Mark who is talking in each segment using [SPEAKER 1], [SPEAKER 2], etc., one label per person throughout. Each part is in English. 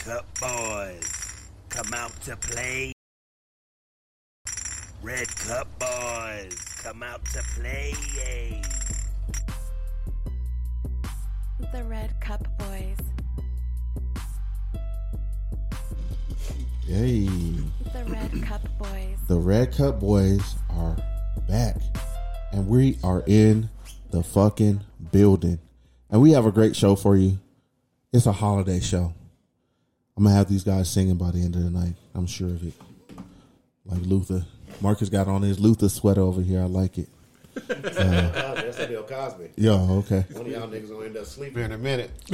[SPEAKER 1] Cup Boys, come out to play. Red Cup Boys, come out to play.
[SPEAKER 2] The Red Cup Boys.
[SPEAKER 3] Yay.
[SPEAKER 2] The Red Cup Boys.
[SPEAKER 3] The Red Cup Boys are back. And we are in the fucking building. And we have a great show for you. It's a holiday show. I'm going to have these guys singing by the end of the night. I'm sure of it. Like Luther. Marcus got on his Luther sweater over here. I like it.
[SPEAKER 4] Cosby. That's the Bill Cosby.
[SPEAKER 3] Yo, okay.
[SPEAKER 4] One of y'all niggas gonna end up sleeping in a minute.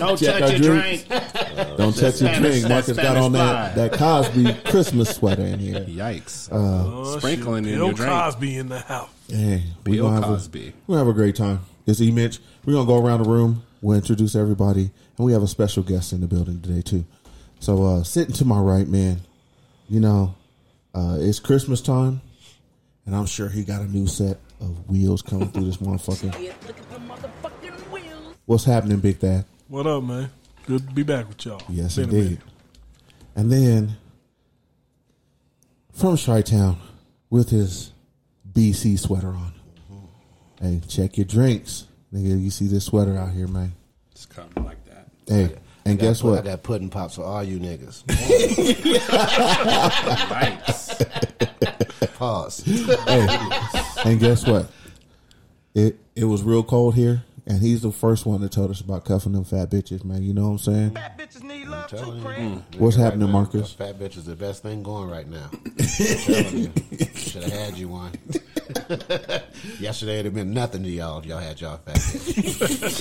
[SPEAKER 5] Don't
[SPEAKER 3] Jack
[SPEAKER 5] touch
[SPEAKER 3] or
[SPEAKER 5] your
[SPEAKER 3] drinks.
[SPEAKER 5] drink.
[SPEAKER 3] Don't touch your
[SPEAKER 5] Spanish-
[SPEAKER 3] drink. Marcus
[SPEAKER 5] that's
[SPEAKER 3] got on that,
[SPEAKER 5] Spanish
[SPEAKER 3] that Cosby Christmas sweater in here.
[SPEAKER 5] Yikes.
[SPEAKER 4] Uh,
[SPEAKER 6] Oh,
[SPEAKER 5] Sprinkling
[SPEAKER 6] shoot.
[SPEAKER 5] in
[SPEAKER 6] Bill
[SPEAKER 5] your drink.
[SPEAKER 6] Cosby in the house.
[SPEAKER 3] Hey, we
[SPEAKER 5] Bill
[SPEAKER 3] gonna have A,
[SPEAKER 5] Cosby.
[SPEAKER 3] we're gonna have a great time. It's E Mitch. We're gonna go around the room. We'll introduce everybody, and we have a special guest in the building today too. So uh, sitting to my right, man, you know, uh, it's Christmas time, and I'm sure he got a new set of wheels coming through this motherfucker.
[SPEAKER 7] Look at the motherfucking wheels.
[SPEAKER 3] What's happening, Big Dad?
[SPEAKER 6] What up, man? Good to be back with y'all.
[SPEAKER 3] Yes,
[SPEAKER 6] Been a
[SPEAKER 3] indeed.
[SPEAKER 6] minute.
[SPEAKER 3] And then from Chi Town with his BC sweater on.
[SPEAKER 4] Mm-hmm.
[SPEAKER 3] Hey, check your drinks, nigga. You see this sweater out here, man.
[SPEAKER 5] Just coming like that.
[SPEAKER 3] Hey, and guess
[SPEAKER 4] I
[SPEAKER 3] what?
[SPEAKER 4] got pudding pops for all you niggas.
[SPEAKER 5] Yikes.
[SPEAKER 4] Pause.
[SPEAKER 3] And guess what? It it was real cold here, and he's the first one that told us about cuffing them fat bitches, man. You know what I'm saying?
[SPEAKER 4] I'm telling you.
[SPEAKER 8] Mm.
[SPEAKER 3] What's happening,
[SPEAKER 4] Right now,
[SPEAKER 3] Marcus?
[SPEAKER 4] Fat bitch is the best thing going right now. Should have had you one. Yesterday it'd have been nothing to y'all if y'all had y'all fat bitch.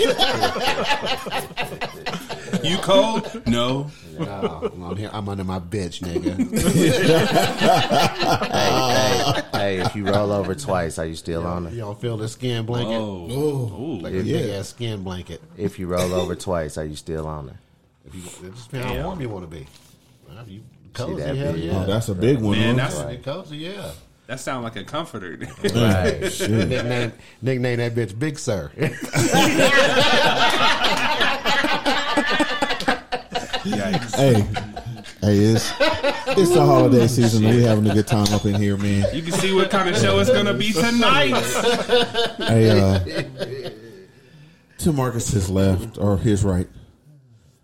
[SPEAKER 5] You cold? No.
[SPEAKER 4] No, Oh, I'm on here. I'm under my bitch, nigga.
[SPEAKER 8] hey, hey, if you roll over twice, are you still on it?
[SPEAKER 4] Y'all feel the skin blanket?
[SPEAKER 5] Oh.
[SPEAKER 4] Like a big ass skin blanket.
[SPEAKER 8] If you roll over twice, are you still on it?
[SPEAKER 4] If you, it just depends how warm you want to be. Well, if you cozy,
[SPEAKER 8] that
[SPEAKER 4] hell
[SPEAKER 8] bitch.
[SPEAKER 4] yeah.
[SPEAKER 3] Oh, that's a big one.
[SPEAKER 5] Man,
[SPEAKER 3] huh?
[SPEAKER 5] that's,
[SPEAKER 4] If you cozy, yeah.
[SPEAKER 5] that sounds like a comforter.
[SPEAKER 8] Right.
[SPEAKER 3] Shit.
[SPEAKER 4] Nickname, nickname that bitch Big Sir.
[SPEAKER 5] Yikes.
[SPEAKER 3] Hey, hey, it's it's the holiday season. and We having a good time up in here, man.
[SPEAKER 5] You can see what kind of show it's going to be tonight.
[SPEAKER 3] Hey, uh, to Marcus's left or his right,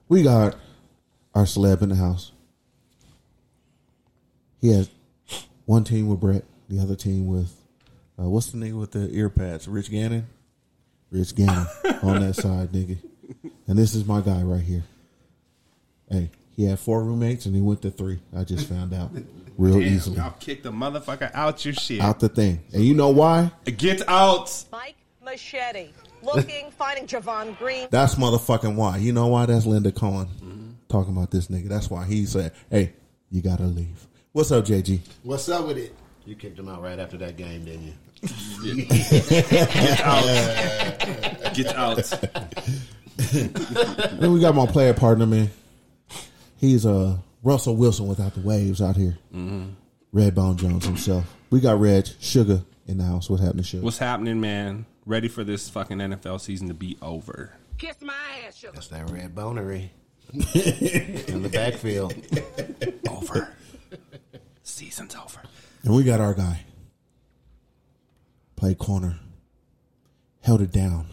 [SPEAKER 3] we got our celeb in the house. He has one team with Brett, the other team with uh, what's the nigga with the ear pads? Rich Gannon. Rich Gannon on that side, nigga. And this is my guy right here. Hey, he had four roommates and he went to three. I just found out real
[SPEAKER 5] Damn,
[SPEAKER 3] easily.
[SPEAKER 5] y'all kick the motherfucker out your shit.
[SPEAKER 3] Out the thing, and you know why?
[SPEAKER 5] Get out.
[SPEAKER 9] Mike Machete looking, finding Javon Green.
[SPEAKER 3] That's motherfucking why. You know why? That's Linda Cohen talking about this nigga. That's why he said, "Hey, you gotta leave." What's up, JG?
[SPEAKER 4] What's up with it? You kicked him out right after that game, didn't you?
[SPEAKER 5] Get out.
[SPEAKER 3] Then we got my player partner, man. He's uh Russell Wilson without the waves out here. Red Bone Jones himself. We got Reg Sugar in the house. What's happening, Sugar?
[SPEAKER 5] What's happening, man? Ready for this fucking NFL season to be over.
[SPEAKER 7] Kiss my ass, sugar.
[SPEAKER 4] That's that red bonery in the backfield.
[SPEAKER 5] Over. Season's over.
[SPEAKER 3] and we got our guy. Play corner. Held it down.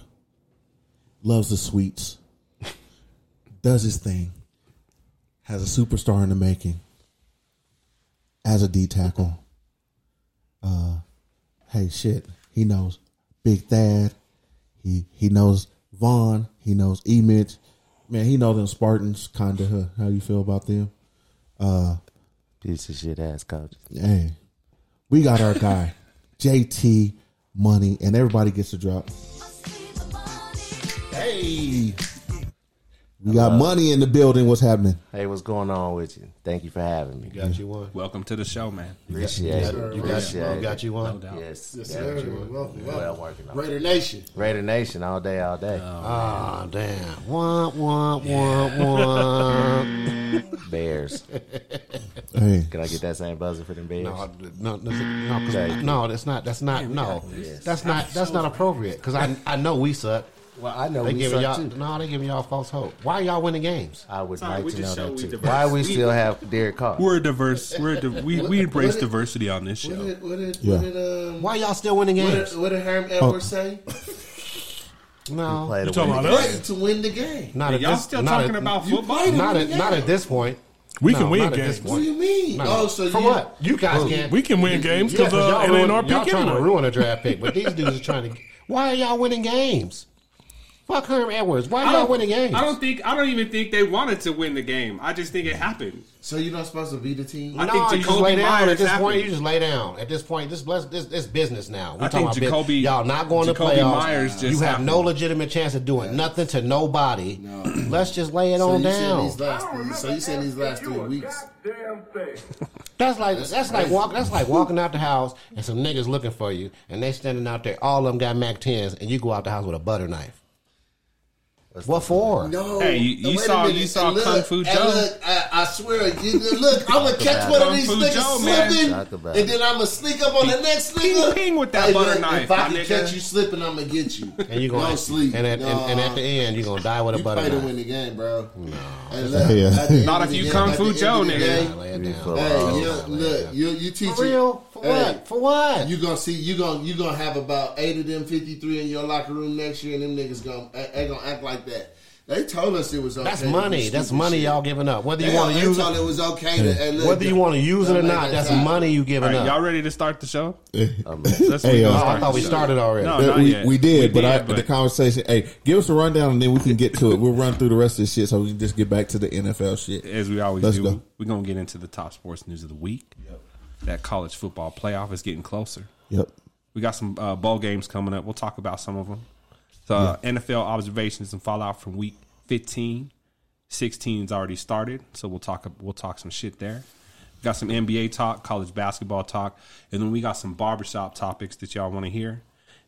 [SPEAKER 3] Loves the sweets. Does his thing. Has a superstar in the making. As a D tackle. Uh hey shit. He knows Big Thad. He he knows Vaughn. He knows E Mitch. Man, he knows them Spartans kinda huh? how you feel about them.
[SPEAKER 8] Piece of shit ass coaches.
[SPEAKER 3] Hey, we got our guy, JT Money, and everybody gets a drop. Hey, we got money in the building. What's happening?
[SPEAKER 8] Hey, what's going on with you? Thank you for having me.
[SPEAKER 4] Got you one.
[SPEAKER 5] Welcome to the show, man.
[SPEAKER 8] Appreciate it.
[SPEAKER 4] You got, you
[SPEAKER 8] Appreciate it.
[SPEAKER 4] got you one.
[SPEAKER 5] doubt.
[SPEAKER 8] Yes.
[SPEAKER 4] Yes,
[SPEAKER 8] got
[SPEAKER 4] sir.
[SPEAKER 8] you.
[SPEAKER 4] Welcome,
[SPEAKER 8] Well,
[SPEAKER 4] welcome.
[SPEAKER 8] working on it.
[SPEAKER 4] Raider Nation.
[SPEAKER 8] Raider Nation all day, all day.
[SPEAKER 5] Oh,
[SPEAKER 4] Ah, damn. Wah, wah, wah, wah.
[SPEAKER 8] Bears.
[SPEAKER 3] Hey,
[SPEAKER 8] Can I get that same buzzer for them Bears?
[SPEAKER 4] No, no, no, 'cause-
[SPEAKER 8] Jake.
[SPEAKER 4] no, that's not. That's not. No, that's not. That's not appropriate. Because I, I know we suck.
[SPEAKER 8] Well, I know
[SPEAKER 4] They
[SPEAKER 8] we
[SPEAKER 4] giving
[SPEAKER 8] suck
[SPEAKER 4] y'all
[SPEAKER 8] too.
[SPEAKER 4] no, they giving y'all false hope. Why y'all winning games?
[SPEAKER 8] I would
[SPEAKER 5] Sorry,
[SPEAKER 8] like
[SPEAKER 5] we
[SPEAKER 8] to know
[SPEAKER 5] just
[SPEAKER 8] that
[SPEAKER 5] showed we
[SPEAKER 8] too.
[SPEAKER 5] diverse.
[SPEAKER 8] Why we
[SPEAKER 5] We-
[SPEAKER 8] still have Derek Carr?
[SPEAKER 5] We're a diverse. We're a di- we we embrace
[SPEAKER 10] what-
[SPEAKER 5] diversity on this
[SPEAKER 10] What
[SPEAKER 5] show.
[SPEAKER 10] did, what did,
[SPEAKER 3] Yeah.
[SPEAKER 10] what did, um,
[SPEAKER 4] Why y'all still winning
[SPEAKER 10] what
[SPEAKER 4] games?
[SPEAKER 10] did, what did Herm Edwards say?
[SPEAKER 4] No,
[SPEAKER 8] Play
[SPEAKER 6] Oh. You
[SPEAKER 8] the
[SPEAKER 6] talking
[SPEAKER 8] win.
[SPEAKER 6] about us?
[SPEAKER 10] To win the game.
[SPEAKER 4] not at
[SPEAKER 5] Y'all
[SPEAKER 4] this-
[SPEAKER 5] still
[SPEAKER 4] not
[SPEAKER 5] talking
[SPEAKER 4] at-
[SPEAKER 5] about football?
[SPEAKER 4] Not at not at this point.
[SPEAKER 6] We
[SPEAKER 4] No,
[SPEAKER 6] can win
[SPEAKER 4] not at this
[SPEAKER 6] games.
[SPEAKER 10] What do
[SPEAKER 4] point.
[SPEAKER 10] you mean?
[SPEAKER 4] No.
[SPEAKER 10] Oh, so
[SPEAKER 4] for
[SPEAKER 10] you, Oh.
[SPEAKER 4] what? You guys can't.
[SPEAKER 6] We can win games because
[SPEAKER 4] Yeah,
[SPEAKER 6] uh,
[SPEAKER 4] y'all
[SPEAKER 6] it ain't
[SPEAKER 4] ruin-
[SPEAKER 6] our
[SPEAKER 4] y'all
[SPEAKER 6] pick
[SPEAKER 4] trying
[SPEAKER 6] anyway.
[SPEAKER 4] to ruin a draft pick, but these dudes are trying to. Why are y'all winning games? Fuck Herm Edwards. Why are y'all winning games?
[SPEAKER 5] I don't think. I don't even think they wanted to win the game. I just think it happened.
[SPEAKER 10] So you're not supposed to be the team?
[SPEAKER 5] I
[SPEAKER 4] no,
[SPEAKER 5] think
[SPEAKER 4] you just lay
[SPEAKER 5] Jacoby
[SPEAKER 4] down
[SPEAKER 5] Myers
[SPEAKER 4] at this
[SPEAKER 5] happened.
[SPEAKER 4] point. You just lay down at this point. This bless this, this business now. We're
[SPEAKER 5] I
[SPEAKER 4] talking
[SPEAKER 5] think
[SPEAKER 4] about
[SPEAKER 5] Jacoby-
[SPEAKER 4] bus- y'all not going
[SPEAKER 5] Jacoby
[SPEAKER 4] to playoffs.
[SPEAKER 5] Myers just
[SPEAKER 4] you have
[SPEAKER 5] happened.
[SPEAKER 4] no legitimate chance of doing nothing to nobody. Let's just lay it
[SPEAKER 10] so
[SPEAKER 4] on
[SPEAKER 10] you said
[SPEAKER 4] down.
[SPEAKER 10] these last three, so you said these last three weeks.
[SPEAKER 4] That's like that's, like walk that's like walking out the house and some niggas looking for you and they standing out there. All of them got Mac tens and you go out the house with a butter knife. What for?
[SPEAKER 10] No,
[SPEAKER 5] Hey, you- you
[SPEAKER 10] wait a
[SPEAKER 5] saw-
[SPEAKER 10] minute.
[SPEAKER 5] you saw
[SPEAKER 10] And look,
[SPEAKER 5] Kung Fu
[SPEAKER 10] and
[SPEAKER 5] Joe?
[SPEAKER 10] Look, I, I swear, you, look, I'm gonna catch one of
[SPEAKER 5] Kung
[SPEAKER 10] these
[SPEAKER 5] Fu
[SPEAKER 10] niggas
[SPEAKER 5] Joe, man.
[SPEAKER 10] slipping,
[SPEAKER 8] Talk about
[SPEAKER 10] and
[SPEAKER 8] it.
[SPEAKER 10] then I'm gonna sneak up on the next
[SPEAKER 5] ping,
[SPEAKER 10] nigga.
[SPEAKER 5] ping with that
[SPEAKER 10] Hey,
[SPEAKER 5] butter
[SPEAKER 10] look,
[SPEAKER 5] knife,
[SPEAKER 10] If I
[SPEAKER 5] my
[SPEAKER 10] can
[SPEAKER 5] nigga.
[SPEAKER 10] catch you slipping, I'm gonna get you.
[SPEAKER 4] And you gonna
[SPEAKER 10] no sleep.
[SPEAKER 4] And at, and, and at the end you're gonna die with a
[SPEAKER 10] you
[SPEAKER 4] butter
[SPEAKER 10] play
[SPEAKER 4] knife.
[SPEAKER 10] to win the game, bro. No,
[SPEAKER 3] Yeah.
[SPEAKER 5] Not if you Kung Fu Joe, nigga.
[SPEAKER 4] Lay it down.
[SPEAKER 8] For
[SPEAKER 10] Hey,
[SPEAKER 8] real.
[SPEAKER 10] you, look, you you teach
[SPEAKER 4] For real? For
[SPEAKER 10] Hey,
[SPEAKER 4] what? For what?
[SPEAKER 10] You gonna see you gonna you gonna have about eight of them fifty three in your locker room next year, and them niggas gonna a- they gonna act like that. They told us it was okay.
[SPEAKER 4] that's
[SPEAKER 10] to do
[SPEAKER 4] money.
[SPEAKER 10] stupid
[SPEAKER 4] That's money
[SPEAKER 10] shit.
[SPEAKER 4] y'all giving up. Whether
[SPEAKER 10] They,
[SPEAKER 4] you want
[SPEAKER 10] they
[SPEAKER 4] to use
[SPEAKER 10] told
[SPEAKER 4] it,
[SPEAKER 10] it was okay. To, hey, look,
[SPEAKER 4] whether you want to use it or
[SPEAKER 10] don't
[SPEAKER 4] not,
[SPEAKER 10] make
[SPEAKER 4] that's
[SPEAKER 10] time.
[SPEAKER 4] money you
[SPEAKER 5] All
[SPEAKER 4] giving
[SPEAKER 5] right, y'all
[SPEAKER 4] up.
[SPEAKER 5] ready to start the show? Um,
[SPEAKER 3] hey,
[SPEAKER 5] Let's- we
[SPEAKER 3] uh,
[SPEAKER 4] Oh,
[SPEAKER 5] gonna
[SPEAKER 4] I thought
[SPEAKER 5] start the
[SPEAKER 4] we
[SPEAKER 5] show.
[SPEAKER 4] started already.
[SPEAKER 5] No,
[SPEAKER 3] Uh,
[SPEAKER 5] not
[SPEAKER 3] we,
[SPEAKER 5] yet.
[SPEAKER 3] we did, but I,
[SPEAKER 5] but-
[SPEAKER 3] the conversation. Hey, give us a rundown and then we can get to it. We'll run through the rest of this shit so we can just get back to the NFL shit.
[SPEAKER 5] as we always
[SPEAKER 3] Let's
[SPEAKER 5] do,
[SPEAKER 3] go.
[SPEAKER 5] we're gonna get into the top sports news of the week. That college football playoff is getting closer.
[SPEAKER 3] Yep.
[SPEAKER 5] We got some uh, bowl games coming up. We'll talk about some of them. So, uh, NFL observations and fallout from week 15. 16's already started, so we'll talk we'll talk some shit there. We got some NBA talk, college basketball talk, and then we got some barbershop topics that y'all want to hear.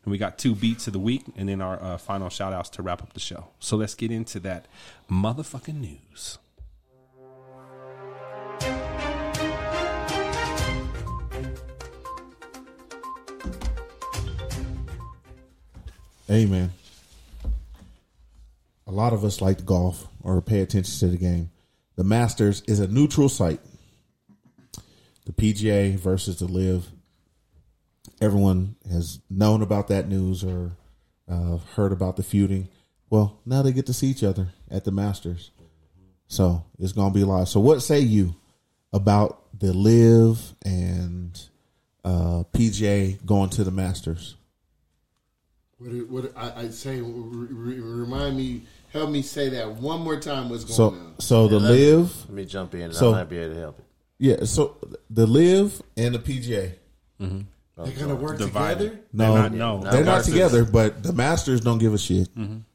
[SPEAKER 5] And we got two beats of the week, and then our uh, final shout outs to wrap up the show. So let's get into that motherfucking news.
[SPEAKER 3] Hey, man. A lot of us like to golf or pay attention to the game. The Masters is a neutral site. The PGA versus the Live. Everyone has known about that news or uh, heard about the feuding. Well, now they get to see each other at the Masters. So it's going to be live. So, what say you about the Live and uh, PGA going to the Masters?
[SPEAKER 10] What, it- what it- I, I say, re- re- remind me, help me say that one more time. What's going
[SPEAKER 3] So,
[SPEAKER 10] on?
[SPEAKER 3] so the Live.
[SPEAKER 8] Let me jump in. and
[SPEAKER 3] So-
[SPEAKER 8] I might be able to help it.
[SPEAKER 3] Yeah, so the live and the PGA.
[SPEAKER 10] They're
[SPEAKER 8] Oh,
[SPEAKER 10] gonna work
[SPEAKER 5] Divided.
[SPEAKER 10] together.
[SPEAKER 3] No,
[SPEAKER 5] They're not- no.
[SPEAKER 3] they're not
[SPEAKER 5] Versus- Mm-hmm.
[SPEAKER 3] together. But the Masters don't give a shit, and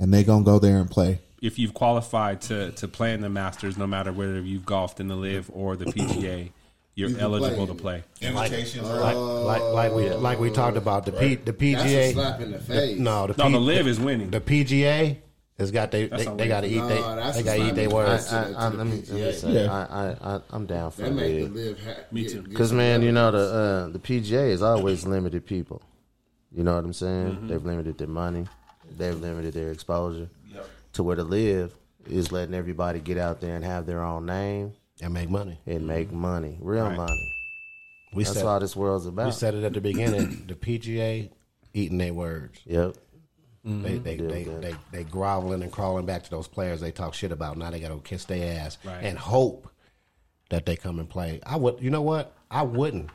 [SPEAKER 3] they gonna go there and play.
[SPEAKER 5] if you've qualified to to play in the Masters, no matter whether you've golfed in the Live or the PGA, you're
[SPEAKER 10] can play.
[SPEAKER 5] eligible to play.
[SPEAKER 3] Invitations.
[SPEAKER 4] Like, like, like we like we talked about the P, the PGA.
[SPEAKER 10] That's a slap in the face.
[SPEAKER 4] No, the,
[SPEAKER 5] No,
[SPEAKER 4] P-
[SPEAKER 5] the Live is winning.
[SPEAKER 4] the PGA has got they they,
[SPEAKER 5] That's a
[SPEAKER 4] got to eat
[SPEAKER 10] No,
[SPEAKER 4] they
[SPEAKER 10] that's
[SPEAKER 4] they
[SPEAKER 10] a
[SPEAKER 4] got to
[SPEAKER 10] slap
[SPEAKER 4] eat their
[SPEAKER 10] in the
[SPEAKER 8] I,
[SPEAKER 4] words.
[SPEAKER 10] face.
[SPEAKER 8] I, I, let me let me say
[SPEAKER 3] Yeah.
[SPEAKER 8] I, I I I'm down for
[SPEAKER 10] That make the
[SPEAKER 8] it.
[SPEAKER 10] live. Ha-
[SPEAKER 5] Me too.
[SPEAKER 8] Because man, you know the uh, the PGA has always limited people. You know what I'm saying?
[SPEAKER 5] Mm-hmm.
[SPEAKER 8] They've limited their money. They've limited their exposure to where to live is letting everybody get out there and have their own name
[SPEAKER 4] And make money.
[SPEAKER 8] and make money, real
[SPEAKER 5] Right.
[SPEAKER 8] money.
[SPEAKER 4] We
[SPEAKER 8] That's
[SPEAKER 4] said
[SPEAKER 8] all this world's
[SPEAKER 4] we
[SPEAKER 8] about.
[SPEAKER 4] said it at the beginning. the PGA eating their words.
[SPEAKER 8] yep.
[SPEAKER 4] They they, they, they they groveling and crawling back to those players they talk shit about. Now they got to kiss their ass
[SPEAKER 5] Right.
[SPEAKER 4] and hope that they come and play. I would. You know what? I wouldn't.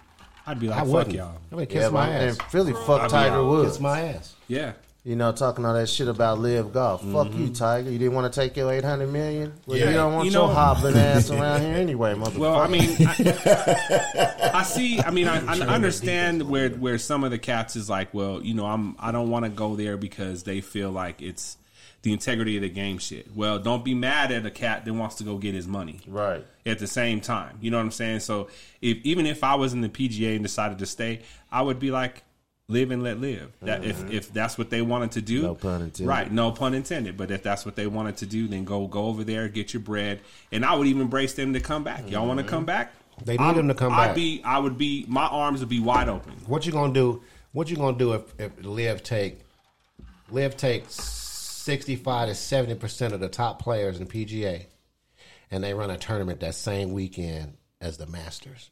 [SPEAKER 5] I'd be like,
[SPEAKER 4] I
[SPEAKER 5] fuck
[SPEAKER 4] wouldn't.
[SPEAKER 5] y'all.
[SPEAKER 4] I would kiss
[SPEAKER 8] Yeah,
[SPEAKER 4] my
[SPEAKER 8] man,
[SPEAKER 4] ass.
[SPEAKER 8] and Philly fuck Tiger Woods.
[SPEAKER 4] Kiss my ass.
[SPEAKER 5] Yeah,
[SPEAKER 8] You know, talking all that shit about live golf. Fuck you, Tiger. You didn't want to take your eight hundred million. Well,
[SPEAKER 5] Mm-hmm. Yeah.
[SPEAKER 8] you don't want
[SPEAKER 5] You
[SPEAKER 8] your
[SPEAKER 5] know-
[SPEAKER 8] hobbling ass around here anyway, motherfucker.
[SPEAKER 5] Well, I mean, I, I see. I mean, I, I understand where where some of the cats is like, well, you know, I'm I don't want to go there because they feel like it's the integrity of the game shit. Well, don't be mad at a cat that wants to go get his money.
[SPEAKER 8] Right.
[SPEAKER 5] At the same time, you know what I'm saying. So, if even if I was in the PGA and decided to stay, I would be like. Live and let live. That if, if that's what they wanted to do,
[SPEAKER 8] Mm-hmm. No pun intended.
[SPEAKER 5] Right, no pun intended. But if that's what they wanted to do, then go go over there, get your bread, and I would even brace them to come back. Y'all want to
[SPEAKER 8] Mm-hmm.
[SPEAKER 5] come back?
[SPEAKER 4] They need them to come
[SPEAKER 5] I'd
[SPEAKER 4] back.
[SPEAKER 5] be, I would be, my arms would be wide open.
[SPEAKER 4] What you gonna do? What you gonna do if, if Liv take Liv takes sixty-five to seventy percent of the top players in PGA, and they run a tournament that same weekend as the Masters.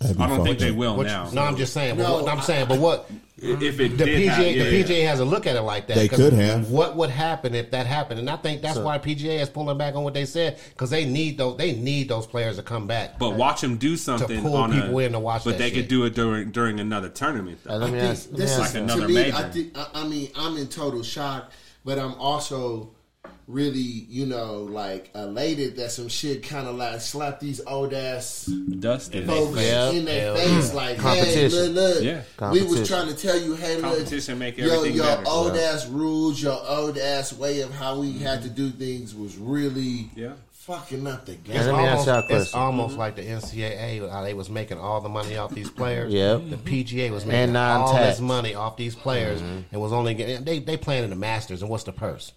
[SPEAKER 11] That'd be
[SPEAKER 5] I don't
[SPEAKER 11] fun.
[SPEAKER 5] think they will
[SPEAKER 4] Which-
[SPEAKER 5] Oh, now.
[SPEAKER 4] No, I'm just saying. But
[SPEAKER 8] No,
[SPEAKER 4] what, I'm saying, but what
[SPEAKER 5] if it
[SPEAKER 4] the
[SPEAKER 5] did
[SPEAKER 4] PGA,
[SPEAKER 5] happen, yeah.
[SPEAKER 4] the PGA has a look at it like that.
[SPEAKER 11] They
[SPEAKER 4] 'cause
[SPEAKER 11] could have.
[SPEAKER 4] What would happen if that happened? And I think that's why PGA is pulling back on what they said because they need those. They need those players to come back.
[SPEAKER 5] But watch them do something
[SPEAKER 4] pull
[SPEAKER 5] on
[SPEAKER 4] people
[SPEAKER 5] a,
[SPEAKER 4] in to watch
[SPEAKER 5] But
[SPEAKER 4] that
[SPEAKER 5] they
[SPEAKER 4] shit.
[SPEAKER 5] could do it during during another tournament.
[SPEAKER 3] Hey,
[SPEAKER 5] Though.
[SPEAKER 3] let me
[SPEAKER 8] think
[SPEAKER 3] ask. Let me
[SPEAKER 8] this
[SPEAKER 3] ask
[SPEAKER 5] Like
[SPEAKER 8] is
[SPEAKER 3] you.
[SPEAKER 5] another
[SPEAKER 8] to me. I
[SPEAKER 5] major.
[SPEAKER 8] think. I, I mean, I'm in total shock, but I'm also really, you know, like elated that some shit kind of like slapped these old ass
[SPEAKER 5] Dust is
[SPEAKER 8] folks
[SPEAKER 3] Yeah,
[SPEAKER 8] in their
[SPEAKER 3] yeah.
[SPEAKER 8] face. Like, hey,
[SPEAKER 3] Competition.
[SPEAKER 8] look, look.
[SPEAKER 5] Yeah.
[SPEAKER 8] We was
[SPEAKER 3] Competition.
[SPEAKER 8] trying to tell you, hey, look,
[SPEAKER 5] Competition make
[SPEAKER 8] yo,
[SPEAKER 5] everything
[SPEAKER 8] your
[SPEAKER 5] better.
[SPEAKER 8] old
[SPEAKER 3] Yeah.
[SPEAKER 8] ass rules, your old ass way of how we had to do things was really
[SPEAKER 5] Mm-hmm. Yeah.
[SPEAKER 8] fucking up the game.
[SPEAKER 3] Yeah, let me ask y'all a
[SPEAKER 4] It's
[SPEAKER 3] question.
[SPEAKER 4] almost like the NCAA, how they was making all the money off these players.
[SPEAKER 3] Yep.
[SPEAKER 4] The PGA was making all
[SPEAKER 3] non-tax. Mm-hmm.
[SPEAKER 4] this money off these players and was only getting they they playing in the Masters and what's the purse?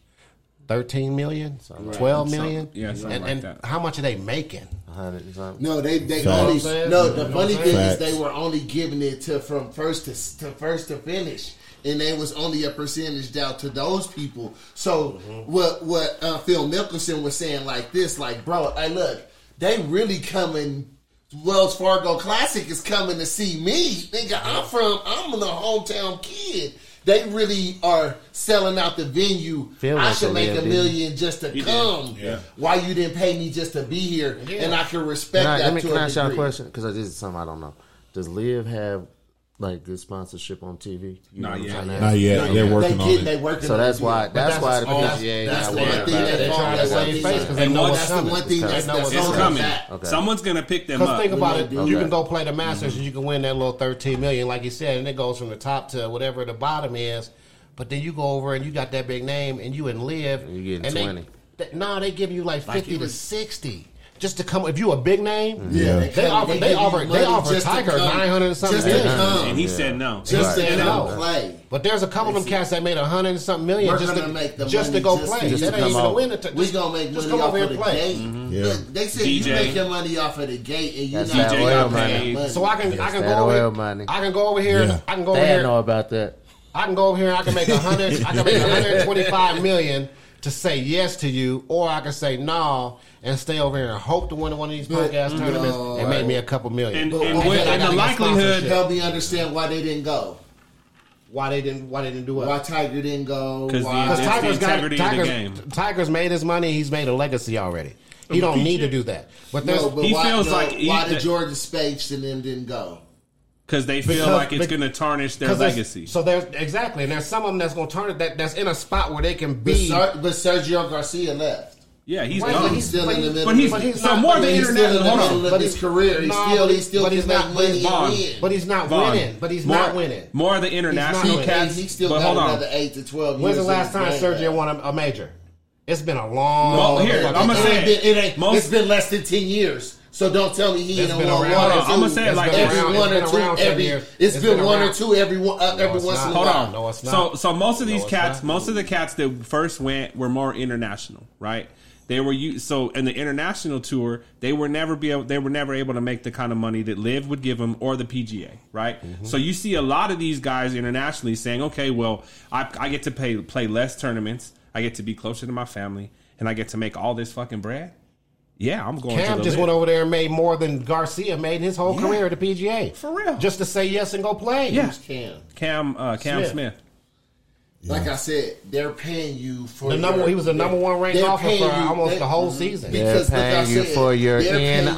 [SPEAKER 4] 13 million? 12 million?
[SPEAKER 5] Something- yeah, something
[SPEAKER 4] and,
[SPEAKER 5] like
[SPEAKER 4] and
[SPEAKER 5] that.
[SPEAKER 4] how much are they making?
[SPEAKER 3] A hundred and something.
[SPEAKER 8] No, they they
[SPEAKER 11] Facts.
[SPEAKER 8] only
[SPEAKER 4] You know what I'm saying?
[SPEAKER 8] no. The
[SPEAKER 4] You know
[SPEAKER 8] funny
[SPEAKER 4] what I'm
[SPEAKER 8] thing
[SPEAKER 11] saying?
[SPEAKER 8] is they were only giving it to from first to to first to finish, and they was only a percentage down to those people. So
[SPEAKER 4] Mm-hmm.
[SPEAKER 8] what what uh, Phil Mickelson was saying like this, like bro, hey look, they really coming. Wells Fargo Classic is coming to see me, nigga. I'm
[SPEAKER 4] Mm-hmm.
[SPEAKER 8] from I'm the hometown kid. They really are selling out the venue.
[SPEAKER 3] Phil
[SPEAKER 8] I
[SPEAKER 3] went
[SPEAKER 8] should
[SPEAKER 3] to
[SPEAKER 8] make a
[SPEAKER 3] Liam, didn't he?
[SPEAKER 8] million just to
[SPEAKER 5] He did.
[SPEAKER 8] come.
[SPEAKER 5] Yeah.
[SPEAKER 8] Why you didn't pay me just to be here? And I can respect
[SPEAKER 3] Can I,
[SPEAKER 8] that
[SPEAKER 3] let me,
[SPEAKER 8] to
[SPEAKER 3] can
[SPEAKER 8] a
[SPEAKER 3] I ask y'all a
[SPEAKER 8] degree.
[SPEAKER 3] question? Because this is something I don't know. Does Live have like good sponsorship on TV? You know
[SPEAKER 5] Not
[SPEAKER 3] what I'm
[SPEAKER 5] yet.
[SPEAKER 3] trying to
[SPEAKER 11] Not
[SPEAKER 3] ask?
[SPEAKER 11] yet. They're
[SPEAKER 8] They- they
[SPEAKER 11] working
[SPEAKER 8] get-
[SPEAKER 11] on
[SPEAKER 8] They
[SPEAKER 11] it.
[SPEAKER 8] working
[SPEAKER 3] So
[SPEAKER 8] on
[SPEAKER 3] that's
[SPEAKER 8] it.
[SPEAKER 3] why. That's
[SPEAKER 4] that's
[SPEAKER 3] why
[SPEAKER 4] a
[SPEAKER 3] the
[SPEAKER 4] small-
[SPEAKER 3] PGA
[SPEAKER 8] That's
[SPEAKER 3] got
[SPEAKER 8] the
[SPEAKER 3] worried
[SPEAKER 8] one
[SPEAKER 3] about
[SPEAKER 8] thing
[SPEAKER 3] it.
[SPEAKER 8] they
[SPEAKER 4] They're trying
[SPEAKER 8] found.
[SPEAKER 4] to
[SPEAKER 8] That's
[SPEAKER 4] save
[SPEAKER 8] one
[SPEAKER 4] face because
[SPEAKER 8] thing.
[SPEAKER 4] they
[SPEAKER 5] And
[SPEAKER 4] know
[SPEAKER 5] what's
[SPEAKER 4] what's
[SPEAKER 8] That's the
[SPEAKER 4] coming.
[SPEAKER 8] one thing
[SPEAKER 3] Because
[SPEAKER 8] that's
[SPEAKER 4] they know
[SPEAKER 8] that's
[SPEAKER 4] what's
[SPEAKER 5] It's
[SPEAKER 4] Something
[SPEAKER 8] holding
[SPEAKER 5] coming.
[SPEAKER 8] back.
[SPEAKER 5] Someone's gonna pick them
[SPEAKER 4] Because
[SPEAKER 5] up.
[SPEAKER 4] think about it,
[SPEAKER 3] Okay.
[SPEAKER 4] you can go play the Masters and you can win that little thirteen million, like you said, and it goes from the top to whatever the bottom is. But then you go over and you got that big name and you and live
[SPEAKER 3] And you getting 20.
[SPEAKER 4] They, th- no, they give you like
[SPEAKER 8] Like
[SPEAKER 4] fifty
[SPEAKER 8] it
[SPEAKER 4] to
[SPEAKER 8] was-
[SPEAKER 4] sixty just to come. If you a big name,
[SPEAKER 8] Yeah,
[SPEAKER 4] They offer- they
[SPEAKER 8] give you
[SPEAKER 4] offer- they
[SPEAKER 8] money
[SPEAKER 4] offer
[SPEAKER 8] just to
[SPEAKER 4] Tiger
[SPEAKER 8] come-
[SPEAKER 4] 900 and something
[SPEAKER 8] Just to
[SPEAKER 4] million.
[SPEAKER 8] come,
[SPEAKER 5] and he said no.
[SPEAKER 8] just to
[SPEAKER 5] Right. And
[SPEAKER 8] come
[SPEAKER 5] I-
[SPEAKER 8] play.
[SPEAKER 4] but there's a couple of them cats that made a hundred and something million
[SPEAKER 8] We're
[SPEAKER 4] just
[SPEAKER 8] gonna
[SPEAKER 4] to
[SPEAKER 8] make the
[SPEAKER 4] just
[SPEAKER 8] money
[SPEAKER 4] to go
[SPEAKER 8] just
[SPEAKER 4] play.
[SPEAKER 8] to-
[SPEAKER 3] just
[SPEAKER 4] that
[SPEAKER 3] to come
[SPEAKER 4] ain't even a
[SPEAKER 3] out.
[SPEAKER 4] win. To,
[SPEAKER 8] We gonna make
[SPEAKER 4] just
[SPEAKER 8] money
[SPEAKER 4] come
[SPEAKER 8] off
[SPEAKER 4] over
[SPEAKER 8] of
[SPEAKER 4] and
[SPEAKER 8] the
[SPEAKER 4] play.
[SPEAKER 8] gate.
[SPEAKER 11] Yeah.
[SPEAKER 8] Look, They said you
[SPEAKER 5] DJ.
[SPEAKER 8] make your money off of the gate, and you
[SPEAKER 3] That's
[SPEAKER 8] not
[SPEAKER 3] that
[SPEAKER 8] making
[SPEAKER 3] oil
[SPEAKER 8] that
[SPEAKER 3] money.
[SPEAKER 8] money.
[SPEAKER 4] So I can I
[SPEAKER 3] That's
[SPEAKER 4] can
[SPEAKER 3] that
[SPEAKER 4] go over
[SPEAKER 3] oil
[SPEAKER 4] here.
[SPEAKER 3] money.
[SPEAKER 4] I can go over here.
[SPEAKER 11] Yeah.
[SPEAKER 4] I can go over
[SPEAKER 3] They
[SPEAKER 4] here.
[SPEAKER 3] know about that.
[SPEAKER 4] I can go over here and I can make a hundred. I can make one hundred twenty-five million to say yes to you, or I can say no and stay over here and hope to win one of these podcast tournaments and make me a couple million.
[SPEAKER 5] And,
[SPEAKER 8] But-
[SPEAKER 5] and,
[SPEAKER 8] but-
[SPEAKER 5] when-
[SPEAKER 8] I
[SPEAKER 5] and the
[SPEAKER 8] gotta get
[SPEAKER 5] likelihood,
[SPEAKER 8] help me understand why they didn't go,
[SPEAKER 4] why they didn't? Why they didn't do
[SPEAKER 8] why
[SPEAKER 4] what?
[SPEAKER 8] Tiger didn't go,
[SPEAKER 5] 'Cause
[SPEAKER 8] why
[SPEAKER 5] the- It's
[SPEAKER 4] Tiger's got
[SPEAKER 5] integrity of the
[SPEAKER 4] Tiger's,
[SPEAKER 5] game.
[SPEAKER 4] Tiger's made his money. He's made a legacy already. He don't need to do that. But there's
[SPEAKER 8] no, but
[SPEAKER 5] He
[SPEAKER 8] why,
[SPEAKER 5] feels
[SPEAKER 8] no,
[SPEAKER 5] like he-
[SPEAKER 8] why did
[SPEAKER 5] that-
[SPEAKER 8] Jordan Spates and them didn't go?
[SPEAKER 5] because they feel
[SPEAKER 4] Because-
[SPEAKER 5] like it's
[SPEAKER 4] bec-
[SPEAKER 5] going to tarnish their
[SPEAKER 4] 'cause there's-
[SPEAKER 5] legacy.
[SPEAKER 4] So there's exactly, and there's some of them that's going to turn it that that's in a spot where they can
[SPEAKER 8] But,
[SPEAKER 4] be.
[SPEAKER 8] Ser- but Sergio Garcia left.
[SPEAKER 5] yeah, he's
[SPEAKER 4] Wait,
[SPEAKER 5] gone.
[SPEAKER 8] He's still in the middle.
[SPEAKER 5] but he's,
[SPEAKER 4] but he's
[SPEAKER 5] so
[SPEAKER 4] not-
[SPEAKER 5] more
[SPEAKER 4] but
[SPEAKER 5] than
[SPEAKER 8] he's still in
[SPEAKER 5] international.
[SPEAKER 8] the
[SPEAKER 5] Hold on.
[SPEAKER 8] middle of his career. He's
[SPEAKER 4] No,
[SPEAKER 8] still,
[SPEAKER 4] but
[SPEAKER 8] he still
[SPEAKER 4] but
[SPEAKER 8] can
[SPEAKER 4] he's
[SPEAKER 8] make
[SPEAKER 4] not
[SPEAKER 8] money
[SPEAKER 5] Vaughn.
[SPEAKER 8] and win.
[SPEAKER 4] But he's not
[SPEAKER 5] Vaughn.
[SPEAKER 4] winning. But he's
[SPEAKER 5] More-
[SPEAKER 4] not winning.
[SPEAKER 5] More of the
[SPEAKER 4] He's
[SPEAKER 5] international
[SPEAKER 4] not-
[SPEAKER 5] cats.
[SPEAKER 8] he still
[SPEAKER 5] but
[SPEAKER 8] got
[SPEAKER 5] hold on.
[SPEAKER 8] another eight to twelve.
[SPEAKER 4] When's the
[SPEAKER 8] years
[SPEAKER 4] last
[SPEAKER 8] in
[SPEAKER 4] time
[SPEAKER 8] his
[SPEAKER 4] Sergio
[SPEAKER 8] brand.
[SPEAKER 4] won a, a major? It's been a long.
[SPEAKER 5] Well, here,
[SPEAKER 4] fucking
[SPEAKER 5] I'm gonna
[SPEAKER 8] It
[SPEAKER 5] say
[SPEAKER 8] ain't been- it ain't.
[SPEAKER 5] most-
[SPEAKER 8] it's been less than ten years. So don't tell me he
[SPEAKER 4] It's
[SPEAKER 8] ain't won
[SPEAKER 4] been
[SPEAKER 8] one or
[SPEAKER 4] around.
[SPEAKER 8] two.
[SPEAKER 5] Hold on, I'ma say it like
[SPEAKER 8] every
[SPEAKER 5] this.
[SPEAKER 8] one
[SPEAKER 4] It's
[SPEAKER 8] or
[SPEAKER 4] been
[SPEAKER 8] two.
[SPEAKER 4] around ten
[SPEAKER 8] Every
[SPEAKER 4] years.
[SPEAKER 8] it's
[SPEAKER 4] It's
[SPEAKER 8] been
[SPEAKER 4] been
[SPEAKER 8] one or
[SPEAKER 4] around.
[SPEAKER 8] two every one uh, every
[SPEAKER 4] it's
[SPEAKER 8] once in a
[SPEAKER 4] not.
[SPEAKER 8] while.
[SPEAKER 5] Hold on.
[SPEAKER 4] No, it's
[SPEAKER 5] So,
[SPEAKER 4] not.
[SPEAKER 5] so most of these
[SPEAKER 4] No, it's
[SPEAKER 5] cats,
[SPEAKER 4] not.
[SPEAKER 5] most of the cats that first went were more international, right? They were u- so in the international tour, they were never be able, they were never able to make the kind of money that Live would give them or the PGA, right?
[SPEAKER 4] Mm-hmm.
[SPEAKER 5] So you see a lot of these guys internationally saying, "Okay, well, I, I get to pay, play less tournaments, I get to be closer to my family, and I get to make all this fucking bread." Yeah, I'm going. to
[SPEAKER 4] Cam
[SPEAKER 5] the
[SPEAKER 4] just
[SPEAKER 5] Liv.
[SPEAKER 4] went over there and made more than Garcia made his whole
[SPEAKER 5] Yeah.
[SPEAKER 4] career at the PGA.
[SPEAKER 5] For real.
[SPEAKER 4] Just to say yes and go play.
[SPEAKER 5] Yeah,
[SPEAKER 8] Cam.
[SPEAKER 5] Cam uh, Cam
[SPEAKER 4] Smith.
[SPEAKER 5] Smith.
[SPEAKER 8] Like I said, they're paying you for
[SPEAKER 4] The number
[SPEAKER 8] your-
[SPEAKER 4] he was the number one ranked
[SPEAKER 8] they're
[SPEAKER 4] golfer
[SPEAKER 8] paying
[SPEAKER 4] for
[SPEAKER 8] you-
[SPEAKER 4] almost
[SPEAKER 8] they-
[SPEAKER 4] the whole season.
[SPEAKER 8] Be-
[SPEAKER 3] They're
[SPEAKER 8] Because, like I
[SPEAKER 3] paying you
[SPEAKER 8] said,
[SPEAKER 3] for your
[SPEAKER 8] they're paying you-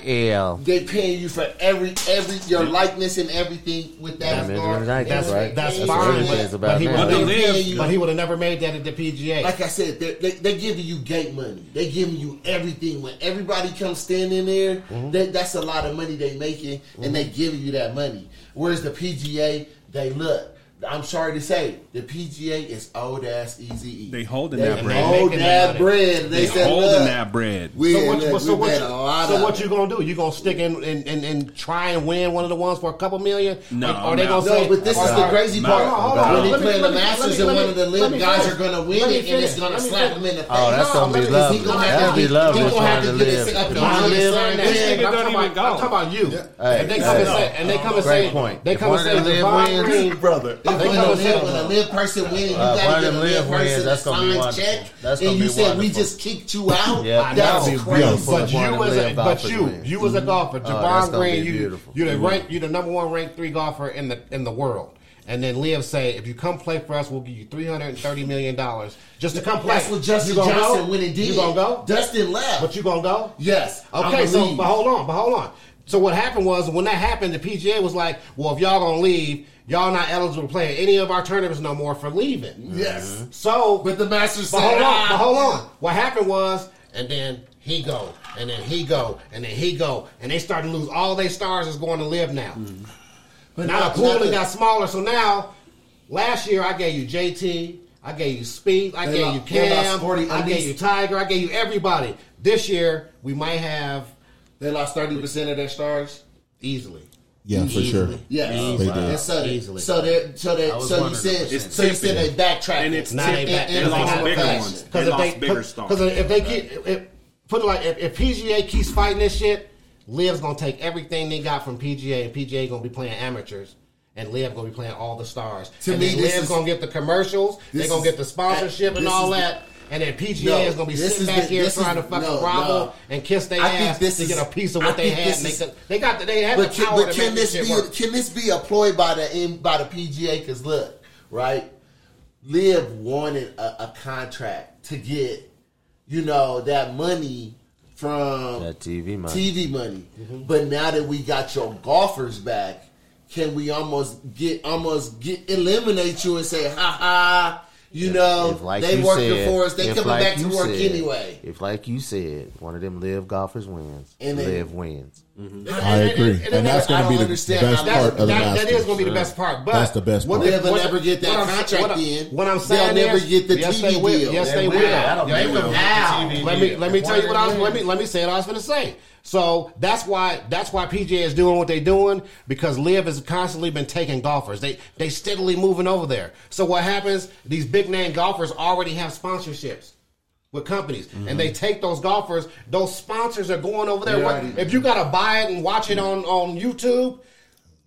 [SPEAKER 3] NIL.
[SPEAKER 8] They paying you for every every your likeness and everything with that.
[SPEAKER 3] I mean,
[SPEAKER 8] regard.
[SPEAKER 3] that's
[SPEAKER 8] They're
[SPEAKER 3] right.
[SPEAKER 4] That's
[SPEAKER 8] paying
[SPEAKER 3] what
[SPEAKER 8] you
[SPEAKER 4] fine,
[SPEAKER 8] for
[SPEAKER 3] everything
[SPEAKER 8] that.
[SPEAKER 3] is
[SPEAKER 4] but,
[SPEAKER 3] about
[SPEAKER 4] but he
[SPEAKER 3] now.
[SPEAKER 5] But the
[SPEAKER 4] would
[SPEAKER 8] They're paying you-
[SPEAKER 4] but he would have never made that at the PGA.
[SPEAKER 8] like I said, they they they giving you gate money. They giving you everything. When everybody comes standing there,
[SPEAKER 12] Mm-hmm.
[SPEAKER 8] that, that's a lot of money they making, and they giving you that money. Whereas the PGA, they look. I'm sorry to say, the PGA is old ass easy.
[SPEAKER 5] They holding that bread.
[SPEAKER 4] They
[SPEAKER 8] Hold
[SPEAKER 4] making
[SPEAKER 8] that
[SPEAKER 4] that money.
[SPEAKER 8] bread. They,
[SPEAKER 5] They
[SPEAKER 8] said,
[SPEAKER 5] holding
[SPEAKER 8] look,
[SPEAKER 5] that bread.
[SPEAKER 8] We,
[SPEAKER 4] So what,
[SPEAKER 8] look,
[SPEAKER 4] so
[SPEAKER 8] we
[SPEAKER 4] what,
[SPEAKER 8] made
[SPEAKER 4] you,
[SPEAKER 8] a lot
[SPEAKER 4] so
[SPEAKER 8] of
[SPEAKER 4] what
[SPEAKER 8] it.
[SPEAKER 4] you gonna do? You gonna stick in and, and, and try and win one of the ones for a couple million?
[SPEAKER 5] No,
[SPEAKER 4] Like, are they
[SPEAKER 5] no.
[SPEAKER 4] gonna
[SPEAKER 8] No,
[SPEAKER 4] say?
[SPEAKER 8] but this
[SPEAKER 4] or-
[SPEAKER 8] is the crazy
[SPEAKER 5] No,
[SPEAKER 8] part.
[SPEAKER 5] hold
[SPEAKER 3] on,
[SPEAKER 8] When they
[SPEAKER 4] let me-
[SPEAKER 8] play the
[SPEAKER 4] let me-
[SPEAKER 8] Masters
[SPEAKER 4] let me-
[SPEAKER 8] and one
[SPEAKER 4] let
[SPEAKER 8] of the
[SPEAKER 4] me- let
[SPEAKER 8] limb
[SPEAKER 4] me
[SPEAKER 8] guys
[SPEAKER 4] finish.
[SPEAKER 8] are going to
[SPEAKER 4] Let
[SPEAKER 8] win
[SPEAKER 4] me
[SPEAKER 8] it, and
[SPEAKER 4] finish.
[SPEAKER 8] it's going to
[SPEAKER 4] Let me
[SPEAKER 8] slap
[SPEAKER 4] finish.
[SPEAKER 8] him in the face.
[SPEAKER 3] Oh, that's gonna be
[SPEAKER 8] Because
[SPEAKER 3] lovely.
[SPEAKER 8] He gonna
[SPEAKER 3] That'd
[SPEAKER 8] have to,
[SPEAKER 3] be
[SPEAKER 8] he,
[SPEAKER 3] lovely
[SPEAKER 8] He gonna
[SPEAKER 3] trying
[SPEAKER 8] have
[SPEAKER 3] to
[SPEAKER 8] to get
[SPEAKER 3] live.
[SPEAKER 8] his
[SPEAKER 3] If
[SPEAKER 8] up and
[SPEAKER 3] I
[SPEAKER 8] down
[SPEAKER 3] live
[SPEAKER 8] his
[SPEAKER 3] right now,
[SPEAKER 8] sign that
[SPEAKER 5] These niggas
[SPEAKER 8] shit.
[SPEAKER 4] I'm
[SPEAKER 5] don't
[SPEAKER 4] talking
[SPEAKER 5] even
[SPEAKER 4] about-
[SPEAKER 5] go.
[SPEAKER 4] I'm talking about you.
[SPEAKER 3] Hey,
[SPEAKER 4] and they come and
[SPEAKER 3] hey.
[SPEAKER 4] say, and they come and
[SPEAKER 3] Great
[SPEAKER 4] say,
[SPEAKER 3] point.
[SPEAKER 4] they come and
[SPEAKER 3] Great
[SPEAKER 4] say,
[SPEAKER 3] point.
[SPEAKER 4] Javon Green,
[SPEAKER 8] brother. If
[SPEAKER 12] They
[SPEAKER 8] when
[SPEAKER 12] gonna
[SPEAKER 8] a
[SPEAKER 12] say
[SPEAKER 8] live, when
[SPEAKER 12] that.
[SPEAKER 8] a live person win, and you
[SPEAKER 12] Uh,
[SPEAKER 8] gotta
[SPEAKER 12] one
[SPEAKER 8] get
[SPEAKER 12] of
[SPEAKER 8] a
[SPEAKER 12] them
[SPEAKER 8] live
[SPEAKER 12] live wins,
[SPEAKER 8] person to
[SPEAKER 12] that's gonna be
[SPEAKER 8] sign
[SPEAKER 12] wonderful.
[SPEAKER 8] check,
[SPEAKER 12] That's
[SPEAKER 8] and
[SPEAKER 12] gonna
[SPEAKER 8] you
[SPEAKER 12] be
[SPEAKER 8] said we
[SPEAKER 12] wonderful.
[SPEAKER 8] just kicked you out.
[SPEAKER 12] Yeah,
[SPEAKER 8] that's
[SPEAKER 12] that'll be
[SPEAKER 8] crazy.
[SPEAKER 12] beautiful.
[SPEAKER 4] But
[SPEAKER 12] One
[SPEAKER 4] you
[SPEAKER 12] of
[SPEAKER 4] was
[SPEAKER 12] them
[SPEAKER 4] a,
[SPEAKER 12] live
[SPEAKER 4] but
[SPEAKER 12] golfers
[SPEAKER 4] you
[SPEAKER 12] win.
[SPEAKER 4] you was a golfer.
[SPEAKER 12] that's
[SPEAKER 4] Javon
[SPEAKER 12] gonna
[SPEAKER 4] Green,
[SPEAKER 12] be
[SPEAKER 4] you
[SPEAKER 12] beautiful. Mm-hmm.
[SPEAKER 4] you the rank you the number one ranked three golfer in the in the world. And then Liv say, if you come play for us, we'll give you three hundred and thirty million dollars just to come play.
[SPEAKER 8] That's what Justin
[SPEAKER 4] You gonna
[SPEAKER 8] Johnson
[SPEAKER 4] go?
[SPEAKER 8] went and did.
[SPEAKER 4] You gonna go?
[SPEAKER 8] Dustin left.
[SPEAKER 4] But you gonna go?
[SPEAKER 8] Yes,
[SPEAKER 4] Okay,
[SPEAKER 8] I'ma
[SPEAKER 4] so
[SPEAKER 8] leave.
[SPEAKER 4] but hold on, but hold on. So what happened was when that happened, the PGA was like, "Well, if y'all gonna leave, y'all not eligible to play in any of our tournaments no more for leaving."
[SPEAKER 8] yes.
[SPEAKER 4] So,
[SPEAKER 8] But the Masters
[SPEAKER 4] but
[SPEAKER 8] said,
[SPEAKER 4] hold on,
[SPEAKER 8] ah.
[SPEAKER 4] but hold on. What happened was, and then he go, and then he go, and then he go, and they started to lose all their stars is going to live now.
[SPEAKER 8] But
[SPEAKER 4] Now
[SPEAKER 8] not-
[SPEAKER 4] the pool
[SPEAKER 8] not
[SPEAKER 4] done
[SPEAKER 8] the-
[SPEAKER 4] got smaller, so now last year I gave you JT, I gave you Speed, I
[SPEAKER 8] They
[SPEAKER 4] gave
[SPEAKER 8] lost-
[SPEAKER 4] you
[SPEAKER 8] they lost
[SPEAKER 4] Cam,
[SPEAKER 8] 40
[SPEAKER 4] I
[SPEAKER 8] at
[SPEAKER 4] gave
[SPEAKER 8] least.
[SPEAKER 4] you Tiger, I gave you everybody. This year we might have
[SPEAKER 8] They lost thirty percent of their stars.
[SPEAKER 4] easily.
[SPEAKER 3] Yeah, for sure.
[SPEAKER 8] Yes,
[SPEAKER 3] They did.
[SPEAKER 8] And so they,
[SPEAKER 4] Easily.
[SPEAKER 8] so they, so they,
[SPEAKER 12] was
[SPEAKER 8] so you
[SPEAKER 12] wondering
[SPEAKER 8] said,
[SPEAKER 12] if it's
[SPEAKER 8] so you said they
[SPEAKER 5] tipping.
[SPEAKER 8] backtracked.
[SPEAKER 5] And it's
[SPEAKER 4] Nah, they
[SPEAKER 5] tipping.
[SPEAKER 4] back-
[SPEAKER 5] They
[SPEAKER 4] they
[SPEAKER 5] lost
[SPEAKER 4] back-
[SPEAKER 5] bigger
[SPEAKER 8] back-
[SPEAKER 5] ones. They
[SPEAKER 4] Because if
[SPEAKER 5] lost
[SPEAKER 4] they
[SPEAKER 5] bigger
[SPEAKER 4] because
[SPEAKER 5] stars.
[SPEAKER 4] if they get if, put it like if, if PGA keeps fighting this shit, Liv's gonna take everything they got from PGA, and PGA gonna be playing amateurs. And Liv gonna be playing all the stars.
[SPEAKER 8] To
[SPEAKER 4] and
[SPEAKER 8] me,
[SPEAKER 4] then
[SPEAKER 8] this
[SPEAKER 4] Liv's
[SPEAKER 8] is-
[SPEAKER 4] gonna get the commercials. They're
[SPEAKER 8] this
[SPEAKER 4] gonna
[SPEAKER 8] is-
[SPEAKER 4] get the sponsorship and
[SPEAKER 8] this
[SPEAKER 4] all
[SPEAKER 8] is the-
[SPEAKER 4] that. and then PGA
[SPEAKER 8] No,
[SPEAKER 4] is gonna be
[SPEAKER 8] this
[SPEAKER 4] sitting
[SPEAKER 8] is
[SPEAKER 4] back
[SPEAKER 8] the-
[SPEAKER 4] here
[SPEAKER 8] this is-
[SPEAKER 4] trying to fucking
[SPEAKER 8] no,
[SPEAKER 4] grovel
[SPEAKER 8] no.
[SPEAKER 4] and kiss their
[SPEAKER 8] I think
[SPEAKER 4] ass
[SPEAKER 8] this
[SPEAKER 4] to
[SPEAKER 8] is-
[SPEAKER 4] get a piece of
[SPEAKER 8] I
[SPEAKER 4] what they
[SPEAKER 8] think
[SPEAKER 4] had.
[SPEAKER 8] this
[SPEAKER 4] And they,
[SPEAKER 8] is-
[SPEAKER 4] could, they got the, they had
[SPEAKER 8] But,
[SPEAKER 4] the
[SPEAKER 8] can,
[SPEAKER 4] power
[SPEAKER 8] but
[SPEAKER 4] to make
[SPEAKER 8] can
[SPEAKER 4] this
[SPEAKER 8] this
[SPEAKER 4] shit
[SPEAKER 8] be
[SPEAKER 4] work.
[SPEAKER 8] can this be a ploy by the M- by the PGA? Because look, right, Liv wanted a, a contract to get you know that money from
[SPEAKER 12] That TV money.
[SPEAKER 8] TV money. But now that we got your golfers back, can we almost get almost get eliminate you and say, ha ha? You know,
[SPEAKER 12] If, like
[SPEAKER 8] they
[SPEAKER 12] you
[SPEAKER 8] working
[SPEAKER 12] said-
[SPEAKER 8] for us. They
[SPEAKER 12] if
[SPEAKER 8] coming
[SPEAKER 12] like
[SPEAKER 8] back to
[SPEAKER 12] you
[SPEAKER 8] work
[SPEAKER 12] said-
[SPEAKER 8] anyway.
[SPEAKER 12] If, like you said, one of them live golfers wins,
[SPEAKER 8] And they-
[SPEAKER 12] live wins.
[SPEAKER 3] I agree. And, that's going to
[SPEAKER 8] I don't
[SPEAKER 3] be the
[SPEAKER 8] understand
[SPEAKER 3] best
[SPEAKER 8] how
[SPEAKER 4] That's,
[SPEAKER 3] part of the
[SPEAKER 4] that,
[SPEAKER 3] Masters.
[SPEAKER 4] that is going to be the best part. But
[SPEAKER 3] That's the best
[SPEAKER 4] what
[SPEAKER 3] part.
[SPEAKER 4] the-
[SPEAKER 8] They'll
[SPEAKER 4] what-
[SPEAKER 8] never get that
[SPEAKER 4] what I'm-
[SPEAKER 8] contract
[SPEAKER 4] what I'm-
[SPEAKER 8] in.
[SPEAKER 4] What I'm
[SPEAKER 8] They'll
[SPEAKER 4] saying
[SPEAKER 8] never
[SPEAKER 4] is,
[SPEAKER 8] get the
[SPEAKER 4] yes,
[SPEAKER 8] TV
[SPEAKER 4] they will.
[SPEAKER 8] deal.
[SPEAKER 4] Yes,
[SPEAKER 8] They
[SPEAKER 4] they will. They
[SPEAKER 12] think
[SPEAKER 4] will.
[SPEAKER 12] they'll
[SPEAKER 8] Now,
[SPEAKER 12] get the TV
[SPEAKER 4] Let me
[SPEAKER 12] deal.
[SPEAKER 4] let me
[SPEAKER 12] If
[SPEAKER 4] tell you
[SPEAKER 12] one
[SPEAKER 4] what
[SPEAKER 12] of
[SPEAKER 4] I was
[SPEAKER 12] them
[SPEAKER 4] let
[SPEAKER 12] wins-
[SPEAKER 4] me let me say what I was going to say. So that's why that's why PGA is doing what they're doing because Liv has constantly been taking golfers. They they steadily moving over there. So what happens? These big name golfers already have sponsorships with companies,
[SPEAKER 8] Mm-hmm.
[SPEAKER 4] and they take those golfers. Those sponsors are going over there.
[SPEAKER 8] They
[SPEAKER 4] What-
[SPEAKER 8] already-
[SPEAKER 4] if you got to buy it and watch it on on YouTube,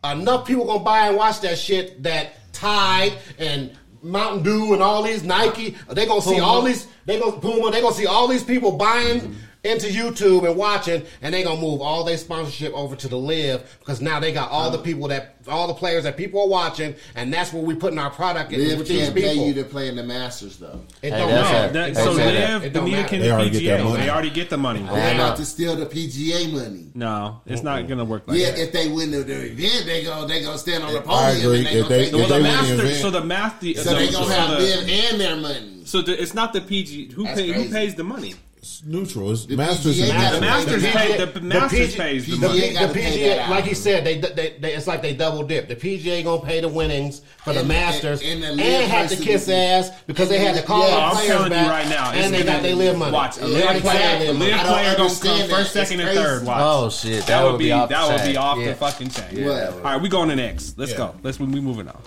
[SPEAKER 4] enough people gonna buy and watch that shit that Tide and Mountain Dew and all these Nike, they gonna see all these they gonna Puma, they gonna see all these people buying
[SPEAKER 8] Mm-hmm.
[SPEAKER 4] into YouTube and watching, and they gonna move all their sponsorship over to the Live because now they got all the
[SPEAKER 8] Uh-huh.
[SPEAKER 4] people that all the players that people are watching, and that's where we putting our product in
[SPEAKER 8] Liv
[SPEAKER 4] with these
[SPEAKER 8] can't pay
[SPEAKER 4] people.
[SPEAKER 8] you to play in the Masters though.
[SPEAKER 4] it
[SPEAKER 12] Hey,
[SPEAKER 4] don't
[SPEAKER 12] that's
[SPEAKER 4] matter.
[SPEAKER 12] a-
[SPEAKER 5] That-
[SPEAKER 4] It
[SPEAKER 5] so
[SPEAKER 4] don't matter.
[SPEAKER 5] live
[SPEAKER 4] It
[SPEAKER 5] the
[SPEAKER 4] don't
[SPEAKER 5] media
[SPEAKER 4] matter.
[SPEAKER 5] can
[SPEAKER 3] They already get that
[SPEAKER 5] PGA.
[SPEAKER 3] money.
[SPEAKER 5] They already get the money.
[SPEAKER 8] They're
[SPEAKER 4] uh,
[SPEAKER 8] about to steal the PGA money.
[SPEAKER 5] No, it's not gonna work like
[SPEAKER 8] Yeah,
[SPEAKER 5] that.
[SPEAKER 8] if they win the, the event, they go they gonna stand on the
[SPEAKER 3] I
[SPEAKER 8] podium.
[SPEAKER 3] agree.
[SPEAKER 8] And they
[SPEAKER 3] If
[SPEAKER 8] gonna
[SPEAKER 3] they-
[SPEAKER 8] take
[SPEAKER 3] if
[SPEAKER 5] Well,
[SPEAKER 8] their
[SPEAKER 5] the
[SPEAKER 3] they
[SPEAKER 8] money.
[SPEAKER 3] win the
[SPEAKER 5] master,
[SPEAKER 3] event-
[SPEAKER 5] so the math, the,
[SPEAKER 8] so they gonna have
[SPEAKER 5] the,
[SPEAKER 8] them and their money.
[SPEAKER 5] so the, it's not the PG who
[SPEAKER 8] That's
[SPEAKER 5] pay, who
[SPEAKER 8] crazy.
[SPEAKER 5] pays the money.
[SPEAKER 3] It's neutral. It's
[SPEAKER 8] The
[SPEAKER 3] Masters.
[SPEAKER 8] PGA
[SPEAKER 3] is
[SPEAKER 8] got
[SPEAKER 5] The
[SPEAKER 8] a
[SPEAKER 3] neutral.
[SPEAKER 5] Masters
[SPEAKER 8] The
[SPEAKER 5] pay
[SPEAKER 4] PGA
[SPEAKER 5] the Masters
[SPEAKER 4] PG
[SPEAKER 5] pays the
[SPEAKER 8] PG
[SPEAKER 5] money.
[SPEAKER 8] They gotta
[SPEAKER 4] the
[SPEAKER 8] pay that
[SPEAKER 4] PGA,
[SPEAKER 8] out.
[SPEAKER 4] like he said, they, they, they it's like they double dip. The PGA gonna pay the winnings for the
[SPEAKER 8] And-
[SPEAKER 4] Masters and,
[SPEAKER 8] and- and the live
[SPEAKER 4] had to
[SPEAKER 8] person-
[SPEAKER 4] kiss ass because they had to call
[SPEAKER 8] Yeah,
[SPEAKER 4] their
[SPEAKER 8] I'm
[SPEAKER 4] players
[SPEAKER 5] telling you
[SPEAKER 4] back.
[SPEAKER 5] right now, it's
[SPEAKER 4] and they got
[SPEAKER 5] gonna
[SPEAKER 4] their
[SPEAKER 5] be-
[SPEAKER 4] live money.
[SPEAKER 5] Watch, a
[SPEAKER 4] They already got
[SPEAKER 5] live
[SPEAKER 4] their
[SPEAKER 5] player, a
[SPEAKER 4] live money.
[SPEAKER 5] live
[SPEAKER 8] I don't
[SPEAKER 5] player gonna
[SPEAKER 8] understand
[SPEAKER 5] come
[SPEAKER 8] that.
[SPEAKER 5] first,
[SPEAKER 8] It's
[SPEAKER 5] second, and
[SPEAKER 8] crazy.
[SPEAKER 5] third. Watch.
[SPEAKER 12] Oh shit, that,
[SPEAKER 5] that, would be
[SPEAKER 12] off
[SPEAKER 5] that
[SPEAKER 12] the
[SPEAKER 5] would
[SPEAKER 12] chain.
[SPEAKER 5] be off
[SPEAKER 12] Yeah.
[SPEAKER 5] the fucking chain.
[SPEAKER 8] Yeah.
[SPEAKER 5] All right, we going to next. Let's
[SPEAKER 13] Yeah.
[SPEAKER 5] go. Let's we moving on.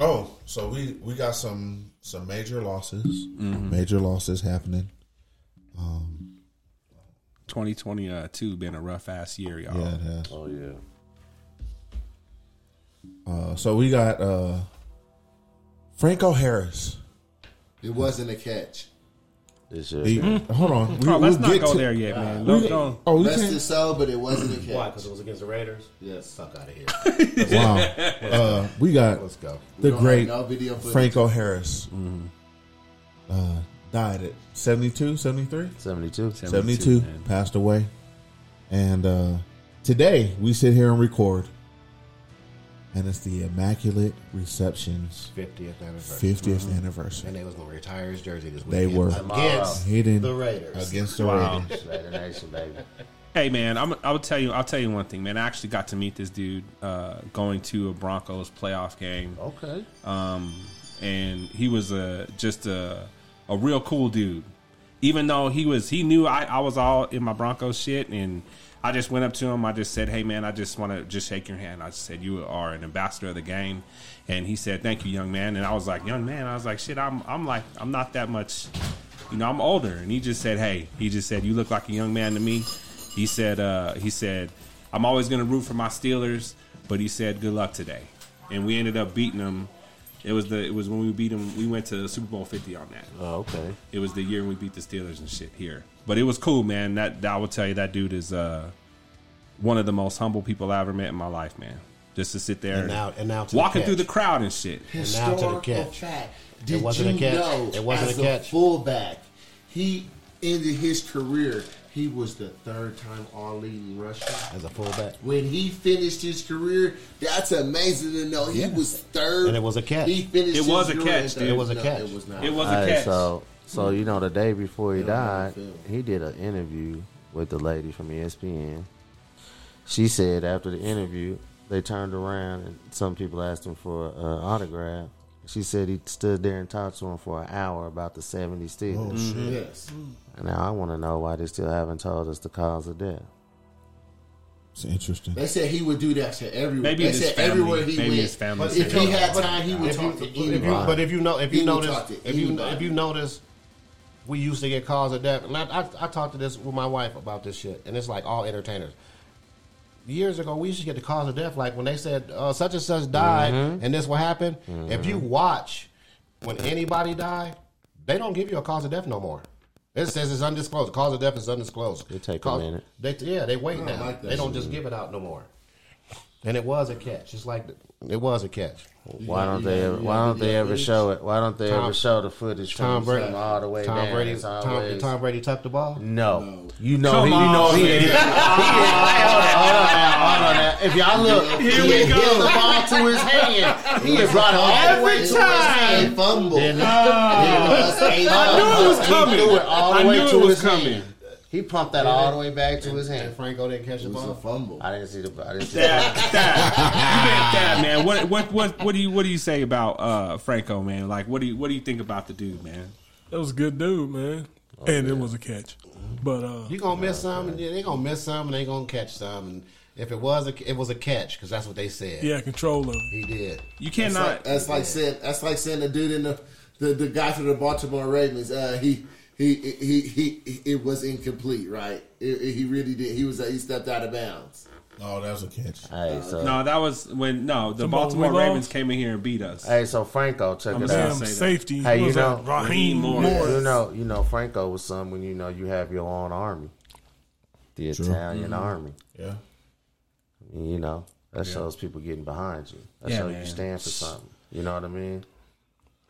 [SPEAKER 13] Oh, so we we got some some major losses.
[SPEAKER 5] Mm-hmm.
[SPEAKER 3] Major losses happening.
[SPEAKER 5] 2022 been a rough ass year, y'all.
[SPEAKER 3] Yeah, it has.
[SPEAKER 12] Oh yeah.
[SPEAKER 3] Uh, so we got uh, Franco Harris.
[SPEAKER 8] It wasn't a catch.
[SPEAKER 12] This year.
[SPEAKER 3] He- uh, Hold on. We,
[SPEAKER 5] Oh, let's
[SPEAKER 3] we'll
[SPEAKER 5] not
[SPEAKER 3] get
[SPEAKER 5] go
[SPEAKER 3] to-
[SPEAKER 5] there yet, man.
[SPEAKER 3] we-
[SPEAKER 5] Don't, don't.
[SPEAKER 3] oh, we
[SPEAKER 8] Rest
[SPEAKER 3] can't-
[SPEAKER 8] his soul, but it wasn't a catch.
[SPEAKER 4] Why? Because it was against the Raiders. Yeah, suck out of here.
[SPEAKER 3] Wow. Uh, we got
[SPEAKER 4] Let's go.
[SPEAKER 3] the
[SPEAKER 8] don't
[SPEAKER 3] great
[SPEAKER 8] have no video footage.
[SPEAKER 3] Franco Harris. Uh, died at 72, 73?
[SPEAKER 12] 72.
[SPEAKER 3] 72,
[SPEAKER 5] man.
[SPEAKER 3] passed away. And uh, today we sit here and record. And it's the Immaculate Reception's
[SPEAKER 4] Fiftieth anniversary,
[SPEAKER 3] 50th anniversary.
[SPEAKER 4] and they was gonna retire his jersey this
[SPEAKER 3] They
[SPEAKER 4] weekend.
[SPEAKER 3] were
[SPEAKER 4] against
[SPEAKER 3] hidden
[SPEAKER 4] the Raiders.
[SPEAKER 3] against the
[SPEAKER 5] Wow.
[SPEAKER 3] Raiders.
[SPEAKER 12] Raider Nation, baby.
[SPEAKER 5] Hey man, I'm, I would tell you. I'll tell you one thing, man. I actually got to meet this dude uh, going to a Broncos playoff game.
[SPEAKER 12] Okay.
[SPEAKER 5] um, and he was a just a a real cool dude. Even though he was, he knew I, I was all in my Broncos shit, and I just went up to him. I just said, "Hey, man, I just want to just shake your hand." I just said, "You are an ambassador of the game," and he said, "Thank you, young man." And I was like, "Young man," I was like, "Shit, I'm I'm like I'm not that much, you know, I'm older." And he just said, "Hey," he just said, "You look like a young man to me." He said, uh, "He said I'm always going to root for my Steelers," but he said, "Good luck today," and we ended up beating them It was the it was when we beat them. We went to Super Bowl Fifty on that.
[SPEAKER 8] Oh, okay.
[SPEAKER 5] It was the year we beat the Steelers and shit here. But it was cool, man. That, that I will tell you, that dude is uh, one of the most humble people I ever met in my life, man. Just to sit there
[SPEAKER 4] And now- and now to the
[SPEAKER 5] walking
[SPEAKER 4] catch.
[SPEAKER 5] through the crowd and shit.
[SPEAKER 4] And now to the
[SPEAKER 10] Historical
[SPEAKER 4] catch.
[SPEAKER 10] fact.
[SPEAKER 4] It
[SPEAKER 10] Did
[SPEAKER 4] wasn't a
[SPEAKER 10] you
[SPEAKER 4] catch.
[SPEAKER 10] know
[SPEAKER 4] It wasn't
[SPEAKER 10] as
[SPEAKER 4] a catch.
[SPEAKER 10] fullback, he ended his career. He was the third time all leading rusher
[SPEAKER 4] as a fullback.
[SPEAKER 10] When he finished his career, that's amazing to know. He
[SPEAKER 4] Yeah.
[SPEAKER 10] was third,
[SPEAKER 4] And it was a catch.
[SPEAKER 10] He finished.
[SPEAKER 5] It was
[SPEAKER 10] his
[SPEAKER 5] a
[SPEAKER 10] career
[SPEAKER 5] catch,
[SPEAKER 10] as
[SPEAKER 5] dude.
[SPEAKER 10] third.
[SPEAKER 5] It was a
[SPEAKER 10] No,
[SPEAKER 5] catch.
[SPEAKER 10] It was not.
[SPEAKER 5] It was a
[SPEAKER 8] All right,
[SPEAKER 5] catch.
[SPEAKER 8] So, so
[SPEAKER 14] Mm.
[SPEAKER 8] you know, the day before he
[SPEAKER 10] They don't
[SPEAKER 8] died,
[SPEAKER 10] know the film.
[SPEAKER 8] he did an interview with the lady from E ESPN. She said after the interview, they turned around and some people asked him for an autograph. She said he stood there and talked to him for an hour about the 70 Steelers.
[SPEAKER 14] Oh, shit.
[SPEAKER 10] Mm-hmm. Yes.
[SPEAKER 8] Now I want to know why they still haven't told us the cause of death.
[SPEAKER 3] It's interesting.
[SPEAKER 10] They said he would do that to everyone.
[SPEAKER 5] Maybe
[SPEAKER 10] they
[SPEAKER 5] his
[SPEAKER 10] said
[SPEAKER 5] family-
[SPEAKER 10] everywhere he
[SPEAKER 5] maybe
[SPEAKER 10] went.
[SPEAKER 5] his family
[SPEAKER 10] But if
[SPEAKER 5] said
[SPEAKER 10] he
[SPEAKER 5] that.
[SPEAKER 10] had time, he would
[SPEAKER 4] If you,
[SPEAKER 10] talk to
[SPEAKER 4] if you-
[SPEAKER 10] anyone.
[SPEAKER 4] but if you know, if
[SPEAKER 10] He
[SPEAKER 4] you
[SPEAKER 10] would
[SPEAKER 4] notice,
[SPEAKER 10] talk to
[SPEAKER 4] if you
[SPEAKER 10] anybody.
[SPEAKER 4] if you notice, we used to get calls at that. And I, I, I talked to this with my wife about this shit, and it's like all entertainers. Years ago, we used to get the cause of death. Like when they said uh, such and such died,
[SPEAKER 8] Mm-hmm.
[SPEAKER 4] and this what happened. If you watch when anybody die, they don't give you a cause of death no more. It says it's undisclosed. The cause of death is undisclosed.
[SPEAKER 8] It take a
[SPEAKER 4] Cause-
[SPEAKER 8] minute.
[SPEAKER 4] They, yeah, they wait now.
[SPEAKER 10] like that
[SPEAKER 4] they don't just give it out no more. And it was a catch. It's like it was a catch.
[SPEAKER 8] Why don't they ever? Why don't they ever show it? Why don't they
[SPEAKER 4] Tom-
[SPEAKER 8] ever show the footage from
[SPEAKER 4] Tom Brady
[SPEAKER 8] him all the way
[SPEAKER 4] Tom
[SPEAKER 8] down?
[SPEAKER 4] Brady.
[SPEAKER 8] It's
[SPEAKER 4] Tom,
[SPEAKER 8] always-
[SPEAKER 4] did Tom Brady tuck the ball.
[SPEAKER 8] No. You know
[SPEAKER 3] Oh,
[SPEAKER 5] Come
[SPEAKER 8] he,
[SPEAKER 5] on,
[SPEAKER 8] you know he
[SPEAKER 5] man.
[SPEAKER 8] ain't. he ain't- Hold on, hold on now, hold on now. If y'all look,
[SPEAKER 5] Here
[SPEAKER 8] he
[SPEAKER 5] we
[SPEAKER 8] had
[SPEAKER 5] go.
[SPEAKER 8] held the ball to his hand. He had brought it all the way
[SPEAKER 10] It
[SPEAKER 8] to
[SPEAKER 10] was
[SPEAKER 8] his hand.
[SPEAKER 10] a fumble.
[SPEAKER 8] Then-
[SPEAKER 4] Oh.
[SPEAKER 5] I knew it was
[SPEAKER 8] He threw
[SPEAKER 5] coming.
[SPEAKER 8] it all the
[SPEAKER 5] I
[SPEAKER 8] way
[SPEAKER 5] knew
[SPEAKER 8] to
[SPEAKER 5] it was
[SPEAKER 8] his
[SPEAKER 5] coming.
[SPEAKER 8] hand. He pumped that all the way back to his
[SPEAKER 4] And
[SPEAKER 8] hand.
[SPEAKER 4] Franco didn't catch the
[SPEAKER 10] It was a
[SPEAKER 4] ball.
[SPEAKER 10] fumble.
[SPEAKER 8] I didn't see the. I didn't see the.
[SPEAKER 5] That, that, you meant that, man. What, what, what, what do you, what do you say about uh, Franco, man? Like, what do you, what do you think about the dude, man?
[SPEAKER 6] That was a good dude, man. and it was a catch. But uh,
[SPEAKER 4] You gonna miss some, and they gonna miss some, and they gonna catch some. And if it was a, it was a catch because that's what they said.
[SPEAKER 6] yeah, control of it.
[SPEAKER 4] He did.
[SPEAKER 5] You
[SPEAKER 10] That's
[SPEAKER 5] cannot.
[SPEAKER 10] like, that's like saying that's like saying the dude in the the, the guy from the Baltimore Ravens. Uh, he. He, he, he, he, it was incomplete, right? It, it- he really did. He was, he stepped out of bounds.
[SPEAKER 14] Oh, that was a catch.
[SPEAKER 8] Hey, so
[SPEAKER 5] no, that was when no the
[SPEAKER 6] Somebody
[SPEAKER 5] Baltimore
[SPEAKER 6] we lost?
[SPEAKER 5] Ravens came in here and beat us.
[SPEAKER 8] hey, so Franco took
[SPEAKER 5] I'm
[SPEAKER 8] it
[SPEAKER 5] saying-
[SPEAKER 8] out.
[SPEAKER 6] Damn
[SPEAKER 5] say that.
[SPEAKER 6] safety.
[SPEAKER 8] Hey,
[SPEAKER 6] Who
[SPEAKER 8] you
[SPEAKER 6] was
[SPEAKER 8] know-
[SPEAKER 6] that? Raheem
[SPEAKER 5] Raheem
[SPEAKER 6] Morris.
[SPEAKER 5] Morris.
[SPEAKER 8] You know, you know, Franco was some when you know you have your own army, the
[SPEAKER 4] Mm-hmm.
[SPEAKER 8] Italian army.
[SPEAKER 14] Yeah.
[SPEAKER 8] And, You know, that shows people getting behind you. That
[SPEAKER 5] Yeah,
[SPEAKER 8] shows
[SPEAKER 5] man.
[SPEAKER 8] you stand for something. You know what I mean?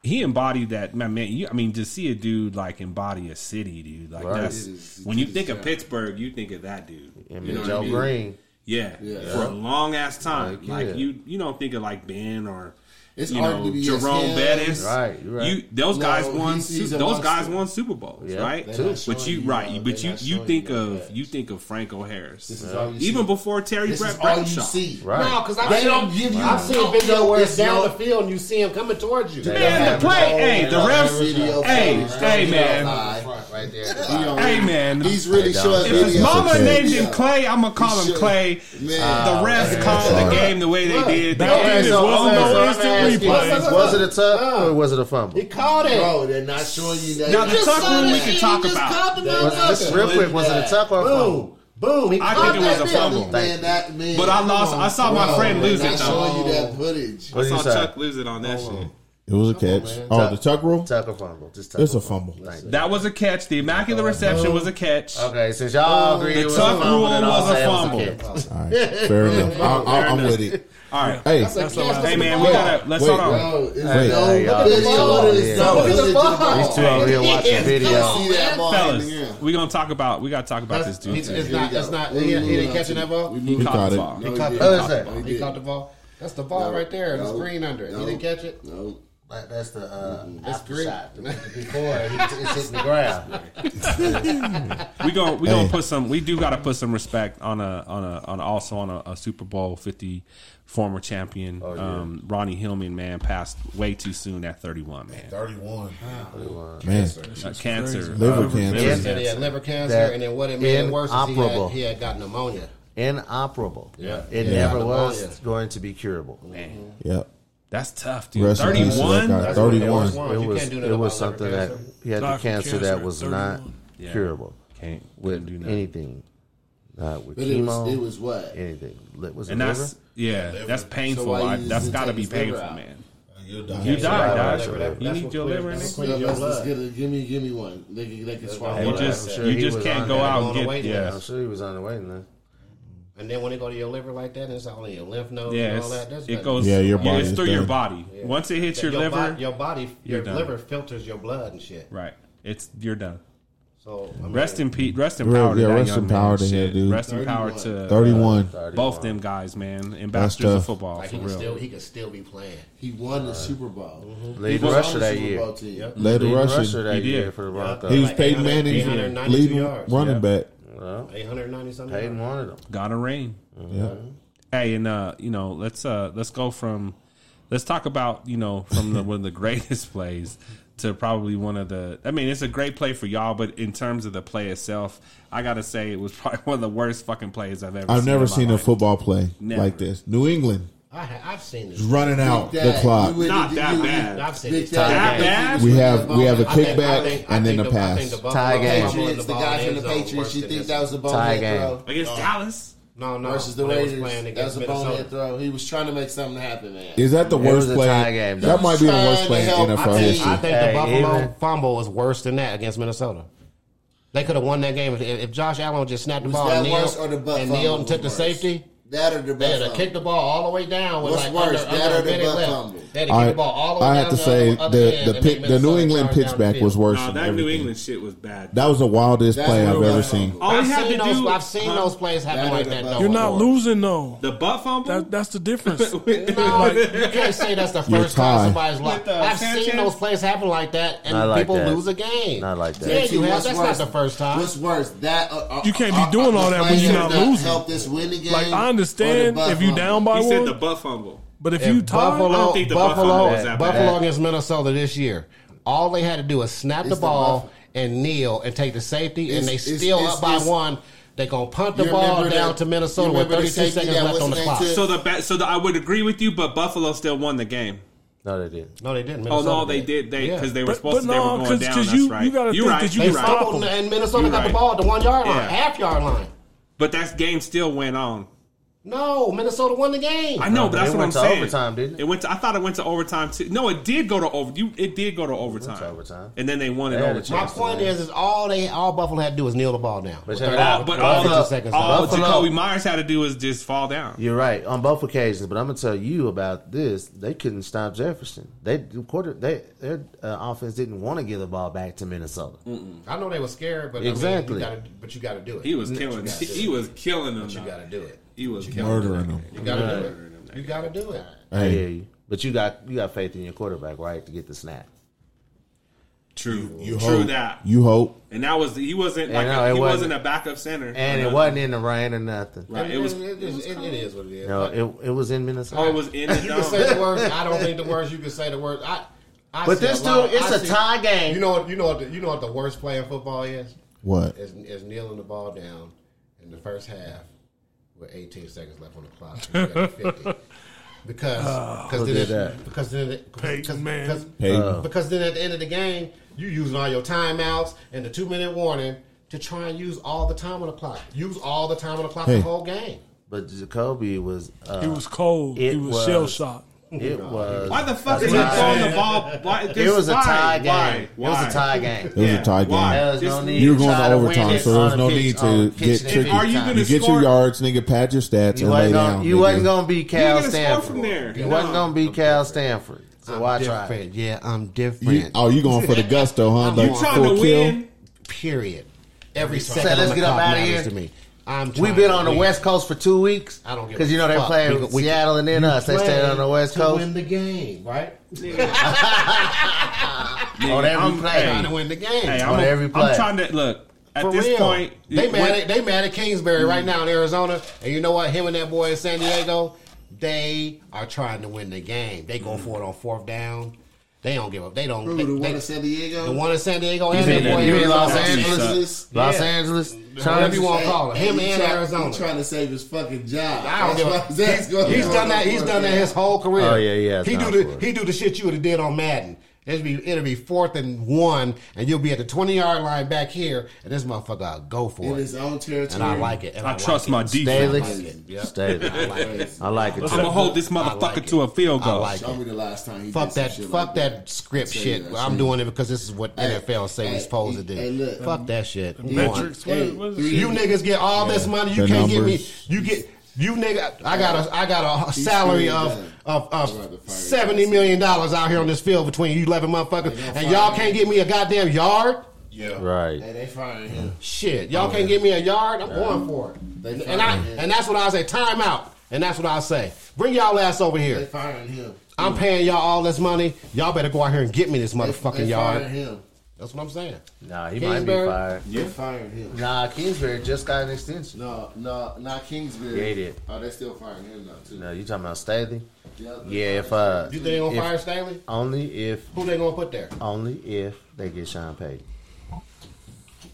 [SPEAKER 5] He embodied that, man. man you, I mean, to see a dude like embody a city, dude. Like
[SPEAKER 8] Right.
[SPEAKER 5] that's
[SPEAKER 10] It is-
[SPEAKER 5] when you
[SPEAKER 10] it is
[SPEAKER 5] think of
[SPEAKER 10] shocking.
[SPEAKER 5] Pittsburgh, you think of that dude.
[SPEAKER 8] I
[SPEAKER 5] You
[SPEAKER 8] mean,
[SPEAKER 5] know what I
[SPEAKER 8] Joe
[SPEAKER 5] mean?
[SPEAKER 8] Green.
[SPEAKER 5] Yeah,
[SPEAKER 10] Yeah.
[SPEAKER 5] for a long ass time.
[SPEAKER 8] Like,
[SPEAKER 5] Like,
[SPEAKER 8] yeah.
[SPEAKER 5] you, you don't think of like Ben or
[SPEAKER 10] It's
[SPEAKER 5] you
[SPEAKER 10] hard
[SPEAKER 5] know
[SPEAKER 10] to be as
[SPEAKER 5] Jerome
[SPEAKER 10] him.
[SPEAKER 5] Bettis.
[SPEAKER 8] Right, you're right.
[SPEAKER 5] You those
[SPEAKER 10] No,
[SPEAKER 5] guys
[SPEAKER 10] he's-
[SPEAKER 5] won.
[SPEAKER 10] he's
[SPEAKER 5] Su-
[SPEAKER 10] a
[SPEAKER 5] those guys
[SPEAKER 10] monster.
[SPEAKER 5] won Super Bowls,
[SPEAKER 8] Yeah,
[SPEAKER 5] right?
[SPEAKER 8] They're two. not
[SPEAKER 5] But you
[SPEAKER 10] showing you,
[SPEAKER 5] right,
[SPEAKER 10] uh,
[SPEAKER 5] but
[SPEAKER 10] they're
[SPEAKER 5] you
[SPEAKER 10] not
[SPEAKER 5] you
[SPEAKER 10] showing
[SPEAKER 5] think
[SPEAKER 10] you
[SPEAKER 5] of
[SPEAKER 10] that.
[SPEAKER 5] you think of Franco Harris,
[SPEAKER 10] This is all you
[SPEAKER 5] even
[SPEAKER 10] see.
[SPEAKER 5] before Terry
[SPEAKER 10] This
[SPEAKER 5] Brett
[SPEAKER 10] is all you
[SPEAKER 5] Bradshaw.
[SPEAKER 10] see.
[SPEAKER 8] Right.
[SPEAKER 4] No, because I've
[SPEAKER 10] They
[SPEAKER 4] seen,
[SPEAKER 10] don't give you
[SPEAKER 4] I've seen a
[SPEAKER 10] no
[SPEAKER 4] video where it's
[SPEAKER 10] it's
[SPEAKER 4] down
[SPEAKER 10] no-
[SPEAKER 4] the field and you see him coming towards you.
[SPEAKER 5] Man, the play, hey, the refs,
[SPEAKER 10] Video
[SPEAKER 5] hey,
[SPEAKER 10] footage.
[SPEAKER 5] hey,
[SPEAKER 10] Video
[SPEAKER 5] man,
[SPEAKER 10] live.
[SPEAKER 4] right there.
[SPEAKER 10] He don't-
[SPEAKER 5] hey, man.
[SPEAKER 10] He's really
[SPEAKER 8] Hey,
[SPEAKER 10] showing
[SPEAKER 8] dog.
[SPEAKER 5] If his
[SPEAKER 10] video.
[SPEAKER 5] mama
[SPEAKER 3] okay.
[SPEAKER 5] named him Clay, I'm gonna call
[SPEAKER 10] He
[SPEAKER 5] him
[SPEAKER 10] should.
[SPEAKER 5] Clay.
[SPEAKER 10] Man.
[SPEAKER 5] the refs called the game the way they did.
[SPEAKER 6] That
[SPEAKER 5] They
[SPEAKER 6] is
[SPEAKER 5] did
[SPEAKER 6] so
[SPEAKER 5] wasn't
[SPEAKER 6] unfair.
[SPEAKER 5] no instant
[SPEAKER 6] That's
[SPEAKER 5] replay.
[SPEAKER 4] unfair.
[SPEAKER 8] Was it a tuck or was it a fumble?
[SPEAKER 4] He caught it.
[SPEAKER 10] Bro, they're not showing you that.
[SPEAKER 5] Now, the
[SPEAKER 10] Just
[SPEAKER 5] tuck
[SPEAKER 10] saw
[SPEAKER 5] one
[SPEAKER 10] that
[SPEAKER 5] we can
[SPEAKER 10] shit.
[SPEAKER 5] talk
[SPEAKER 10] You just
[SPEAKER 5] about.
[SPEAKER 10] caught the
[SPEAKER 8] Was this
[SPEAKER 10] motherfucker.
[SPEAKER 8] real quick? Was it a tuck or a
[SPEAKER 4] Boom,
[SPEAKER 8] fumble?
[SPEAKER 4] boom. He
[SPEAKER 5] I
[SPEAKER 4] caught
[SPEAKER 5] think it was
[SPEAKER 4] that
[SPEAKER 5] a
[SPEAKER 4] bitch.
[SPEAKER 5] fumble.
[SPEAKER 10] Man, that man.
[SPEAKER 5] But I lost. I saw my
[SPEAKER 10] Bro,
[SPEAKER 5] friend
[SPEAKER 10] they're
[SPEAKER 5] lose
[SPEAKER 10] not
[SPEAKER 5] it though.
[SPEAKER 10] showing you that footage.
[SPEAKER 8] What
[SPEAKER 5] I
[SPEAKER 8] did
[SPEAKER 5] saw
[SPEAKER 8] you say?
[SPEAKER 5] Chuck lose it on that shit.
[SPEAKER 3] It was a catch. oh, the tuck rule.
[SPEAKER 8] Tuck or fumble? Just tuck
[SPEAKER 3] It's
[SPEAKER 8] or
[SPEAKER 3] a fumble.
[SPEAKER 8] Thank you.
[SPEAKER 5] That was a catch. The immaculate reception was a catch.
[SPEAKER 8] Okay, since y'all agree,
[SPEAKER 5] The
[SPEAKER 8] it was a
[SPEAKER 5] tuck
[SPEAKER 8] fumble,
[SPEAKER 5] rule
[SPEAKER 8] then I'll
[SPEAKER 5] was a
[SPEAKER 8] say it
[SPEAKER 5] fumble.
[SPEAKER 8] catch.
[SPEAKER 3] All right, fair enough. I, I, I'm with it.
[SPEAKER 5] All right.
[SPEAKER 3] Hey,
[SPEAKER 5] Hey man, we gotta let's
[SPEAKER 3] Wait.
[SPEAKER 5] hold on.
[SPEAKER 10] Bro, it's
[SPEAKER 8] Hey,
[SPEAKER 10] no
[SPEAKER 8] hey,
[SPEAKER 10] video.
[SPEAKER 8] y'all, these two over
[SPEAKER 10] There's
[SPEAKER 8] here.
[SPEAKER 10] no
[SPEAKER 8] Look at the
[SPEAKER 10] footage of the
[SPEAKER 4] ball.
[SPEAKER 8] These two over here watching video.
[SPEAKER 10] See that ball in the air.
[SPEAKER 5] Fellas, we gonna talk about we gotta talk about this
[SPEAKER 4] That's-
[SPEAKER 5] dude.
[SPEAKER 4] It's
[SPEAKER 5] today.
[SPEAKER 4] it's not. It's not. He
[SPEAKER 10] We
[SPEAKER 4] he didn't
[SPEAKER 10] moved
[SPEAKER 4] catch
[SPEAKER 10] on
[SPEAKER 4] that
[SPEAKER 10] to-
[SPEAKER 4] ball.
[SPEAKER 10] we
[SPEAKER 4] He
[SPEAKER 5] He
[SPEAKER 10] moved
[SPEAKER 5] caught
[SPEAKER 3] caught
[SPEAKER 5] the
[SPEAKER 3] it.
[SPEAKER 5] ball.
[SPEAKER 10] No, he
[SPEAKER 4] caught the
[SPEAKER 10] didn't.
[SPEAKER 8] Other side.
[SPEAKER 10] No,
[SPEAKER 4] He caught the
[SPEAKER 10] didn't.
[SPEAKER 4] ball. That's the ball
[SPEAKER 10] No,
[SPEAKER 4] right there. and The
[SPEAKER 10] no,
[SPEAKER 4] screen under it.
[SPEAKER 10] no.
[SPEAKER 4] He didn't catch it.
[SPEAKER 10] No.
[SPEAKER 8] That, that's the uh,
[SPEAKER 4] That's
[SPEAKER 8] after
[SPEAKER 4] great.
[SPEAKER 8] shot. The- the Before it- it's hitting the ground.
[SPEAKER 5] we gonna we gonna
[SPEAKER 3] Hey.
[SPEAKER 5] put some. We do gotta put some respect on a on a on also on a, a Super Bowl fifty former champion um, Ronnie Hillman. Man, passed way too soon at thirty one. Man,
[SPEAKER 14] Thirty-one.
[SPEAKER 3] man,
[SPEAKER 5] Uh, cancer,
[SPEAKER 3] Liver
[SPEAKER 5] uh,
[SPEAKER 3] cancer.
[SPEAKER 4] He
[SPEAKER 3] Yeah.
[SPEAKER 4] said he had liver cancer,
[SPEAKER 8] That
[SPEAKER 4] and then what it made it worse is he
[SPEAKER 8] inoperable.
[SPEAKER 4] had, he had got pneumonia.
[SPEAKER 8] Inoperable.
[SPEAKER 4] Yeah.
[SPEAKER 8] It
[SPEAKER 4] Yeah.
[SPEAKER 8] never
[SPEAKER 4] Yeah.
[SPEAKER 8] was
[SPEAKER 4] Yeah.
[SPEAKER 8] going to be curable.
[SPEAKER 3] yep.
[SPEAKER 5] That's tough, dude.
[SPEAKER 3] Rest in
[SPEAKER 5] Thirty
[SPEAKER 3] peace to that guy.
[SPEAKER 5] one.
[SPEAKER 4] That's what it was.
[SPEAKER 3] 31.
[SPEAKER 8] It
[SPEAKER 4] You
[SPEAKER 8] was
[SPEAKER 4] can't do nothing
[SPEAKER 8] it was
[SPEAKER 4] about liver
[SPEAKER 8] something that
[SPEAKER 4] cancer.
[SPEAKER 8] he had the
[SPEAKER 6] Not
[SPEAKER 8] cancer
[SPEAKER 6] cancer
[SPEAKER 8] that
[SPEAKER 6] at
[SPEAKER 8] was
[SPEAKER 6] 31.
[SPEAKER 8] not curable
[SPEAKER 5] Can't
[SPEAKER 8] with
[SPEAKER 5] do nothing.
[SPEAKER 8] anything. Not with
[SPEAKER 10] But it
[SPEAKER 8] chemo.
[SPEAKER 10] was, it was what?
[SPEAKER 8] anything. Li- Was it
[SPEAKER 5] And
[SPEAKER 8] liver?
[SPEAKER 5] that's yeah, that's painful.
[SPEAKER 10] why you
[SPEAKER 5] I,
[SPEAKER 10] just
[SPEAKER 5] that's
[SPEAKER 10] didn't
[SPEAKER 5] got to
[SPEAKER 10] take
[SPEAKER 5] be
[SPEAKER 10] his liver
[SPEAKER 5] painful,
[SPEAKER 10] out?
[SPEAKER 5] man.
[SPEAKER 14] You'll die.
[SPEAKER 5] You die,
[SPEAKER 14] That's
[SPEAKER 5] dog.
[SPEAKER 14] what happened.
[SPEAKER 5] You
[SPEAKER 14] That's
[SPEAKER 5] need
[SPEAKER 14] what
[SPEAKER 5] your
[SPEAKER 14] cleared-
[SPEAKER 5] liver in
[SPEAKER 14] that's
[SPEAKER 5] there.
[SPEAKER 14] what cleared your
[SPEAKER 10] let's, let's
[SPEAKER 14] blood.
[SPEAKER 10] get it. Give me, give me one. They can, they can swallow.
[SPEAKER 8] You
[SPEAKER 10] it.
[SPEAKER 5] just-
[SPEAKER 8] sure
[SPEAKER 5] you
[SPEAKER 8] he
[SPEAKER 5] just
[SPEAKER 8] was
[SPEAKER 5] can't
[SPEAKER 8] on
[SPEAKER 5] go
[SPEAKER 8] that-
[SPEAKER 5] out
[SPEAKER 8] on
[SPEAKER 5] and
[SPEAKER 8] the
[SPEAKER 5] get-
[SPEAKER 8] waiting
[SPEAKER 5] yeah.
[SPEAKER 8] list. I'm sure he was on the waiting list.
[SPEAKER 4] And then when it go to your liver like that, it's all in your lymph nodes and all
[SPEAKER 5] Yes,
[SPEAKER 4] that. That's
[SPEAKER 5] it
[SPEAKER 4] nothing.
[SPEAKER 5] goes.
[SPEAKER 3] Yeah, your body
[SPEAKER 5] It's
[SPEAKER 3] is
[SPEAKER 5] through your
[SPEAKER 3] done.
[SPEAKER 5] body. Once it hits your,
[SPEAKER 4] bo-
[SPEAKER 5] liver,
[SPEAKER 4] your body,
[SPEAKER 5] you're
[SPEAKER 4] your
[SPEAKER 5] done.
[SPEAKER 4] liver filters your blood and shit.
[SPEAKER 5] right? It's you're done.
[SPEAKER 4] So I mean,
[SPEAKER 5] Rest in peace. Rest in
[SPEAKER 3] Yeah,
[SPEAKER 5] power. to
[SPEAKER 3] yeah,
[SPEAKER 5] that
[SPEAKER 3] rest
[SPEAKER 5] young
[SPEAKER 3] in power
[SPEAKER 5] man.
[SPEAKER 3] to him,
[SPEAKER 5] Shit.
[SPEAKER 3] dude.
[SPEAKER 5] Rest in power to uh,
[SPEAKER 3] 31.
[SPEAKER 5] both them guys, man. Ambassadors of
[SPEAKER 3] tough.
[SPEAKER 5] football
[SPEAKER 4] Like
[SPEAKER 5] for
[SPEAKER 4] he can still,
[SPEAKER 5] real.
[SPEAKER 4] he can still be playing.
[SPEAKER 10] He won the Super Bowl. Mm-hmm.
[SPEAKER 8] Lead rusher that year.
[SPEAKER 3] Led the
[SPEAKER 8] Lead
[SPEAKER 3] rushing.
[SPEAKER 8] that
[SPEAKER 5] He
[SPEAKER 8] year
[SPEAKER 5] did.
[SPEAKER 8] for the Broncos.
[SPEAKER 3] He was
[SPEAKER 4] Like
[SPEAKER 3] Peyton
[SPEAKER 4] 800
[SPEAKER 3] Manning,
[SPEAKER 4] 892
[SPEAKER 3] leading
[SPEAKER 4] yards.
[SPEAKER 3] running back.
[SPEAKER 8] Well,
[SPEAKER 4] Eight hundred ninety something.
[SPEAKER 8] Peyton wanted him.
[SPEAKER 5] Got a ring.
[SPEAKER 3] Yeah.
[SPEAKER 5] Hey, and uh, you know, let's uh, let's go from let's talk about you know from the, one of the greatest plays to probably one of the. I mean, it's a great play for y'all, but in terms of the play itself, I gotta say it was probably one of the worst fucking plays I've ever.
[SPEAKER 3] I've never
[SPEAKER 5] in my
[SPEAKER 3] seen a
[SPEAKER 5] life.
[SPEAKER 3] football play
[SPEAKER 5] Never.
[SPEAKER 3] like this. New England
[SPEAKER 4] I, ha- I've seen this.
[SPEAKER 3] is running out the clock.
[SPEAKER 5] Not that bad.
[SPEAKER 4] I've seen
[SPEAKER 10] Big
[SPEAKER 4] this.
[SPEAKER 10] time.
[SPEAKER 5] That bad?
[SPEAKER 3] We have we have a
[SPEAKER 4] I think- I
[SPEAKER 3] kickback
[SPEAKER 4] think- I
[SPEAKER 3] and then
[SPEAKER 4] think
[SPEAKER 3] a
[SPEAKER 4] the- I think
[SPEAKER 3] pass.
[SPEAKER 4] the Buffalo
[SPEAKER 8] Tie game.
[SPEAKER 4] Bills rolling
[SPEAKER 10] Patriots, the
[SPEAKER 4] ball
[SPEAKER 10] guy
[SPEAKER 4] in
[SPEAKER 10] from the
[SPEAKER 4] end zone
[SPEAKER 10] Patriots,
[SPEAKER 4] worse
[SPEAKER 10] you
[SPEAKER 4] than
[SPEAKER 10] think
[SPEAKER 4] this.
[SPEAKER 10] that was a
[SPEAKER 8] Tie
[SPEAKER 10] bonehead
[SPEAKER 8] game.
[SPEAKER 10] throw?
[SPEAKER 5] against Dallas.
[SPEAKER 4] no no
[SPEAKER 10] Versus the
[SPEAKER 4] when they was
[SPEAKER 10] Raiders,
[SPEAKER 4] playing
[SPEAKER 10] that was
[SPEAKER 4] against
[SPEAKER 10] a bonehead
[SPEAKER 4] Minnesota.
[SPEAKER 10] throw. He was trying to make something happen, man.
[SPEAKER 3] Is that the
[SPEAKER 8] It
[SPEAKER 3] worst
[SPEAKER 8] was a
[SPEAKER 3] play?
[SPEAKER 8] tie game,
[SPEAKER 3] that
[SPEAKER 8] though.
[SPEAKER 3] might be the worst play in
[SPEAKER 10] Trying to help.
[SPEAKER 3] NFL
[SPEAKER 10] I
[SPEAKER 4] I think, I
[SPEAKER 3] history.
[SPEAKER 4] think the
[SPEAKER 8] Hey,
[SPEAKER 4] Buffalo
[SPEAKER 8] even-
[SPEAKER 4] fumble was worse than that against Minnesota. They could have won that game if, if Josh Allen just snapped the
[SPEAKER 10] Was
[SPEAKER 4] ball
[SPEAKER 10] that
[SPEAKER 4] and
[SPEAKER 10] worse or the
[SPEAKER 4] kneeled,
[SPEAKER 10] butt
[SPEAKER 4] and,
[SPEAKER 10] fumble
[SPEAKER 4] kneeled and took the
[SPEAKER 10] was worse?
[SPEAKER 4] safety.
[SPEAKER 10] that or the
[SPEAKER 4] They had
[SPEAKER 10] best?
[SPEAKER 4] to kick the ball all the way down with
[SPEAKER 10] What's
[SPEAKER 4] like
[SPEAKER 10] worse,
[SPEAKER 4] under,
[SPEAKER 10] that
[SPEAKER 4] under
[SPEAKER 10] or
[SPEAKER 4] a
[SPEAKER 10] the
[SPEAKER 4] minute
[SPEAKER 10] butt
[SPEAKER 4] left.
[SPEAKER 10] fumble?
[SPEAKER 4] They had to kick
[SPEAKER 3] I,
[SPEAKER 4] the ball all the way
[SPEAKER 3] I
[SPEAKER 4] down
[SPEAKER 3] have to
[SPEAKER 4] the
[SPEAKER 3] say
[SPEAKER 4] other- other
[SPEAKER 3] the
[SPEAKER 4] end
[SPEAKER 3] the
[SPEAKER 4] and make
[SPEAKER 3] pick, the New
[SPEAKER 4] Minnesota
[SPEAKER 3] England
[SPEAKER 4] charge down the
[SPEAKER 3] pitchback
[SPEAKER 4] field.
[SPEAKER 3] was worse.
[SPEAKER 5] No,
[SPEAKER 3] than
[SPEAKER 5] that New
[SPEAKER 3] everything.
[SPEAKER 5] England shit was bad.
[SPEAKER 3] That was the wildest
[SPEAKER 10] That's
[SPEAKER 3] play I've
[SPEAKER 10] what it
[SPEAKER 3] ever
[SPEAKER 10] was.
[SPEAKER 3] seen.
[SPEAKER 5] All
[SPEAKER 4] I've
[SPEAKER 5] he had
[SPEAKER 4] seen
[SPEAKER 5] to
[SPEAKER 4] those,
[SPEAKER 5] do-
[SPEAKER 4] I've seen
[SPEAKER 5] Huh?
[SPEAKER 4] those plays happen
[SPEAKER 10] That
[SPEAKER 4] like
[SPEAKER 10] ain't
[SPEAKER 4] that.
[SPEAKER 10] the
[SPEAKER 4] Though.
[SPEAKER 10] ball.
[SPEAKER 6] You're not
[SPEAKER 10] Lord.
[SPEAKER 6] losing though.
[SPEAKER 5] The butt fumble.
[SPEAKER 6] That, that's the difference.
[SPEAKER 4] No, you can't say that's the
[SPEAKER 3] You're
[SPEAKER 4] first time
[SPEAKER 3] tied.
[SPEAKER 4] somebody's lost.
[SPEAKER 5] With, uh,
[SPEAKER 4] I've
[SPEAKER 5] Sanchez?
[SPEAKER 4] seen those plays happen like that, and
[SPEAKER 8] Not like
[SPEAKER 4] people
[SPEAKER 8] that.
[SPEAKER 4] lose a game.
[SPEAKER 8] Not like that.
[SPEAKER 4] Yeah,
[SPEAKER 10] See,
[SPEAKER 4] you have.
[SPEAKER 10] what's
[SPEAKER 4] That's
[SPEAKER 10] worse-
[SPEAKER 4] not the first time.
[SPEAKER 10] What's worse, that uh, or, or,
[SPEAKER 6] You can't be
[SPEAKER 10] or-
[SPEAKER 6] doing
[SPEAKER 10] or
[SPEAKER 6] all
[SPEAKER 10] the
[SPEAKER 6] that when you're
[SPEAKER 10] uh, player
[SPEAKER 6] not
[SPEAKER 10] that
[SPEAKER 6] losing.
[SPEAKER 10] Helped us win the game.
[SPEAKER 6] Like
[SPEAKER 10] or
[SPEAKER 6] I
[SPEAKER 10] the
[SPEAKER 6] understand
[SPEAKER 10] butt
[SPEAKER 6] if you
[SPEAKER 10] fumble.
[SPEAKER 6] down by
[SPEAKER 5] he said
[SPEAKER 6] one,
[SPEAKER 5] the butt fumble.
[SPEAKER 6] but if
[SPEAKER 4] If
[SPEAKER 6] you tied,
[SPEAKER 5] I don't think the Buffalo was that bad.
[SPEAKER 4] Buffalo against Minnesota this year. All they had to do is snap
[SPEAKER 10] It's
[SPEAKER 4] the
[SPEAKER 10] the
[SPEAKER 4] ball
[SPEAKER 10] Buffalo.
[SPEAKER 4] and kneel and take the safety, and
[SPEAKER 10] It's-
[SPEAKER 4] they
[SPEAKER 10] it's-
[SPEAKER 4] still
[SPEAKER 10] it's-
[SPEAKER 4] up by
[SPEAKER 10] it's-
[SPEAKER 4] one. They gonna punt the
[SPEAKER 10] You
[SPEAKER 4] ball
[SPEAKER 10] remember
[SPEAKER 4] down
[SPEAKER 10] that-
[SPEAKER 4] to Minnesota
[SPEAKER 10] you
[SPEAKER 4] with
[SPEAKER 10] remember the
[SPEAKER 4] 32 seconds
[SPEAKER 10] safety that
[SPEAKER 4] left on the
[SPEAKER 10] was
[SPEAKER 4] clock.
[SPEAKER 10] named
[SPEAKER 5] So the ba- so the, I would agree with you, but Buffalo still won the game.
[SPEAKER 8] No, they didn't.
[SPEAKER 4] No, they didn't.
[SPEAKER 5] Oh
[SPEAKER 4] Minnesota
[SPEAKER 5] no, they did. They
[SPEAKER 4] Yeah.
[SPEAKER 5] because they were
[SPEAKER 6] But-
[SPEAKER 5] supposed
[SPEAKER 6] but no,
[SPEAKER 5] to. they were going
[SPEAKER 6] 'cause-
[SPEAKER 5] down.
[SPEAKER 6] 'cause
[SPEAKER 5] That's
[SPEAKER 6] you-
[SPEAKER 5] right.
[SPEAKER 6] you gotta
[SPEAKER 5] you're
[SPEAKER 6] think
[SPEAKER 5] right.
[SPEAKER 6] that you
[SPEAKER 5] you're
[SPEAKER 4] They
[SPEAKER 6] can
[SPEAKER 5] right.
[SPEAKER 6] stop
[SPEAKER 4] fumbled, and Minnesota
[SPEAKER 5] You're
[SPEAKER 4] got
[SPEAKER 5] right.
[SPEAKER 4] the ball at the one yard line,
[SPEAKER 5] Yeah.
[SPEAKER 4] half yard line.
[SPEAKER 5] But that game still went on.
[SPEAKER 4] No, Minnesota won the game.
[SPEAKER 5] I know,
[SPEAKER 8] No,
[SPEAKER 5] but
[SPEAKER 8] but
[SPEAKER 5] that's
[SPEAKER 8] it
[SPEAKER 5] what
[SPEAKER 8] went
[SPEAKER 5] I'm
[SPEAKER 8] to
[SPEAKER 5] saying.
[SPEAKER 8] overtime, didn't it?
[SPEAKER 5] It went. To, I thought it went to overtime too. No, it did go to over. You, it did go to overtime.
[SPEAKER 8] to overtime.
[SPEAKER 5] And then they won in
[SPEAKER 8] They had a
[SPEAKER 5] overtime.
[SPEAKER 4] My point is, is all they all Buffalo had to do was kneel the ball down.
[SPEAKER 8] But
[SPEAKER 4] With
[SPEAKER 8] check it
[SPEAKER 4] 30
[SPEAKER 8] out.
[SPEAKER 5] All, but
[SPEAKER 4] with
[SPEAKER 5] all,
[SPEAKER 4] 32
[SPEAKER 5] the,
[SPEAKER 4] seconds
[SPEAKER 5] all
[SPEAKER 4] left.
[SPEAKER 8] Buffalo-
[SPEAKER 5] Jacoby Myers had to do was just fall down.
[SPEAKER 8] You're right on both occasions, but I'm gonna tell you about this. They couldn't stop Jefferson. They quarter they their uh, offense didn't want to give the ball back to Minnesota.
[SPEAKER 4] I know they were scared, but
[SPEAKER 8] Exactly.
[SPEAKER 4] I mean, you gotta, but you got to do it.
[SPEAKER 5] He was killing.
[SPEAKER 4] gotta do
[SPEAKER 5] He was killing them.
[SPEAKER 4] But you
[SPEAKER 5] though.
[SPEAKER 4] got to do it.
[SPEAKER 5] He was
[SPEAKER 3] Murdering them.
[SPEAKER 4] You got to do it. You got to do it.
[SPEAKER 8] I
[SPEAKER 3] Hey,
[SPEAKER 8] hear you, but you got you got faith in your quarterback, right, to get the snap.
[SPEAKER 5] True.
[SPEAKER 3] you
[SPEAKER 5] True
[SPEAKER 3] hope.
[SPEAKER 5] that.
[SPEAKER 3] You hope.
[SPEAKER 5] And that was he wasn't
[SPEAKER 8] And
[SPEAKER 5] like
[SPEAKER 8] no, it
[SPEAKER 5] he wasn't
[SPEAKER 8] wasn't.
[SPEAKER 5] a backup center.
[SPEAKER 8] And
[SPEAKER 5] or
[SPEAKER 8] it
[SPEAKER 5] nothing.
[SPEAKER 8] wasn't in the rain or nothing.
[SPEAKER 5] Right. It was.
[SPEAKER 4] It, is- it- it is what it is.
[SPEAKER 8] No,
[SPEAKER 4] But
[SPEAKER 8] it it was in Minnesota.
[SPEAKER 5] Oh, it was in the
[SPEAKER 4] you
[SPEAKER 5] dome.
[SPEAKER 4] can say the words. I don't think the words. You can say the words. I. I
[SPEAKER 8] But
[SPEAKER 4] see a
[SPEAKER 8] this
[SPEAKER 4] lot of-
[SPEAKER 8] dude, it's
[SPEAKER 4] I
[SPEAKER 8] a
[SPEAKER 4] see-
[SPEAKER 8] tie game.
[SPEAKER 4] You know what? You know what? The, you know what the worst play in football is?
[SPEAKER 3] What?
[SPEAKER 4] Is is kneeling the ball down in the first half with 18 seconds left on the clock. and you got 50. Because, because
[SPEAKER 8] Ah, Who
[SPEAKER 4] then,
[SPEAKER 8] did
[SPEAKER 4] it-
[SPEAKER 8] that?
[SPEAKER 4] because then, it-
[SPEAKER 6] Peyton
[SPEAKER 4] because-
[SPEAKER 6] Manning.
[SPEAKER 4] because-
[SPEAKER 3] Peyton.
[SPEAKER 4] Because then at the end of the game, you using all your timeouts and the two minute warning to try and use all the time on the clock. Use all the time on the clock
[SPEAKER 3] Hey.
[SPEAKER 4] the whole game.
[SPEAKER 8] but Jacoby was. Uh,
[SPEAKER 6] he was cold.
[SPEAKER 8] it
[SPEAKER 6] He was,
[SPEAKER 8] was-
[SPEAKER 6] shell shocked.
[SPEAKER 8] It was.
[SPEAKER 5] Why the fuck is
[SPEAKER 8] That's
[SPEAKER 5] he
[SPEAKER 8] what I'm
[SPEAKER 5] throwing
[SPEAKER 8] saying.
[SPEAKER 5] the ball? Why, this,
[SPEAKER 8] It was a
[SPEAKER 5] why?
[SPEAKER 8] tie game.
[SPEAKER 5] Why?
[SPEAKER 8] It was
[SPEAKER 5] Why?
[SPEAKER 8] a tie game.
[SPEAKER 3] It was a tie game.
[SPEAKER 5] why?
[SPEAKER 8] There was
[SPEAKER 5] Just-
[SPEAKER 8] no need.
[SPEAKER 3] You were
[SPEAKER 8] to
[SPEAKER 3] going
[SPEAKER 8] try
[SPEAKER 3] to
[SPEAKER 8] win
[SPEAKER 3] overtime,
[SPEAKER 8] this
[SPEAKER 3] so there was
[SPEAKER 8] on
[SPEAKER 3] no
[SPEAKER 8] the
[SPEAKER 3] need
[SPEAKER 8] pitch- on
[SPEAKER 3] to
[SPEAKER 8] the
[SPEAKER 3] get
[SPEAKER 8] pitch
[SPEAKER 3] tricky.
[SPEAKER 5] Are you gonna
[SPEAKER 3] You get
[SPEAKER 5] score?
[SPEAKER 3] your yards, nigga. Pad your stats
[SPEAKER 8] You
[SPEAKER 3] and lay
[SPEAKER 8] wasn't gonna,
[SPEAKER 3] down.
[SPEAKER 8] you
[SPEAKER 3] nigga.
[SPEAKER 8] wasn't gonna be Cal
[SPEAKER 5] gonna score
[SPEAKER 8] Stanford.
[SPEAKER 5] from there.
[SPEAKER 8] You
[SPEAKER 5] No.
[SPEAKER 8] wasn't gonna be Cal Stanford. So
[SPEAKER 4] I'm
[SPEAKER 8] why
[SPEAKER 4] different.
[SPEAKER 8] try?
[SPEAKER 4] Yeah, um, I'm
[SPEAKER 3] You-
[SPEAKER 4] different.
[SPEAKER 3] oh, you going for the gusto, huh?
[SPEAKER 5] You
[SPEAKER 3] The
[SPEAKER 5] trying to
[SPEAKER 3] full kill.
[SPEAKER 5] win?
[SPEAKER 4] Period. Every
[SPEAKER 8] So
[SPEAKER 4] second
[SPEAKER 8] let's
[SPEAKER 4] on the
[SPEAKER 8] get up
[SPEAKER 4] clock
[SPEAKER 8] outta
[SPEAKER 4] matters
[SPEAKER 8] here.
[SPEAKER 4] to me. I'm
[SPEAKER 8] We've
[SPEAKER 4] trying
[SPEAKER 8] been
[SPEAKER 4] to
[SPEAKER 8] on the
[SPEAKER 4] win.
[SPEAKER 8] West Coast for two weeks.
[SPEAKER 4] I don't give
[SPEAKER 8] because you
[SPEAKER 4] a
[SPEAKER 8] know they
[SPEAKER 4] fuck.
[SPEAKER 8] play
[SPEAKER 4] We- we-
[SPEAKER 8] Seattle and then us. They stayed on the
[SPEAKER 4] Playing
[SPEAKER 8] West
[SPEAKER 4] to win
[SPEAKER 8] Coast.
[SPEAKER 4] the game, right?
[SPEAKER 8] On every
[SPEAKER 4] Trying to
[SPEAKER 8] play,
[SPEAKER 4] win the game.
[SPEAKER 5] Hey, I'm,
[SPEAKER 8] On
[SPEAKER 5] a-
[SPEAKER 8] every
[SPEAKER 5] I'm
[SPEAKER 8] play.
[SPEAKER 5] trying to look at
[SPEAKER 4] For
[SPEAKER 5] this
[SPEAKER 4] real.
[SPEAKER 5] point.
[SPEAKER 4] they
[SPEAKER 5] it-
[SPEAKER 4] mad.
[SPEAKER 5] what-
[SPEAKER 4] At, they mad at Kingsbury right now in Arizona, and you know what? Him and that boy in San Diego, they are trying to win the game. They go for it on fourth down. They don't give up. They don't.
[SPEAKER 10] Who,
[SPEAKER 4] they,
[SPEAKER 10] the one
[SPEAKER 4] they-
[SPEAKER 10] in San Diego?
[SPEAKER 4] The one in San Diego
[SPEAKER 8] You
[SPEAKER 4] and
[SPEAKER 8] mean-
[SPEAKER 4] that boy
[SPEAKER 8] you mean
[SPEAKER 4] in
[SPEAKER 8] Los
[SPEAKER 4] Arizona.
[SPEAKER 8] Angeles?
[SPEAKER 10] Sucks.
[SPEAKER 8] Los
[SPEAKER 4] Yeah.
[SPEAKER 8] Angeles,
[SPEAKER 4] Whatever you
[SPEAKER 8] Chargers.
[SPEAKER 4] want to call it, him
[SPEAKER 10] He
[SPEAKER 4] and
[SPEAKER 10] try-
[SPEAKER 4] Arizona.
[SPEAKER 10] He trying to save his fucking job.
[SPEAKER 4] I don't give a.
[SPEAKER 10] That's why- that's
[SPEAKER 4] He's,
[SPEAKER 10] going
[SPEAKER 4] he's
[SPEAKER 10] on
[SPEAKER 4] done that.
[SPEAKER 10] the
[SPEAKER 4] He's
[SPEAKER 10] board,
[SPEAKER 4] done that
[SPEAKER 10] man.
[SPEAKER 4] his whole career.
[SPEAKER 8] Oh, yeah, yeah, it's
[SPEAKER 4] He
[SPEAKER 8] not
[SPEAKER 4] do
[SPEAKER 8] for
[SPEAKER 4] the
[SPEAKER 8] it.
[SPEAKER 4] he do the shit you would have did on Madden. It'll be it'll be fourth and one, and you'll be at the twenty yard line back here, and this motherfucker I'll go for
[SPEAKER 10] In
[SPEAKER 4] it.
[SPEAKER 10] his own territory.
[SPEAKER 4] and I like it. And
[SPEAKER 5] I
[SPEAKER 4] like
[SPEAKER 5] trust
[SPEAKER 4] it.
[SPEAKER 5] my
[SPEAKER 8] Staley.
[SPEAKER 4] I like it. Yep.
[SPEAKER 8] Staley.
[SPEAKER 4] I like it.
[SPEAKER 8] I like it.
[SPEAKER 5] I'm gonna hold this
[SPEAKER 4] I
[SPEAKER 5] motherfucker
[SPEAKER 4] like it.
[SPEAKER 5] to a field
[SPEAKER 4] I
[SPEAKER 5] goal.
[SPEAKER 4] like
[SPEAKER 10] Show
[SPEAKER 4] it.
[SPEAKER 10] me the last time he
[SPEAKER 4] Fuck
[SPEAKER 10] did some
[SPEAKER 4] that!
[SPEAKER 10] shit
[SPEAKER 4] Fuck
[SPEAKER 10] like
[SPEAKER 4] that, script
[SPEAKER 10] Say
[SPEAKER 4] shit.
[SPEAKER 10] that
[SPEAKER 4] I'm
[SPEAKER 10] shit.
[SPEAKER 4] doing it because this is what
[SPEAKER 10] Hey,
[SPEAKER 4] NFL say we're
[SPEAKER 10] hey,
[SPEAKER 4] supposed to do.
[SPEAKER 10] hey, look.
[SPEAKER 4] Fuck that shit.
[SPEAKER 6] Metrics.
[SPEAKER 4] One.
[SPEAKER 6] What,
[SPEAKER 10] Hey,
[SPEAKER 6] what is
[SPEAKER 10] three-
[SPEAKER 6] it?
[SPEAKER 4] You niggas get all this money. You
[SPEAKER 3] The
[SPEAKER 4] can't
[SPEAKER 3] numbers.
[SPEAKER 4] get me. You get you nigga. I got a I got a
[SPEAKER 10] He's screwed
[SPEAKER 4] salary of
[SPEAKER 10] up.
[SPEAKER 4] of,
[SPEAKER 10] I'm about to
[SPEAKER 4] of
[SPEAKER 10] fire
[SPEAKER 4] seventy
[SPEAKER 10] you.
[SPEAKER 4] million dollars out here on this field between you eleven motherfuckers,
[SPEAKER 10] They gonna
[SPEAKER 4] and y'all
[SPEAKER 10] fire
[SPEAKER 4] can't
[SPEAKER 10] me.
[SPEAKER 4] get me a goddamn yard.
[SPEAKER 14] Yeah.
[SPEAKER 10] Hey,
[SPEAKER 8] Right.
[SPEAKER 10] they firing him.
[SPEAKER 4] Shit, y'all can't give me a yard. I'm going for it.
[SPEAKER 10] Oh, They
[SPEAKER 4] and I
[SPEAKER 10] firing him.
[SPEAKER 4] and that's what I say. Time out. And that's what I say. Bring y'all ass over
[SPEAKER 10] They
[SPEAKER 4] here.
[SPEAKER 10] firing him.
[SPEAKER 4] I'm paying y'all all this money. Y'all better go out here and get me this
[SPEAKER 10] They-
[SPEAKER 4] motherfucking
[SPEAKER 10] they
[SPEAKER 4] yard.
[SPEAKER 10] firing him.
[SPEAKER 4] That's what I'm saying.
[SPEAKER 8] Nah, he might be
[SPEAKER 4] Kingsbury.
[SPEAKER 8] fired.
[SPEAKER 10] They firing him.
[SPEAKER 8] Nah, Kingsbury just got an extension.
[SPEAKER 10] No, no, not Kingsbury.
[SPEAKER 8] Yeah, he did.
[SPEAKER 10] Oh, they still firing him now too.
[SPEAKER 8] No, you talking about Staley?
[SPEAKER 10] Yeah, they
[SPEAKER 8] Yeah, if
[SPEAKER 10] firing
[SPEAKER 8] uh,
[SPEAKER 4] You think they gonna
[SPEAKER 8] if-
[SPEAKER 4] fire Stanley?
[SPEAKER 8] only if
[SPEAKER 4] Who they gonna put there?
[SPEAKER 8] only if they get Sean Payton.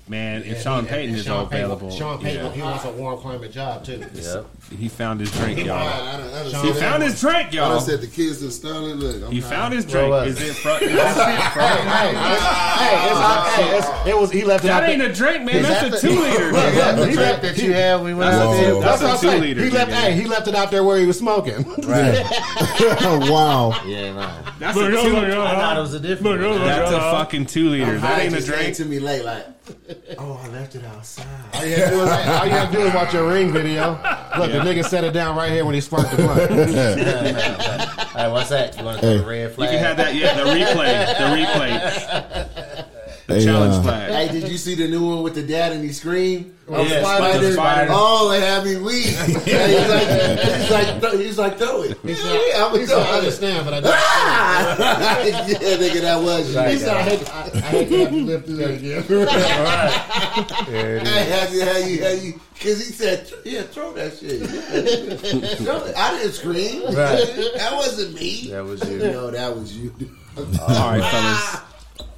[SPEAKER 5] Man,
[SPEAKER 4] And
[SPEAKER 5] if Sean
[SPEAKER 4] he-
[SPEAKER 5] Payton
[SPEAKER 4] and
[SPEAKER 5] is
[SPEAKER 4] Sean Payton-
[SPEAKER 5] available,
[SPEAKER 4] Sean Payton,
[SPEAKER 5] yeah.
[SPEAKER 4] he wants a warm climate job too.
[SPEAKER 8] Yep.
[SPEAKER 5] he found his drink,
[SPEAKER 10] him. I,
[SPEAKER 5] y'all.
[SPEAKER 10] I, done- I, done
[SPEAKER 5] He
[SPEAKER 4] Oh,
[SPEAKER 10] said that.
[SPEAKER 5] found his drink,
[SPEAKER 10] I done
[SPEAKER 4] Um,
[SPEAKER 5] y'all.
[SPEAKER 10] said the kids are starting. Look, I'm
[SPEAKER 5] He
[SPEAKER 10] tired.
[SPEAKER 5] found his
[SPEAKER 8] Roll
[SPEAKER 5] drink.
[SPEAKER 8] up.
[SPEAKER 5] Is it front?
[SPEAKER 4] Hey, hey, it's- hey, it's not- hey, it's- it was he left it out
[SPEAKER 5] That ain't
[SPEAKER 4] there.
[SPEAKER 5] a drink, man.
[SPEAKER 8] Is
[SPEAKER 5] That's
[SPEAKER 8] that
[SPEAKER 5] a two
[SPEAKER 8] the-
[SPEAKER 5] liter.
[SPEAKER 8] Is that the
[SPEAKER 4] He
[SPEAKER 8] trip
[SPEAKER 4] left-
[SPEAKER 8] that you had when we went
[SPEAKER 3] Whoa.
[SPEAKER 8] out there?
[SPEAKER 4] That's what I'm
[SPEAKER 5] That's a
[SPEAKER 4] saying.
[SPEAKER 5] two-liter,
[SPEAKER 4] He left.
[SPEAKER 5] nigga.
[SPEAKER 4] Hey, he left it out there where he was smoking.
[SPEAKER 3] Yeah. wow.
[SPEAKER 8] Yeah, nah.
[SPEAKER 5] That's
[SPEAKER 6] Look,
[SPEAKER 5] a
[SPEAKER 6] look, look,
[SPEAKER 5] two.
[SPEAKER 8] I thought it
[SPEAKER 6] uh,
[SPEAKER 8] was a
[SPEAKER 6] look,
[SPEAKER 8] different.
[SPEAKER 6] look,
[SPEAKER 8] one.
[SPEAKER 5] That's a
[SPEAKER 6] uh,
[SPEAKER 5] fucking two liter. That
[SPEAKER 10] Mike
[SPEAKER 5] ain't a
[SPEAKER 10] just came
[SPEAKER 5] drink.
[SPEAKER 10] to me late, like, oh, I left it outside.
[SPEAKER 4] All you, gotta do is, all you gotta do is watch your ring video. Look, the nigga set it down right here when he sparked the blunt.
[SPEAKER 8] Hey, what's that? You want to throw
[SPEAKER 3] Hey.
[SPEAKER 8] a red
[SPEAKER 5] You
[SPEAKER 8] flag?
[SPEAKER 5] can have that. Yeah, the replay. The replay.
[SPEAKER 3] Hey,
[SPEAKER 5] Challenge
[SPEAKER 3] uh,
[SPEAKER 5] flag.
[SPEAKER 10] Hey, did you see the new one with the dad and he screamed? Oh,
[SPEAKER 5] Yeah,
[SPEAKER 10] spider.
[SPEAKER 5] spider, spider.
[SPEAKER 10] Oh, they had me weak. he's like, he's like, th- he's like, throw it.
[SPEAKER 4] He
[SPEAKER 10] He's
[SPEAKER 4] said,
[SPEAKER 10] like, yeah, I'm
[SPEAKER 4] he said,
[SPEAKER 10] gonna
[SPEAKER 4] I
[SPEAKER 10] throw it.
[SPEAKER 4] understand, but I don't.
[SPEAKER 10] Ah! yeah, nigga, that was you.
[SPEAKER 8] Right,
[SPEAKER 10] He's like,
[SPEAKER 8] guy.
[SPEAKER 10] I hate, I, I hate to have you live through that again.
[SPEAKER 8] There it
[SPEAKER 10] I
[SPEAKER 8] is.
[SPEAKER 10] had to have you, have you, because he said, yeah, throw that shit. Throw it. I didn't scream. That wasn't me.
[SPEAKER 8] That was you. Uh,
[SPEAKER 10] No, that was you.
[SPEAKER 5] All right, fellas.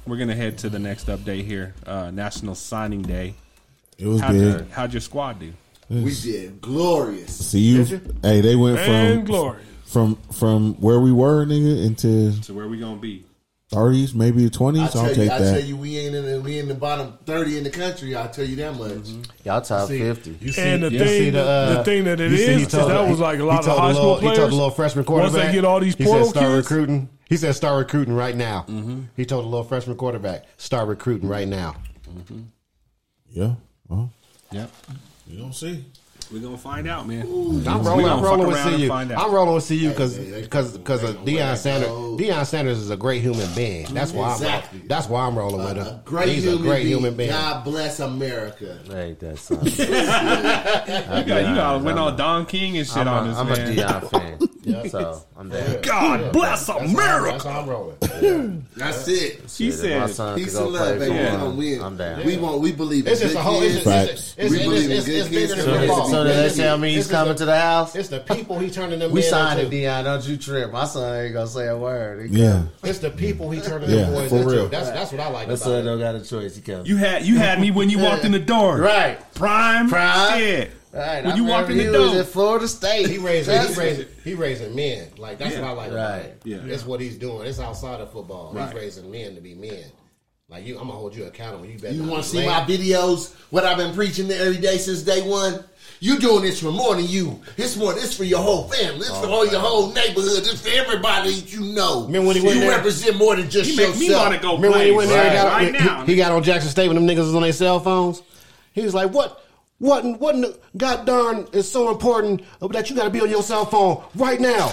[SPEAKER 5] We're gonna head to the next update here. Uh, National Signing Day.
[SPEAKER 3] It was
[SPEAKER 5] How'd,
[SPEAKER 3] big.
[SPEAKER 5] how'd your squad do?
[SPEAKER 10] we did glorious.
[SPEAKER 3] See you. Hey, they went
[SPEAKER 6] and
[SPEAKER 3] from
[SPEAKER 6] glorious.
[SPEAKER 3] from from where we were, nigga, into
[SPEAKER 5] So where we gonna be?
[SPEAKER 3] thirties, maybe
[SPEAKER 10] I
[SPEAKER 3] twenties.
[SPEAKER 10] tell
[SPEAKER 3] I'll
[SPEAKER 10] you,
[SPEAKER 3] take
[SPEAKER 10] I tell
[SPEAKER 3] that.
[SPEAKER 10] you, we ain't in the, we in the bottom thirty in the country. I will tell you that much.
[SPEAKER 8] Mm-hmm. Y'all top fifty.
[SPEAKER 4] You see,
[SPEAKER 6] And the
[SPEAKER 4] you
[SPEAKER 6] thing-
[SPEAKER 4] see the, uh,
[SPEAKER 6] the thing that it
[SPEAKER 4] you see
[SPEAKER 6] is,
[SPEAKER 4] he told-
[SPEAKER 6] is that was like a lot
[SPEAKER 4] he told
[SPEAKER 6] of high
[SPEAKER 4] the
[SPEAKER 6] school
[SPEAKER 4] little, He told
[SPEAKER 6] players,
[SPEAKER 4] the little freshman
[SPEAKER 6] once
[SPEAKER 4] quarterback,
[SPEAKER 6] they get all these
[SPEAKER 4] he
[SPEAKER 6] portal
[SPEAKER 4] said, start
[SPEAKER 6] kids-
[SPEAKER 4] recruiting. He said, start recruiting right now. He told the little freshman quarterback, start recruiting right now.
[SPEAKER 3] Yeah. Well,
[SPEAKER 5] Yep.
[SPEAKER 14] You don't see.
[SPEAKER 5] We're gonna find out, man.
[SPEAKER 4] I'm
[SPEAKER 5] We
[SPEAKER 4] rolling.
[SPEAKER 5] gonna
[SPEAKER 4] I'm
[SPEAKER 5] fuck
[SPEAKER 4] rolling with
[SPEAKER 5] around and
[SPEAKER 4] CU.
[SPEAKER 5] find out.
[SPEAKER 4] I'm rolling with CU because
[SPEAKER 10] Hey, hey, they-
[SPEAKER 4] because because
[SPEAKER 10] they
[SPEAKER 4] of
[SPEAKER 10] gonna wear
[SPEAKER 4] Deion
[SPEAKER 10] that
[SPEAKER 4] Sanders.
[SPEAKER 10] gold.
[SPEAKER 4] Deion Sanders is a great human being. That's why
[SPEAKER 10] Exactly.
[SPEAKER 4] I'm. That's why I'm rolling with him.
[SPEAKER 10] A great
[SPEAKER 4] He's
[SPEAKER 10] human
[SPEAKER 4] a great
[SPEAKER 10] being.
[SPEAKER 4] human being.
[SPEAKER 10] God bless America.
[SPEAKER 8] Ain't that something?
[SPEAKER 5] You got, you got went all Don King and shit
[SPEAKER 8] I'm,
[SPEAKER 5] on
[SPEAKER 8] a,
[SPEAKER 5] this
[SPEAKER 8] I'm a
[SPEAKER 5] man.
[SPEAKER 8] Deion fan. So I'm down.
[SPEAKER 5] God bless
[SPEAKER 4] That's how I'm- That's how I'm rolling.
[SPEAKER 10] That's it.
[SPEAKER 5] She
[SPEAKER 8] If my
[SPEAKER 5] said,
[SPEAKER 8] son could
[SPEAKER 10] Peace
[SPEAKER 8] go
[SPEAKER 10] and love,
[SPEAKER 8] play
[SPEAKER 10] baby.
[SPEAKER 5] yeah.
[SPEAKER 10] We're
[SPEAKER 8] for
[SPEAKER 10] gonna win.
[SPEAKER 8] him, I'm down.
[SPEAKER 10] We want. We believe.
[SPEAKER 4] It's
[SPEAKER 10] in
[SPEAKER 4] just a
[SPEAKER 10] good
[SPEAKER 4] whole. It's
[SPEAKER 10] kids.
[SPEAKER 4] just. It's, it's, it's,
[SPEAKER 10] We believe in
[SPEAKER 4] it's,
[SPEAKER 10] good
[SPEAKER 4] it's
[SPEAKER 10] kids to
[SPEAKER 4] bigger than
[SPEAKER 8] So,
[SPEAKER 10] be
[SPEAKER 4] football.
[SPEAKER 8] that- so that tell me he's
[SPEAKER 4] It's the-
[SPEAKER 8] coming to the house.
[SPEAKER 4] It's the people he turning them.
[SPEAKER 8] We
[SPEAKER 4] men
[SPEAKER 8] signed it,
[SPEAKER 4] into.
[SPEAKER 8] Dion. Don't you trip. My son ain't gonna say a word. He
[SPEAKER 3] yeah.
[SPEAKER 4] It's the people he turning
[SPEAKER 3] Yeah,
[SPEAKER 4] them boys
[SPEAKER 3] for
[SPEAKER 4] into.
[SPEAKER 3] real.
[SPEAKER 4] That's that's what I like
[SPEAKER 8] My
[SPEAKER 4] about
[SPEAKER 8] son
[SPEAKER 4] it.
[SPEAKER 8] don't got a choice. He comes.
[SPEAKER 5] you had you had me when you walked in the door.
[SPEAKER 8] right.
[SPEAKER 5] Prime,
[SPEAKER 8] Prime.
[SPEAKER 5] shit.
[SPEAKER 8] Right.
[SPEAKER 5] When you walked in the
[SPEAKER 8] remember he was
[SPEAKER 5] door.
[SPEAKER 8] at Florida State,
[SPEAKER 4] He raising, he
[SPEAKER 8] That's-
[SPEAKER 4] raising, he raising men. Like that's
[SPEAKER 5] Yeah.
[SPEAKER 4] what I like. About
[SPEAKER 8] Right.
[SPEAKER 4] it.
[SPEAKER 5] Yeah.
[SPEAKER 4] It's what he's doing. It's outside of football.
[SPEAKER 5] Right.
[SPEAKER 4] He's raising men to be men. Like you, I'm gonna hold you accountable. You better.
[SPEAKER 10] You
[SPEAKER 4] not
[SPEAKER 10] want
[SPEAKER 4] be
[SPEAKER 10] to see
[SPEAKER 4] lame.
[SPEAKER 10] my videos? What I've been preaching every day since day one. You doing this for more than you. It's more. This for your whole family. It's for all your whole neighborhood. It's for everybody that you know.
[SPEAKER 4] Remember when he went
[SPEAKER 10] you
[SPEAKER 4] there?
[SPEAKER 10] represent more than just
[SPEAKER 5] He
[SPEAKER 10] yourself.
[SPEAKER 5] make me want to go
[SPEAKER 4] Remember when
[SPEAKER 5] play
[SPEAKER 4] he went there? and got,
[SPEAKER 5] right
[SPEAKER 4] he-
[SPEAKER 5] now.
[SPEAKER 4] he, he got on Jackson State when them niggas was on their cell phones. He was like, "What? What? in- What? in the- God darn! It's so important that you got to be on your cell phone right now."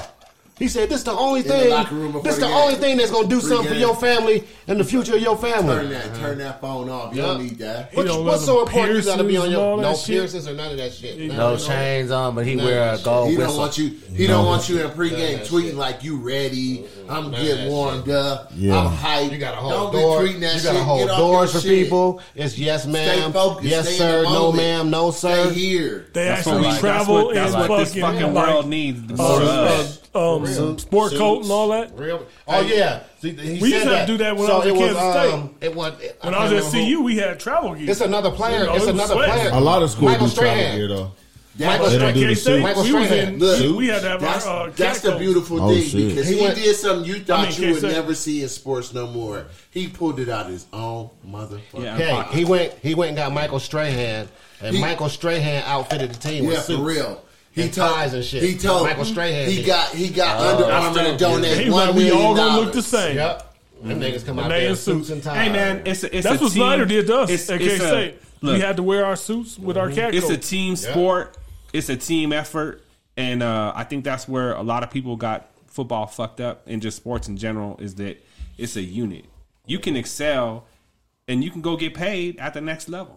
[SPEAKER 4] He said, "This is the only
[SPEAKER 10] the
[SPEAKER 4] thing.
[SPEAKER 10] locker room before
[SPEAKER 4] this is
[SPEAKER 10] the
[SPEAKER 4] the
[SPEAKER 10] game.
[SPEAKER 4] only thing that's gonna do
[SPEAKER 10] Free
[SPEAKER 4] something for
[SPEAKER 10] game.
[SPEAKER 4] your family and the future of your
[SPEAKER 10] Turn
[SPEAKER 4] family."
[SPEAKER 10] that. Turn that phone off. You don't
[SPEAKER 4] Yeah.
[SPEAKER 10] need that.
[SPEAKER 4] What,
[SPEAKER 6] He don't
[SPEAKER 4] what's
[SPEAKER 6] let
[SPEAKER 4] so
[SPEAKER 6] them
[SPEAKER 4] important? You got to be on
[SPEAKER 6] piercings and
[SPEAKER 4] your
[SPEAKER 6] all
[SPEAKER 4] no
[SPEAKER 6] that shit?
[SPEAKER 4] piercings or none of that shit. None
[SPEAKER 8] No
[SPEAKER 4] of that.
[SPEAKER 8] chains on, but he
[SPEAKER 4] Uh,
[SPEAKER 8] wear uh, a gold
[SPEAKER 10] He don't
[SPEAKER 8] whistle.
[SPEAKER 10] want you. He don't want you in pregame
[SPEAKER 4] that
[SPEAKER 10] tweeting
[SPEAKER 4] shit.
[SPEAKER 10] like you ready. I'm
[SPEAKER 4] None of
[SPEAKER 10] getting
[SPEAKER 4] that
[SPEAKER 10] warmed up.
[SPEAKER 3] Yeah.
[SPEAKER 10] I'm hyped.
[SPEAKER 4] You gotta
[SPEAKER 10] don't
[SPEAKER 4] hold
[SPEAKER 10] Be
[SPEAKER 4] doors.
[SPEAKER 10] tweeting that
[SPEAKER 4] You gotta
[SPEAKER 10] shit.
[SPEAKER 4] hold
[SPEAKER 10] Get off
[SPEAKER 4] doors for
[SPEAKER 10] your shit.
[SPEAKER 4] people. It's yes, ma'am.
[SPEAKER 10] Stay focused.
[SPEAKER 4] Yes,
[SPEAKER 10] Stay in
[SPEAKER 4] sir.
[SPEAKER 10] the
[SPEAKER 4] No,
[SPEAKER 10] moment.
[SPEAKER 4] ma'am. No, sir.
[SPEAKER 10] Stay here.
[SPEAKER 6] They
[SPEAKER 5] That's what,
[SPEAKER 6] actually
[SPEAKER 5] like, that's
[SPEAKER 6] travel
[SPEAKER 5] what, that's
[SPEAKER 6] and
[SPEAKER 5] what this
[SPEAKER 6] fucking
[SPEAKER 5] fucking
[SPEAKER 6] like,
[SPEAKER 5] world needs. more of
[SPEAKER 6] uh,
[SPEAKER 5] us.
[SPEAKER 6] uh, um, sport coat and all that.
[SPEAKER 4] Real. Oh yeah. See, he said
[SPEAKER 6] We used to
[SPEAKER 4] that.
[SPEAKER 6] do that when I was
[SPEAKER 4] it um,
[SPEAKER 6] at Kansas State.
[SPEAKER 4] it was,
[SPEAKER 6] When I was at
[SPEAKER 4] can't remember
[SPEAKER 6] CU, we had travel gear.
[SPEAKER 4] who- It's another player.
[SPEAKER 6] You know,
[SPEAKER 4] it's
[SPEAKER 6] it was
[SPEAKER 4] another
[SPEAKER 6] sweating.
[SPEAKER 4] player.
[SPEAKER 3] A lot of schools
[SPEAKER 4] Michael
[SPEAKER 3] do travel
[SPEAKER 4] Strahan.
[SPEAKER 3] here though.
[SPEAKER 10] That
[SPEAKER 6] Michael
[SPEAKER 10] was-
[SPEAKER 6] They don't do the Strahan- Michael suits. We was Strahan. in-
[SPEAKER 10] Look,
[SPEAKER 6] we had to have our,
[SPEAKER 10] that's,
[SPEAKER 6] uh,
[SPEAKER 10] that's the
[SPEAKER 6] Catco.
[SPEAKER 10] beautiful
[SPEAKER 3] Oh,
[SPEAKER 10] thing
[SPEAKER 3] shit.
[SPEAKER 10] because
[SPEAKER 3] He
[SPEAKER 10] he,
[SPEAKER 3] went-
[SPEAKER 10] did something you thought
[SPEAKER 6] mean,
[SPEAKER 10] you would
[SPEAKER 6] K-State.
[SPEAKER 10] never see in sports no more. He pulled it out his own motherfucker.
[SPEAKER 4] Hey, he went. He went and got Michael Strahan, and
[SPEAKER 10] He-
[SPEAKER 4] Michael Strahan outfitted the team.
[SPEAKER 10] Yeah,
[SPEAKER 4] with
[SPEAKER 10] for
[SPEAKER 4] suits
[SPEAKER 10] real. He
[SPEAKER 4] and
[SPEAKER 10] told-
[SPEAKER 4] ties and shit.
[SPEAKER 10] he told-
[SPEAKER 4] Michael Strahan.
[SPEAKER 10] he
[SPEAKER 4] did.
[SPEAKER 10] got- he got Under
[SPEAKER 5] I
[SPEAKER 10] Armour to
[SPEAKER 5] still-
[SPEAKER 10] donate
[SPEAKER 5] He was
[SPEAKER 10] one
[SPEAKER 5] like, we all
[SPEAKER 10] million
[SPEAKER 5] gonna look
[SPEAKER 10] dollars.
[SPEAKER 5] the same.
[SPEAKER 4] Yep. Them niggas come out
[SPEAKER 6] And
[SPEAKER 4] there
[SPEAKER 6] they
[SPEAKER 4] in
[SPEAKER 6] in
[SPEAKER 4] suits and ties.
[SPEAKER 5] Hey man, it's a, it's
[SPEAKER 6] That's
[SPEAKER 5] a
[SPEAKER 6] what
[SPEAKER 5] team-
[SPEAKER 6] Snyder did to us at
[SPEAKER 5] it's a-
[SPEAKER 6] K-State.
[SPEAKER 5] look,
[SPEAKER 6] we had to wear our suits with our cat
[SPEAKER 5] it's a
[SPEAKER 6] coats.
[SPEAKER 5] team sport. It's a team effort, and uh, I think that's where a lot of people got football fucked up, and just sports in general is that it's a unit. You can excel, and you can go get paid at the next level.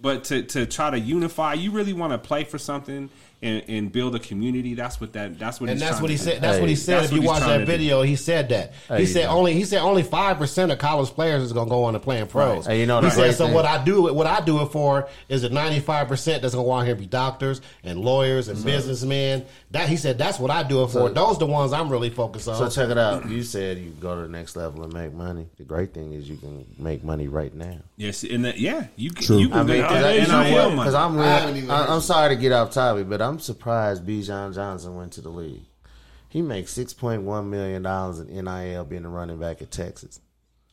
[SPEAKER 5] But to, to try to unify, you really want to play for something and, and build a community. That's what that. That's what.
[SPEAKER 4] And
[SPEAKER 5] he's
[SPEAKER 4] that's
[SPEAKER 5] trying
[SPEAKER 4] what
[SPEAKER 5] to
[SPEAKER 4] he
[SPEAKER 5] do.
[SPEAKER 4] said. That's what he
[SPEAKER 5] Hey,
[SPEAKER 4] said.
[SPEAKER 5] that's
[SPEAKER 4] If
[SPEAKER 5] what
[SPEAKER 4] you
[SPEAKER 5] he's
[SPEAKER 4] watch
[SPEAKER 5] trying
[SPEAKER 4] that
[SPEAKER 5] to do.
[SPEAKER 4] video, he said that.
[SPEAKER 8] Hey,
[SPEAKER 4] He said
[SPEAKER 8] yeah.
[SPEAKER 4] only. He said only five percent of college players is gonna go on to playing pros.
[SPEAKER 8] Hey, you know
[SPEAKER 4] he
[SPEAKER 8] the great
[SPEAKER 4] said so.
[SPEAKER 8] thing-
[SPEAKER 4] What I do, what I do it for, is the ninety five percent that's gonna go out here and be doctors and lawyers
[SPEAKER 8] Mm-hmm.
[SPEAKER 4] and businessmen. That he said that's what I do it for. Those the ones I'm really focused on.
[SPEAKER 8] So check it out. You said you can go to the next level and make money. The great thing is you can make money right now.
[SPEAKER 5] Yes, and that, yeah, you can.
[SPEAKER 3] True.
[SPEAKER 5] You can
[SPEAKER 8] I mean,
[SPEAKER 5] make
[SPEAKER 8] because
[SPEAKER 5] that NIL money.
[SPEAKER 8] I'm,
[SPEAKER 10] I haven't even
[SPEAKER 8] real,
[SPEAKER 10] heard
[SPEAKER 8] I, I'm
[SPEAKER 10] of
[SPEAKER 8] sorry to get off topic, but I'm surprised B. John Johnson went to the league. He makes six point one million dollars in NIL being a running back at Texas.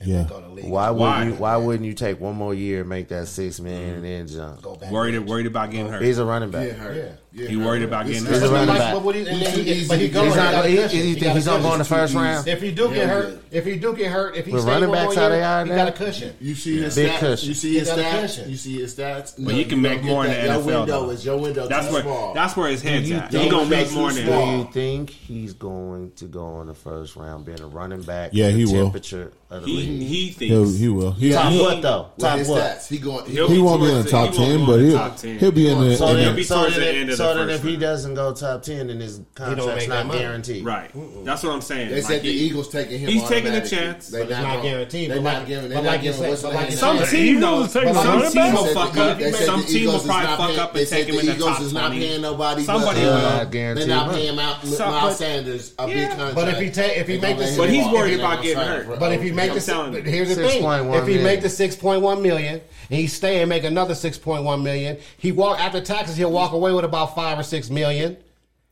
[SPEAKER 3] Yeah.
[SPEAKER 8] Why would
[SPEAKER 5] Why?
[SPEAKER 8] you? Why wouldn't you take one more year and make that six million and then jump?
[SPEAKER 5] worried worried about getting hurt.
[SPEAKER 8] He's a running back.
[SPEAKER 10] Yeah, her. Yeah, yeah,
[SPEAKER 5] He
[SPEAKER 10] her.
[SPEAKER 5] worried about getting
[SPEAKER 10] This
[SPEAKER 8] He's
[SPEAKER 10] is
[SPEAKER 8] a running
[SPEAKER 4] Like,
[SPEAKER 8] back.
[SPEAKER 4] what would he- and then he
[SPEAKER 10] He's
[SPEAKER 4] get- But he
[SPEAKER 10] easy.
[SPEAKER 4] goes.
[SPEAKER 8] He's
[SPEAKER 4] he
[SPEAKER 8] not.
[SPEAKER 4] got
[SPEAKER 8] He, he,
[SPEAKER 4] a cushion.
[SPEAKER 8] he
[SPEAKER 4] He
[SPEAKER 8] think
[SPEAKER 4] got a
[SPEAKER 8] he's gonna go in
[SPEAKER 4] cushion.
[SPEAKER 8] the first
[SPEAKER 10] He's-
[SPEAKER 8] round?
[SPEAKER 4] If he do get
[SPEAKER 10] Yeah.
[SPEAKER 4] hurt, if he do get hurt, if he
[SPEAKER 8] With
[SPEAKER 4] stays
[SPEAKER 8] running
[SPEAKER 4] one
[SPEAKER 8] backs,
[SPEAKER 4] more
[SPEAKER 8] how they
[SPEAKER 4] year,
[SPEAKER 8] are
[SPEAKER 4] he
[SPEAKER 8] now?
[SPEAKER 4] got a cushion.
[SPEAKER 10] You see his
[SPEAKER 8] Big
[SPEAKER 10] stats.
[SPEAKER 8] cushion.
[SPEAKER 10] You see his
[SPEAKER 4] He got a
[SPEAKER 10] stats.
[SPEAKER 4] cushion.
[SPEAKER 10] You see his stats.
[SPEAKER 5] But you can
[SPEAKER 10] don't
[SPEAKER 5] make
[SPEAKER 10] get
[SPEAKER 5] more in
[SPEAKER 10] that.
[SPEAKER 5] the
[SPEAKER 10] Your
[SPEAKER 5] NFL
[SPEAKER 10] window
[SPEAKER 5] though.
[SPEAKER 10] is your window.
[SPEAKER 5] That's
[SPEAKER 10] too
[SPEAKER 5] where
[SPEAKER 10] small.
[SPEAKER 5] that's where his head's at. He
[SPEAKER 10] think
[SPEAKER 5] gonna make
[SPEAKER 10] that's
[SPEAKER 5] more
[SPEAKER 10] too
[SPEAKER 5] than
[SPEAKER 8] Do
[SPEAKER 10] small?
[SPEAKER 5] that.
[SPEAKER 8] you think he's going to go in the first round being a running back?
[SPEAKER 3] Yeah,
[SPEAKER 8] the
[SPEAKER 3] he will.
[SPEAKER 8] Temperature of the
[SPEAKER 5] He
[SPEAKER 8] league.
[SPEAKER 5] he
[SPEAKER 3] He'll,
[SPEAKER 5] thinks
[SPEAKER 3] he will. He,
[SPEAKER 8] Top
[SPEAKER 3] he,
[SPEAKER 8] what though?
[SPEAKER 10] With
[SPEAKER 8] Top
[SPEAKER 10] his
[SPEAKER 8] what?
[SPEAKER 10] stats. He going. He,
[SPEAKER 5] He'll
[SPEAKER 3] he
[SPEAKER 5] be
[SPEAKER 3] won't be in
[SPEAKER 5] towards
[SPEAKER 3] the
[SPEAKER 5] the-
[SPEAKER 3] top
[SPEAKER 5] he won't
[SPEAKER 3] ten,
[SPEAKER 5] go
[SPEAKER 3] but
[SPEAKER 5] in the
[SPEAKER 3] he'll
[SPEAKER 5] top 10.
[SPEAKER 3] he'll be in the.
[SPEAKER 8] So
[SPEAKER 3] in
[SPEAKER 5] he'll
[SPEAKER 8] then,
[SPEAKER 3] the
[SPEAKER 5] Oh, be
[SPEAKER 8] so
[SPEAKER 5] towards
[SPEAKER 8] then
[SPEAKER 5] the
[SPEAKER 8] it-
[SPEAKER 5] end of
[SPEAKER 8] so
[SPEAKER 5] the
[SPEAKER 8] then
[SPEAKER 5] first
[SPEAKER 8] if he
[SPEAKER 5] round.
[SPEAKER 8] doesn't go top ten, then his contract's
[SPEAKER 4] make that
[SPEAKER 8] not
[SPEAKER 4] money.
[SPEAKER 8] guaranteed.
[SPEAKER 5] right. That's what I'm saying.
[SPEAKER 10] they
[SPEAKER 5] Like,
[SPEAKER 10] said the
[SPEAKER 5] he-
[SPEAKER 10] Eagles taking him.
[SPEAKER 5] he's taking a
[SPEAKER 10] automatically.
[SPEAKER 5] chance.
[SPEAKER 10] They
[SPEAKER 4] But it's not
[SPEAKER 10] gonna-
[SPEAKER 4] guaranteed.
[SPEAKER 10] They
[SPEAKER 4] But
[SPEAKER 10] not
[SPEAKER 4] like-
[SPEAKER 10] giving. They
[SPEAKER 4] but
[SPEAKER 10] not
[SPEAKER 4] like you
[SPEAKER 10] giving.
[SPEAKER 4] said-
[SPEAKER 10] what's
[SPEAKER 4] but
[SPEAKER 10] the
[SPEAKER 4] like you
[SPEAKER 10] name?
[SPEAKER 4] said-
[SPEAKER 5] Some
[SPEAKER 6] The
[SPEAKER 5] team
[SPEAKER 6] Eagles
[SPEAKER 5] though,
[SPEAKER 6] is taking
[SPEAKER 5] some
[SPEAKER 6] running
[SPEAKER 5] team
[SPEAKER 6] backs.
[SPEAKER 5] will
[SPEAKER 10] They said
[SPEAKER 5] fuck
[SPEAKER 10] the-
[SPEAKER 5] up.
[SPEAKER 10] they said
[SPEAKER 5] Some
[SPEAKER 10] the
[SPEAKER 5] team will
[SPEAKER 10] Eagles is
[SPEAKER 5] probably
[SPEAKER 10] not
[SPEAKER 5] fuck
[SPEAKER 10] paying-
[SPEAKER 5] up
[SPEAKER 10] they
[SPEAKER 5] and
[SPEAKER 10] said
[SPEAKER 5] take him
[SPEAKER 10] the
[SPEAKER 5] in the
[SPEAKER 10] Eagles
[SPEAKER 5] top
[SPEAKER 10] is not paying
[SPEAKER 5] twenty.
[SPEAKER 10] nobody.
[SPEAKER 5] Somebody
[SPEAKER 10] but,
[SPEAKER 5] will.
[SPEAKER 10] uh,
[SPEAKER 8] Guaranteed
[SPEAKER 10] They're not
[SPEAKER 8] money.
[SPEAKER 10] paying Mount,
[SPEAKER 5] So-
[SPEAKER 10] Miles
[SPEAKER 5] but-
[SPEAKER 10] Sanders a
[SPEAKER 5] Yeah.
[SPEAKER 10] big contract.
[SPEAKER 4] But if he take- if he
[SPEAKER 10] They
[SPEAKER 4] make
[SPEAKER 10] gonna
[SPEAKER 4] the-
[SPEAKER 10] let
[SPEAKER 4] But
[SPEAKER 10] him
[SPEAKER 5] he's
[SPEAKER 10] walk
[SPEAKER 5] worried
[SPEAKER 10] and they
[SPEAKER 5] about
[SPEAKER 10] gonna
[SPEAKER 5] getting
[SPEAKER 10] sign
[SPEAKER 5] hurt.
[SPEAKER 10] him for
[SPEAKER 4] But if he
[SPEAKER 10] over-
[SPEAKER 4] make
[SPEAKER 5] I'm
[SPEAKER 4] the
[SPEAKER 5] telling you.
[SPEAKER 4] here's the thing,
[SPEAKER 8] 6.1
[SPEAKER 4] if he
[SPEAKER 8] million.
[SPEAKER 4] make the six point one million and he stay and make another six point one million, he walk after taxes he'll walk away with about five or six million,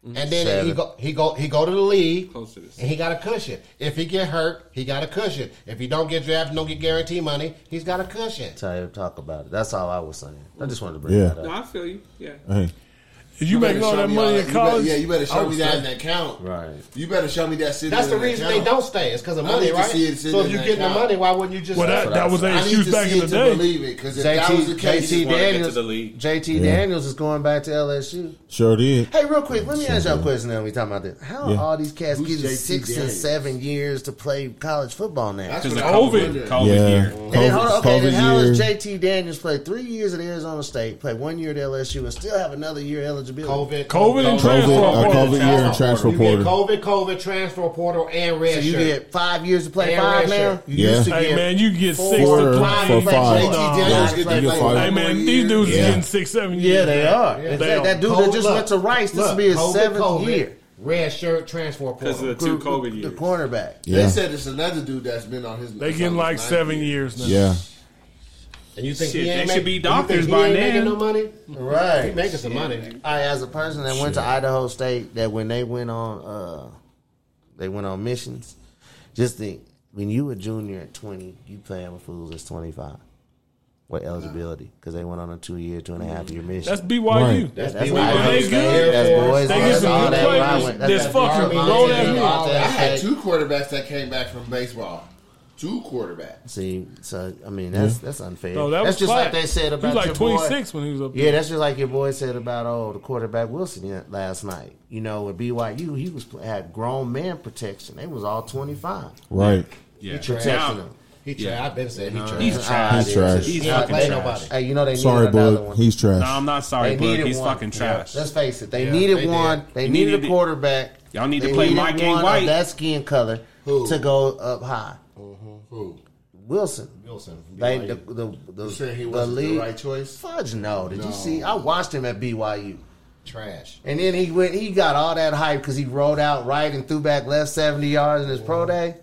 [SPEAKER 4] and then he
[SPEAKER 8] Mm-hmm. Seven.
[SPEAKER 4] go he go he go to the league
[SPEAKER 5] Close to this.
[SPEAKER 4] and he got a cushion. If he get hurt, he got a cushion. If he don't get drafted, don't get guarantee money, he's got a cushion.
[SPEAKER 8] Tell him talk about it. That's all I was saying. I just wanted to bring
[SPEAKER 3] Yeah.
[SPEAKER 8] that up.
[SPEAKER 5] I feel you. Yeah.
[SPEAKER 3] hey,
[SPEAKER 6] If you
[SPEAKER 10] better
[SPEAKER 6] making all
[SPEAKER 10] show
[SPEAKER 6] that
[SPEAKER 10] me
[SPEAKER 6] money
[SPEAKER 10] all
[SPEAKER 6] in
[SPEAKER 10] that- you better-
[SPEAKER 6] college?
[SPEAKER 10] Yeah, you better
[SPEAKER 6] I
[SPEAKER 10] show
[SPEAKER 6] would
[SPEAKER 10] me
[SPEAKER 6] say-
[SPEAKER 10] that in that count.
[SPEAKER 8] Right.
[SPEAKER 10] You better show me that. sitting
[SPEAKER 4] That's
[SPEAKER 10] in
[SPEAKER 4] the
[SPEAKER 10] that
[SPEAKER 4] reason they
[SPEAKER 10] account.
[SPEAKER 4] don't stay. It's because of
[SPEAKER 10] I
[SPEAKER 4] money,
[SPEAKER 10] need to
[SPEAKER 4] right?
[SPEAKER 10] see it sitting
[SPEAKER 4] So if
[SPEAKER 10] in
[SPEAKER 4] you
[SPEAKER 10] that
[SPEAKER 4] getting the
[SPEAKER 10] account.
[SPEAKER 4] money, why wouldn't you just?
[SPEAKER 6] Well, that, that was
[SPEAKER 10] I
[SPEAKER 6] an
[SPEAKER 10] need
[SPEAKER 6] excuse
[SPEAKER 10] to
[SPEAKER 6] back
[SPEAKER 10] see
[SPEAKER 6] in
[SPEAKER 10] it
[SPEAKER 6] the
[SPEAKER 10] to
[SPEAKER 6] day.
[SPEAKER 10] believe it because if that was the
[SPEAKER 8] JT,
[SPEAKER 10] case,
[SPEAKER 8] JT
[SPEAKER 5] wanna get to
[SPEAKER 8] Daniels,
[SPEAKER 5] the league.
[SPEAKER 8] JT Daniels is going back to LSU.
[SPEAKER 3] sure did.
[SPEAKER 8] Hey, real quick, let me ask y'all a question. Now we talking about this. How
[SPEAKER 3] Yeah.
[SPEAKER 8] are all these cats
[SPEAKER 10] Who's
[SPEAKER 8] getting
[SPEAKER 10] JT
[SPEAKER 8] six and
[SPEAKER 10] Daniels?
[SPEAKER 8] seven years to play college football now?
[SPEAKER 10] That's
[SPEAKER 5] Because
[SPEAKER 10] what
[SPEAKER 5] of
[SPEAKER 10] I was
[SPEAKER 5] COVID,
[SPEAKER 10] wondering.
[SPEAKER 5] COVID
[SPEAKER 3] Yeah,
[SPEAKER 5] year.
[SPEAKER 8] And then, hold on, okay, then how
[SPEAKER 3] year.
[SPEAKER 8] does JT Daniels play three years at Arizona State, play one year at LSU, and still have another year eligibility?
[SPEAKER 4] COVID,
[SPEAKER 6] COVID and transfer
[SPEAKER 3] COVID, uh,
[SPEAKER 6] portal.
[SPEAKER 3] COVID year and transfer
[SPEAKER 4] You get
[SPEAKER 3] portal.
[SPEAKER 4] COVID, COVID, transfer portal, and red
[SPEAKER 8] So you
[SPEAKER 4] shirt.
[SPEAKER 8] get five years to play
[SPEAKER 4] And
[SPEAKER 8] five
[SPEAKER 4] red
[SPEAKER 8] now?
[SPEAKER 4] shirt.
[SPEAKER 8] You
[SPEAKER 3] Yeah.
[SPEAKER 8] used to
[SPEAKER 6] Hey
[SPEAKER 8] get
[SPEAKER 6] man, you get six
[SPEAKER 8] four
[SPEAKER 6] to
[SPEAKER 3] for
[SPEAKER 6] three.
[SPEAKER 8] to play
[SPEAKER 3] five.
[SPEAKER 10] JT
[SPEAKER 8] four.
[SPEAKER 10] Daniels
[SPEAKER 8] Yeah.
[SPEAKER 10] get to
[SPEAKER 3] You
[SPEAKER 10] play
[SPEAKER 3] five.
[SPEAKER 10] one
[SPEAKER 6] Hey
[SPEAKER 10] more
[SPEAKER 6] man, these
[SPEAKER 10] year.
[SPEAKER 6] dudes
[SPEAKER 3] Yeah.
[SPEAKER 6] is getting six, seven years.
[SPEAKER 8] Yeah, they are.
[SPEAKER 4] Yeah,
[SPEAKER 8] That-
[SPEAKER 6] they are.
[SPEAKER 8] that dude that
[SPEAKER 4] Cold-
[SPEAKER 8] just
[SPEAKER 4] look,
[SPEAKER 8] went to Rice, this will be his
[SPEAKER 4] COVID,
[SPEAKER 8] seventh
[SPEAKER 4] COVID,
[SPEAKER 8] year.
[SPEAKER 4] Red shirt transfer
[SPEAKER 5] Because
[SPEAKER 4] portal.
[SPEAKER 5] of the two COVID
[SPEAKER 8] The
[SPEAKER 5] years.
[SPEAKER 8] cornerback.
[SPEAKER 10] They
[SPEAKER 3] Yeah,
[SPEAKER 10] said it's another dude that's been on his.
[SPEAKER 6] They getting like seven years now.
[SPEAKER 3] yeah.
[SPEAKER 4] And you
[SPEAKER 5] Shit,
[SPEAKER 4] he ain't
[SPEAKER 5] they
[SPEAKER 4] make-
[SPEAKER 5] should be
[SPEAKER 4] you
[SPEAKER 5] doctors
[SPEAKER 4] think he
[SPEAKER 5] by
[SPEAKER 4] ain't
[SPEAKER 5] then.
[SPEAKER 4] Making no money, he
[SPEAKER 8] Right.
[SPEAKER 4] making some money.
[SPEAKER 8] I, as a person that went to Idaho State, that when they went on, uh, they went on missions. Just think, when you were junior at twenty, you playing with fools that's twenty five with eligibility because they went on a two year, two and a half
[SPEAKER 5] Mm.
[SPEAKER 8] year mission.
[SPEAKER 6] That's BYU.
[SPEAKER 3] Right.
[SPEAKER 4] That's,
[SPEAKER 8] That's
[SPEAKER 4] BYU.
[SPEAKER 8] why
[SPEAKER 6] They
[SPEAKER 8] State,
[SPEAKER 6] good.
[SPEAKER 8] That's boys.
[SPEAKER 6] They
[SPEAKER 8] that's
[SPEAKER 6] get some
[SPEAKER 8] all
[SPEAKER 6] good
[SPEAKER 8] that. where I
[SPEAKER 6] players
[SPEAKER 8] went.
[SPEAKER 6] that's fucking grown as me.
[SPEAKER 8] all
[SPEAKER 10] I had
[SPEAKER 8] that.
[SPEAKER 10] two quarterbacks that came back from baseball. Two quarterbacks.
[SPEAKER 8] See, so I mean, that's that's unfair.
[SPEAKER 6] No, that
[SPEAKER 8] that's
[SPEAKER 6] was
[SPEAKER 8] just
[SPEAKER 6] flat.
[SPEAKER 8] like they said about
[SPEAKER 6] he was like
[SPEAKER 8] your boy.
[SPEAKER 6] 26 when he was up there.
[SPEAKER 8] Yeah, that's just like your boy said about oh the quarterback Wilson yeah, last night. You know, with BYU, he was had grown man protection. They was all twenty five.
[SPEAKER 3] Right.
[SPEAKER 5] Yeah.
[SPEAKER 8] Protecting
[SPEAKER 5] Now,
[SPEAKER 8] him.
[SPEAKER 4] He tried. I've been saying he tried.
[SPEAKER 5] he's trash.
[SPEAKER 3] He's trash.
[SPEAKER 5] He's
[SPEAKER 4] He ain't
[SPEAKER 5] fucking
[SPEAKER 4] played
[SPEAKER 5] trash.
[SPEAKER 4] nobody.
[SPEAKER 8] Hey, you know they
[SPEAKER 3] Sorry,
[SPEAKER 8] needed another
[SPEAKER 3] bud.
[SPEAKER 8] one.
[SPEAKER 3] He's trash.
[SPEAKER 5] No, I'm not sorry,
[SPEAKER 8] they
[SPEAKER 5] bud.
[SPEAKER 8] needed
[SPEAKER 5] He's
[SPEAKER 8] one.
[SPEAKER 5] fucking
[SPEAKER 8] Yeah,
[SPEAKER 5] trash.
[SPEAKER 8] let's face it, they
[SPEAKER 4] Yeah,
[SPEAKER 8] needed
[SPEAKER 4] they did.
[SPEAKER 8] one. They
[SPEAKER 5] You
[SPEAKER 8] needed,
[SPEAKER 5] needed
[SPEAKER 8] a
[SPEAKER 5] it.
[SPEAKER 8] quarterback.
[SPEAKER 5] Y'all need to
[SPEAKER 8] They
[SPEAKER 5] play
[SPEAKER 8] needed
[SPEAKER 5] Mike and
[SPEAKER 8] one of
[SPEAKER 5] White.
[SPEAKER 8] That skin color
[SPEAKER 10] Who?
[SPEAKER 8] to go up high.
[SPEAKER 10] Who?
[SPEAKER 8] Wilson.
[SPEAKER 4] Wilson,
[SPEAKER 8] They,
[SPEAKER 4] BYU.
[SPEAKER 8] the, the, the,
[SPEAKER 10] You saying he
[SPEAKER 8] the
[SPEAKER 10] wasn't the
[SPEAKER 8] league-
[SPEAKER 10] right choice?
[SPEAKER 8] Fudge, no. Did
[SPEAKER 10] No.
[SPEAKER 8] you see? I watched him at BYU.
[SPEAKER 4] trash.
[SPEAKER 8] And then he went. He got all that hype because he rolled out right and threw back left seventy yards in his pro day.